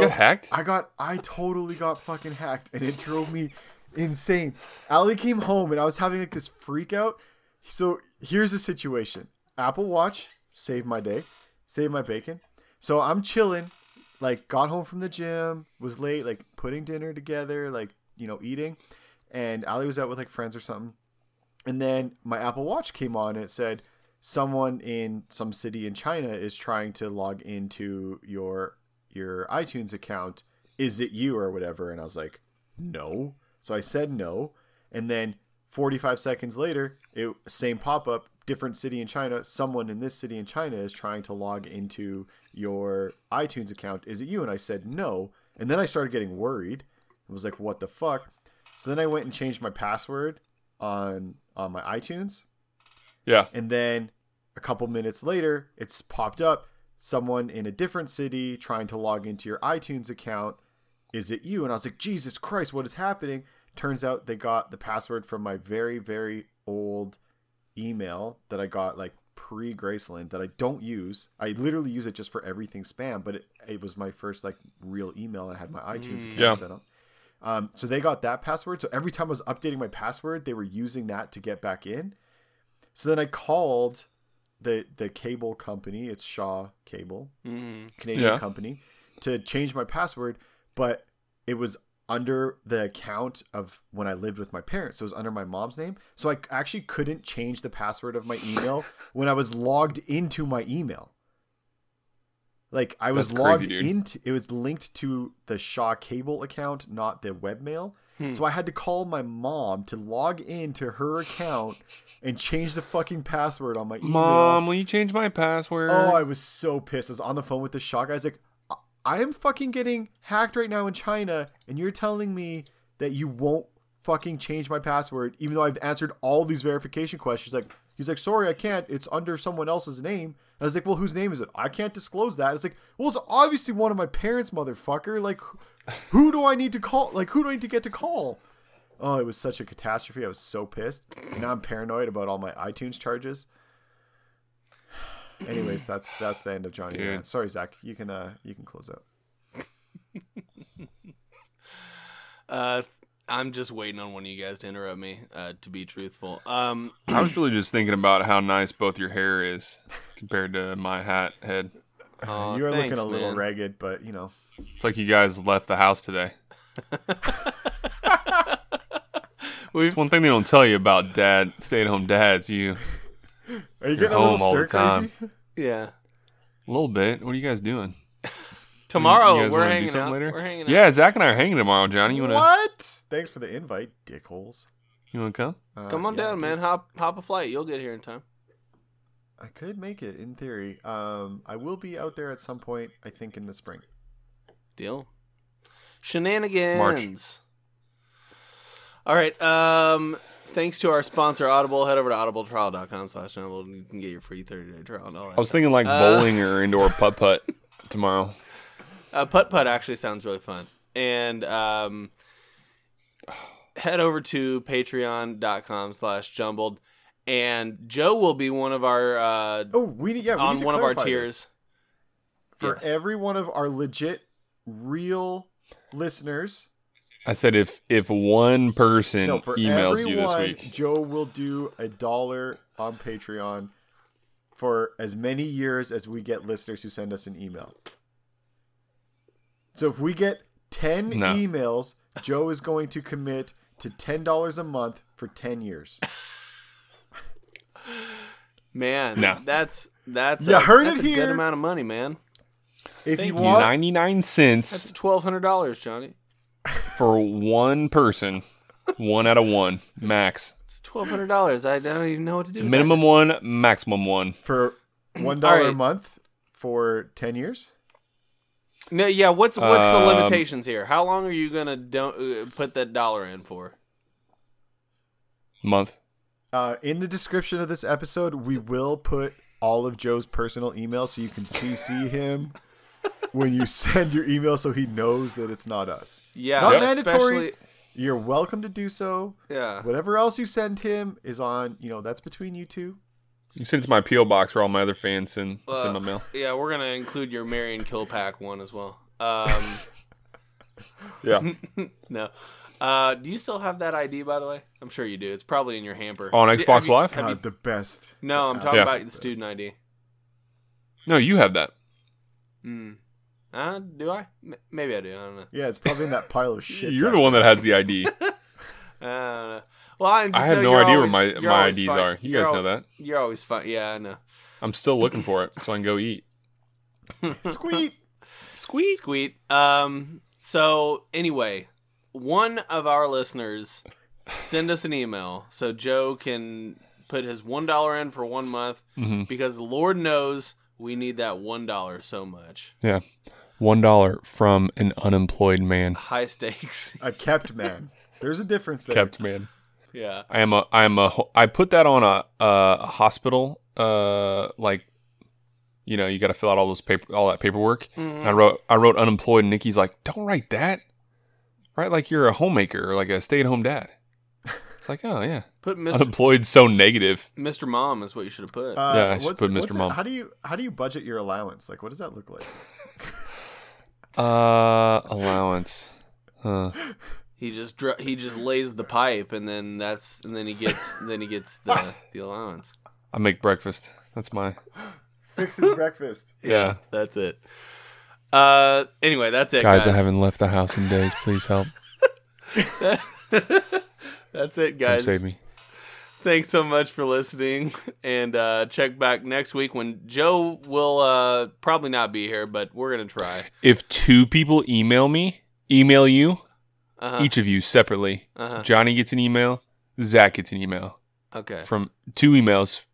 S1: you got hacked?
S3: I got I totally got fucking hacked and it drove me insane. Allie came home and I was having like this freak out. So here's the situation. Apple Watch saved my day, saved my bacon. So I'm chilling, like got home from the gym, was late, like putting dinner together, like, you know, eating. And Allie was out with like friends or something. And then my Apple Watch came on and it said someone in some city in China is trying to log into your your iTunes account. Is it you or whatever? And I was like, no. So I said no. And then 45 seconds later, it same pop up, different city in China. Someone in this city in China is trying to log into your iTunes account. Is it you? And I said no. And then I started getting worried. I was like, what the fuck? So then I went and changed my password on on my iTunes.
S1: yeah.
S3: And then a couple minutes later, it's popped up someone in a different city trying to log into your iTunes account. Is it you? And I was like, Jesus Christ, what is happening? Turns out they got the password from my very, very old email that I got like pre Graceland that I don't use. I literally use it just for everything spam, but it, it was my first like real email. I had my iTunes account
S1: Yeah.
S3: set up. Um, so they got that password. So every time I was updating my password, they were using that to get back in. So then I called the the cable company. It's Shaw Cable,
S2: Mm.
S3: Canadian
S1: Yeah.
S3: company, to change my password, but it was under the account of when I lived with my parents. So it was under my mom's name. So I actually couldn't change the password of my email when I was logged into my email. Like I was
S1: That's crazy,
S3: logged
S1: dude.
S3: into it was linked to the Shaw cable account, not the webmail.
S2: Hmm.
S3: So I had to call my mom to log into her account and change the fucking password on my email.
S1: Mom, will you change my password?
S3: Oh, I was so pissed. I was on the phone with the Shaw guy. I was like, "I- I am fucking getting hacked right now in China, and you're telling me that you won't fucking change my password, even though I've answered all these verification questions. Like, he's like, sorry, I can't. It's under someone else's name. And I was like, well, whose name is it? I can't disclose that. It's like, well, it's obviously one of my parents, motherfucker. Like, wh- who do I need to call? Like, who do I need to get to call? Oh, it was such a catastrophe. I was so pissed. And now I'm paranoid about all my iTunes charges. Anyways, that's that's the end of Johnny.
S1: Dude.
S3: Rant. Sorry, Zach. You can uh you can close out.
S2: Uh, I'm just waiting on one of you guys to interrupt me. Uh, to be truthful, um,
S1: I was really just thinking about how nice both your hair is compared to my hat head.
S2: aw,
S3: you are
S2: Oh, thanks,
S3: looking a little
S2: man.
S3: ragged, but you know.
S1: It's like you guys left the house today.
S2: We've
S1: It's one thing they don't tell you about dad, stay at home dads. You
S3: Are you
S1: You're
S3: getting a little
S1: home all
S3: stir
S1: the time.
S3: crazy?
S2: yeah.
S1: a little bit. What are you guys doing?
S2: Tomorrow
S1: you guys
S2: we're
S1: wanna do
S2: hanging
S1: something
S2: out.
S1: later?
S2: We're hanging out.
S1: Yeah, Zach and I are hanging tomorrow, Johnny. You wanna
S3: What? Thanks for the invite, dickholes.
S1: you wanna come?
S3: Uh,
S2: Come on
S3: yeah,
S2: down,
S3: dude.
S2: man. Hop hop a flight. You'll get here in time.
S3: I could make it in theory. Um, I will be out there at some point. I think in the spring.
S2: Deal. Shenanigans. All right. Um, thanks to our sponsor, Audible. Head over to audibletrial.com slash download and you can get your free 30-day trial. And all that
S1: I was thinking like
S2: Uh.
S1: bowling or indoor putt putt tomorrow.
S2: Uh, putt putt actually sounds really fun. And um, head over to patreon.com slash jumbled. And Joe will be one of our, uh,
S3: Oh, we need yeah we
S2: on
S3: need to
S2: one of our
S3: clarify this.
S2: tiers.
S3: for
S2: Yes.
S3: every one of our legit, real listeners.
S1: I said if if one person
S3: No, for
S1: emails
S3: everyone,
S1: you this week.
S3: Joe will do a dollar on Patreon for as many years as we get listeners who send us an email. So if we get 10
S1: No.
S3: emails, Joe is going to commit to $10 a month for 10 years.
S2: Man,
S1: No.
S2: that's that's
S3: You
S2: a,
S3: heard
S2: that's
S3: it
S2: a good
S3: here.
S2: amount of money, man.
S3: If
S2: Thank
S3: you
S2: you.
S3: want
S1: Ninety nine
S2: That's
S1: cents
S2: twelve hundred dollars, Johnny.
S1: for one person. One out of one. Max.
S2: It's twelve hundred dollars. I don't even know what to do. with
S1: Minimum one, maximum one.
S3: for $1 a
S2: right.
S3: month for 10 years,
S2: that. No, yeah. What's what's the
S1: Um,
S2: limitations here? How long are you gonna don't uh, put that dollar in for?
S1: Month.
S3: uh, in the description of this episode, we will put all of Joe's personal email so you can CC him when you send your email so he knows that it's not us.
S2: Yeah,
S3: Not
S2: especially-
S3: mandatory. You're welcome to do so.
S2: Yeah,
S3: Whatever else you send him is on, you know, that's between you two.
S1: You said it's my P.O. box where all my other fans send,
S2: Uh,
S1: send my mail.
S2: yeah. We're gonna include your Marion Kilpack one as well. Um,
S1: Yeah.
S2: no. Uh, do you still have that ID by the way? I'm sure you do. It's probably in your hamper.
S1: On
S2: Have
S1: Xbox
S2: you-
S1: Live?
S2: have you-
S3: God, Uh, the best. Uh,
S2: no, I'm talking
S1: Yeah.
S2: about the student ID.
S1: No, you have that.
S2: Mm. Uh, do I? M- maybe I do. I don't know.
S3: Yeah, it's probably in that pile of shit.
S1: You're
S3: back
S1: the one that has the ID.
S2: I don't know. Uh, Well, I, just
S1: I have
S2: know
S1: no
S2: you're
S1: idea
S2: always-
S1: where my,
S2: you're
S1: my
S2: always
S1: IDs
S2: fine-
S1: are. You
S2: you're
S1: guys
S2: al-
S1: know that.
S2: You're always fun. Yeah, I know.
S1: I'm still looking for it so I can go eat.
S3: there. Squeak.
S2: Squeet. Squeet. Um, so, anyway, one of our listeners send us an email so Joe can put his $1 in for one month
S1: Mhm.
S2: because Lord knows we need that $1 so much.
S1: Yeah. One dollar from an unemployed man.
S2: High stakes.
S3: A kept man. There's a difference there.
S1: Kept man.
S2: yeah.
S1: I am a I am a ho- I put that on a a hospital uh like you know, you got to fill out all those paper all that paperwork. And
S3: Mm-hmm.
S1: I wrote I wrote unemployed and Nikki's like, "Don't write that." Right? Like you're a homemaker or like a stay-at-home dad. It's like, "Oh, yeah."
S2: Put Mr.
S1: Unemployed so negative.
S2: Mr. Mom is what you should have put.
S3: Uh,
S1: Yeah, I should put Mr.
S3: it-
S1: Mom.
S3: How do you how do you budget your allowance? Like, what does that look like?
S1: Uh allowance. Huh.
S2: He just dr- he just lays the pipe, and then that's and then he gets then he gets the the allowance.
S1: I make breakfast. That's my
S3: Fix his breakfast.
S1: Yeah.
S2: That's it. Uh, anyway, that's it, guys.
S1: Guys, I haven't left the house in days. Please help.
S2: that's it,
S1: Come
S2: guys.
S1: save me.
S2: Thanks so much for listening, and uh, check back next week when Joe will uh, probably not be here, but we're gonna try.
S1: If two people email me, email you,
S2: Uh-huh.
S1: each of you separately,
S2: Uh-huh.
S1: Johnny gets an email, Zach gets an email
S2: Okay.
S1: from two emails.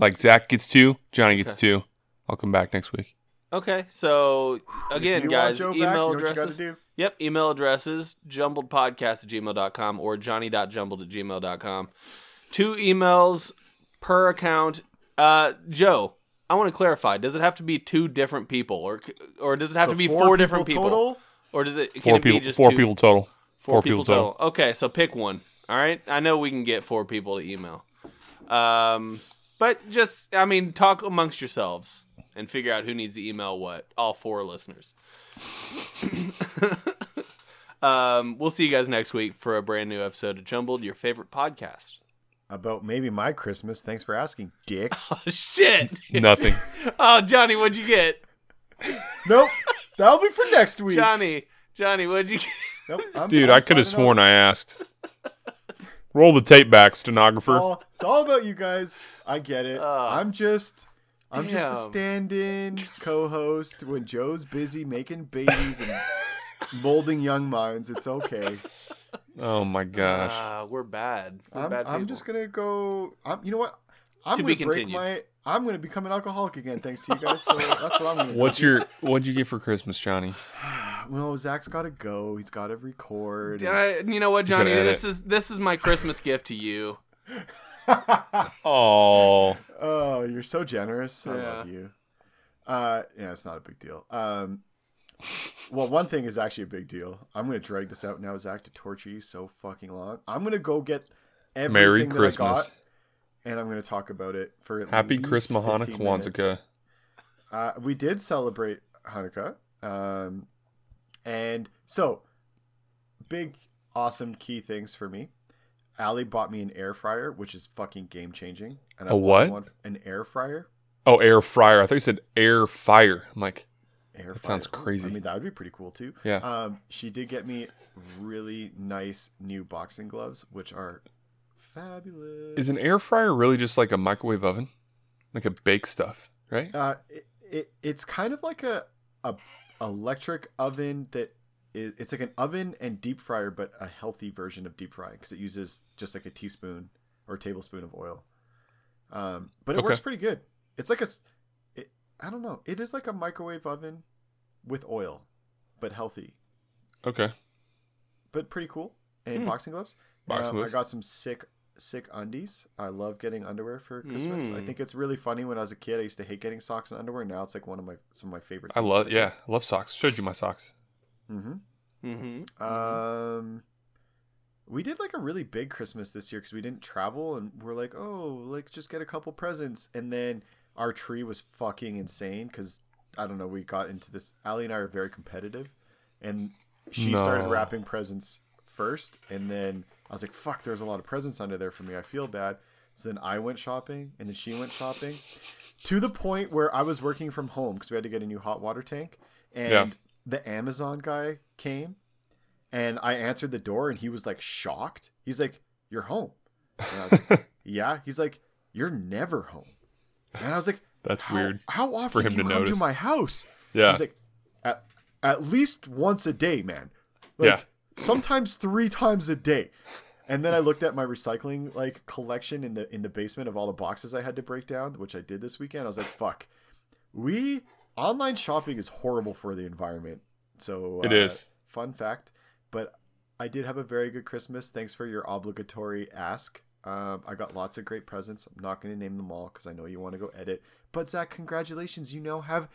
S1: Like Zach gets two, Johnny gets two. I'll come back next week.
S2: Okay. So again,
S3: If you
S2: guys,
S3: want Joe back, you know
S2: email
S3: what you gotta
S2: addresses.
S3: do.
S2: Yep, email addresses jumbledpodcast at gmail.com or johnny.jumbled at gmail.com. Two emails per account. Uh, Joe, I want to clarify. Does it have to be two different people or or does it have
S3: So
S2: to be four,
S3: four
S2: different
S3: people
S2: people?
S3: total?
S2: Or does it, can
S1: Four
S2: it be
S1: people,
S2: just
S1: four
S2: two-
S1: people total.
S2: four, people total. Okay, so pick one. All right. I know we can get four people to email. Um, but just, I mean, talk amongst yourselves and figure out who needs to email what. All four listeners. um, we'll see you guys next week for a brand new episode of Jumbled, your favorite podcast.
S3: About maybe my Christmas. Thanks for asking, dicks.
S2: Oh, Shit.
S1: Nothing.
S2: Oh, Johnny, what'd you get?
S3: nope. That'll be for next week.
S2: Johnny, Johnny, what'd you get?
S3: Nope, I'm-
S1: Dude,
S3: I'm
S1: I could have
S3: signing off.
S1: sworn I asked. Roll the tape back,
S3: It's
S1: stenographer.
S3: all, it's all about you guys. I get it.
S2: Oh.
S3: I'm just. I'm just the
S2: Damn.
S3: stand-in co-host when Joe's busy making babies and molding young minds. It's okay.
S1: Oh my gosh.
S2: Ah, we're bad. We're
S3: I'm,
S2: bad people.
S3: I'm just gonna go. I'm, you know what? I'm
S2: To
S3: gonna
S2: be
S3: break
S2: continued.
S3: my. I'm gonna become an alcoholic again, thanks to you guys. So that's what I'm gonna.
S1: What's
S3: do.
S1: your what'd you get for Christmas, Johnny?
S3: Well, Zach's gotta go. He's gotta record. and-
S2: Uh, you know what,
S1: gonna
S2: Johnny?
S1: edit.
S2: This is this is my Christmas gift to you.
S1: Oh,
S3: Oh, you're so generous. I
S2: Yeah.
S3: love you. Uh, yeah, it's not a big deal. Um, well, one thing is actually a big deal. I'm gonna drag this out now, Zach, to torture you so fucking long. I'm gonna go get everything
S1: Merry
S3: that I
S1: Christmas.
S3: got, and I'm gonna talk about it for at
S1: Happy
S3: least
S1: Christmas,
S3: 15
S1: Hanukkah,
S3: minutes.
S1: Wanzika.
S3: Uh, we did celebrate Hanukkah, um, and so big, awesome key things for me. Allie bought me an air fryer, which is fucking game changing. And
S1: A
S3: bought
S1: what?
S3: one- an air fryer.
S1: Oh, air fryer. I thought you said air fire. I'm like,
S3: Air
S1: That sounds
S3: fryer. Ooh,
S1: crazy.
S3: I mean, that would be pretty cool too.
S1: Yeah.
S3: Um, she did get me really nice new boxing gloves, which are fabulous.
S1: is an air fryer really just like a microwave oven? Like a bake stuff, right?
S3: Uh, it, it it's kind of like a a electric oven that i- it's like an oven and deep fryer, but a healthy version of deep frying because it uses just like a teaspoon or tablespoon of oil. Um, but it
S1: Okay.
S3: works pretty good. It's like a, s- it, I don't know. It is like a microwave oven with oil, but healthy.
S1: Okay.
S3: but pretty cool. And
S2: Hmm.
S3: boxing gloves.
S1: Boxing
S3: Um,
S1: gloves.
S3: I got some sick, sick undies. I love getting underwear for Christmas. I
S1: Hmm.
S2: Mm.
S3: think it's really funny. When I was a kid, I used to hate getting socks and underwear. Now it's like one of my some of my favorite.
S1: I love yeah, I love socks. Showed you my socks.
S3: Mm-hmm.
S2: Mm-hmm.
S3: Um, we did like a really big Christmas this year because we didn't travel, and we're like, oh, like just get a couple presents, and then our tree was fucking insane because I don't know, we got into this. Allie and I are very competitive, and she started
S1: No.
S3: wrapping presents first, and then I was like, fuck, there's a lot of presents under there for me. I feel bad. So then I went shopping, and then she went shopping, to the point where I was working from home because we had to get a new hot water tank, and
S1: Yeah.
S3: the Amazon guy came and I answered the door, and he was like shocked. He's like, "You're home." And I was like, "Yeah." He's like, "You're never home." And I was like,
S1: That's
S3: "How-
S1: weird.
S3: How often for
S1: him
S3: him
S1: to
S3: you come to
S1: notice."
S3: my house?"
S1: Yeah.
S3: He's like, "At at least once a day, man.
S1: Yeah.
S3: Like, sometimes three times a day." And then I looked at my recycling like collection in the in the basement of all the boxes I had to break down, which I did this weekend. I was like, "Fuck, we online shopping is horrible for the environment." So uh,
S1: It is.
S3: fun fact. But I did have a very good Christmas. Thanks for your obligatory ask. Um, I got lots of great presents. I'm not going to name them all because I know you want to go edit. But Zach, congratulations! You now have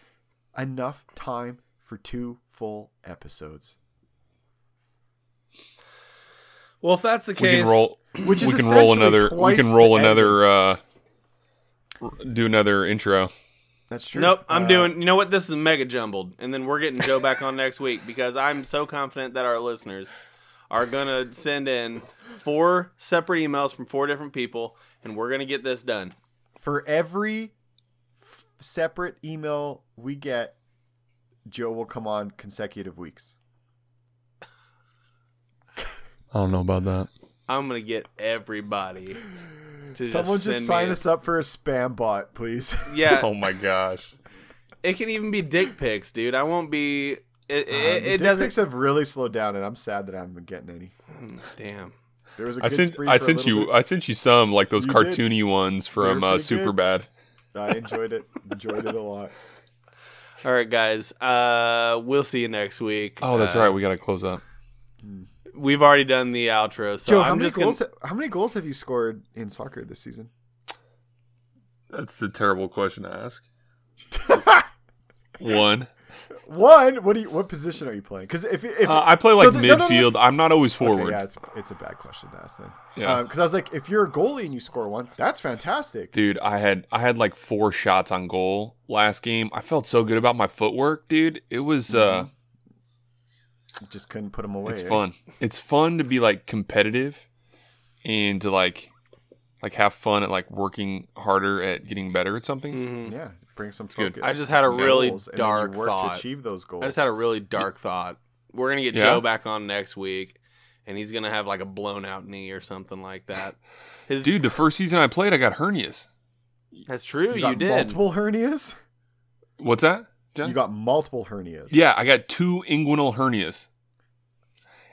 S3: enough time for two full episodes,
S2: Well, if that's the
S1: we
S2: case,
S1: can roll
S3: which is
S1: we can roll
S3: essentially
S1: another we
S3: twice
S1: can roll
S3: the editing.
S1: another uh r- do another intro.
S3: That's true.
S2: nope. I'm
S3: Uh,
S2: doing. You know what? This is mega jumbled, and then we're getting Joe back on next week because I'm so confident that our listeners are gonna send in four separate emails from four different people, and we're gonna get this done.
S3: for every f- separate email we get. Joe will come on consecutive weeks.
S1: I don't know about that.
S2: I'm gonna get everybody. to
S3: Someone just,
S2: send
S3: sign
S2: me-
S3: us up for a spam bot, please.
S2: Yeah,
S1: Oh my gosh.
S2: it can even be dick pics, dude. I won't be. It,
S3: Um,
S2: it,
S3: the
S2: it
S3: dick
S2: doesn't. Hmm,
S3: pics have really slowed down, and I'm sad that I haven't been getting any.
S2: Damn.
S3: There was a
S1: I
S3: good
S1: sent
S3: spree
S1: I
S3: for a
S1: sent
S3: little
S1: you
S3: bit.
S1: I sent you some like those
S3: You did.
S1: cartoony ones from
S3: They're
S1: uh,
S3: pretty good.
S1: Superbad.
S3: I enjoyed it. Enjoyed it a lot.
S2: All right, guys. Uh, we'll see you next week.
S1: Oh, that's
S2: Uh,
S1: right. We gotta close up.
S2: We've already done the outro, so
S3: Joe,
S2: I'm
S3: how many
S2: just gonna.
S3: goals? How many goals have you scored in soccer this season?
S1: That's the terrible question to ask. One.
S3: One. What do you? What position are you playing? Because if if
S1: Uh, I play like
S3: the- no, no, no.
S1: midfield. I'm not always
S3: Okay,
S1: forward.
S3: yeah, it's it's a bad question to ask then.
S1: Yeah.
S3: Because I was like, if you're a goalie and you score one, that's fantastic.
S1: Dude, I had I had like four shots on goal last game. I felt so good about my footwork, dude. It was uh
S3: You just couldn't put them away.
S1: it's
S3: eh?
S1: fun. It's fun to be like competitive and to like like have fun at like working harder at getting better at something.
S2: Mhm.
S3: Yeah, bring some focus.
S1: good.
S2: I just had a
S3: some
S2: really
S3: goals, and then you
S2: dark
S3: work
S2: thought.
S3: to achieve those goals.
S2: I just had a really dark thought. We're gonna get
S1: Yeah?
S2: Joe back on next week, and he's gonna have like a blown out knee or something like that.
S3: Mm.
S2: His
S1: Dude, the first season I played, I got hernias.
S2: that's true.
S3: you,
S2: You,
S3: got
S2: did.
S3: multiple hernias.
S1: What's that? John?
S3: You got multiple hernias.
S1: Yeah, I got two inguinal hernias.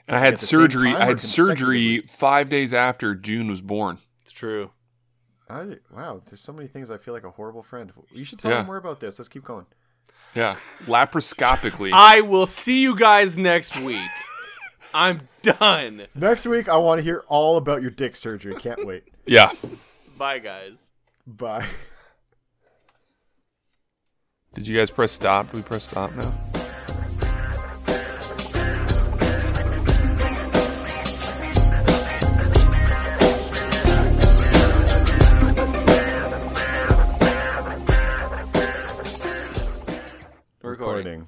S1: And I
S3: At
S1: had
S3: the same
S1: surgery.
S3: time
S1: I
S3: or
S1: had surgery five days after June was born.
S2: It's true.
S3: I, wow, there's so many things I feel like a horrible friend. You should tell
S1: Yeah.
S3: me more about this. Let's keep going.
S1: Yeah. Laparoscopically.
S3: Ah.
S2: I will see you guys next week. I'm done.
S3: Next week, I want to hear all about your dick surgery. Can't wait.
S1: yeah.
S2: Bye, guys.
S3: Bye.
S1: Did you guys press stop? Do we press stop now?
S2: Recording.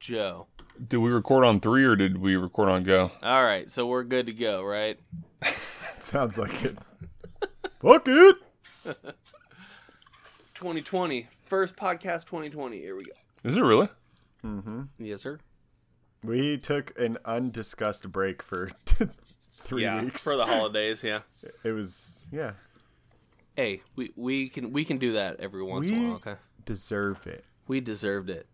S2: Joe.
S1: Did we record on three or did we record on go?
S2: All right, so we're good to go, right?
S3: Sounds like it. Fuck it.
S2: 2020, first podcast 2020. Here we go.
S1: Is it really?
S2: Yes, sir.
S3: We took an undiscussed break for three
S2: yeah,
S3: weeks.
S2: for the holidays. Yeah.
S3: it was yeah.
S2: Hey, we we can we can do that every once in a
S3: We-
S2: while. Okay.
S3: Deserve it.
S2: We deserved it.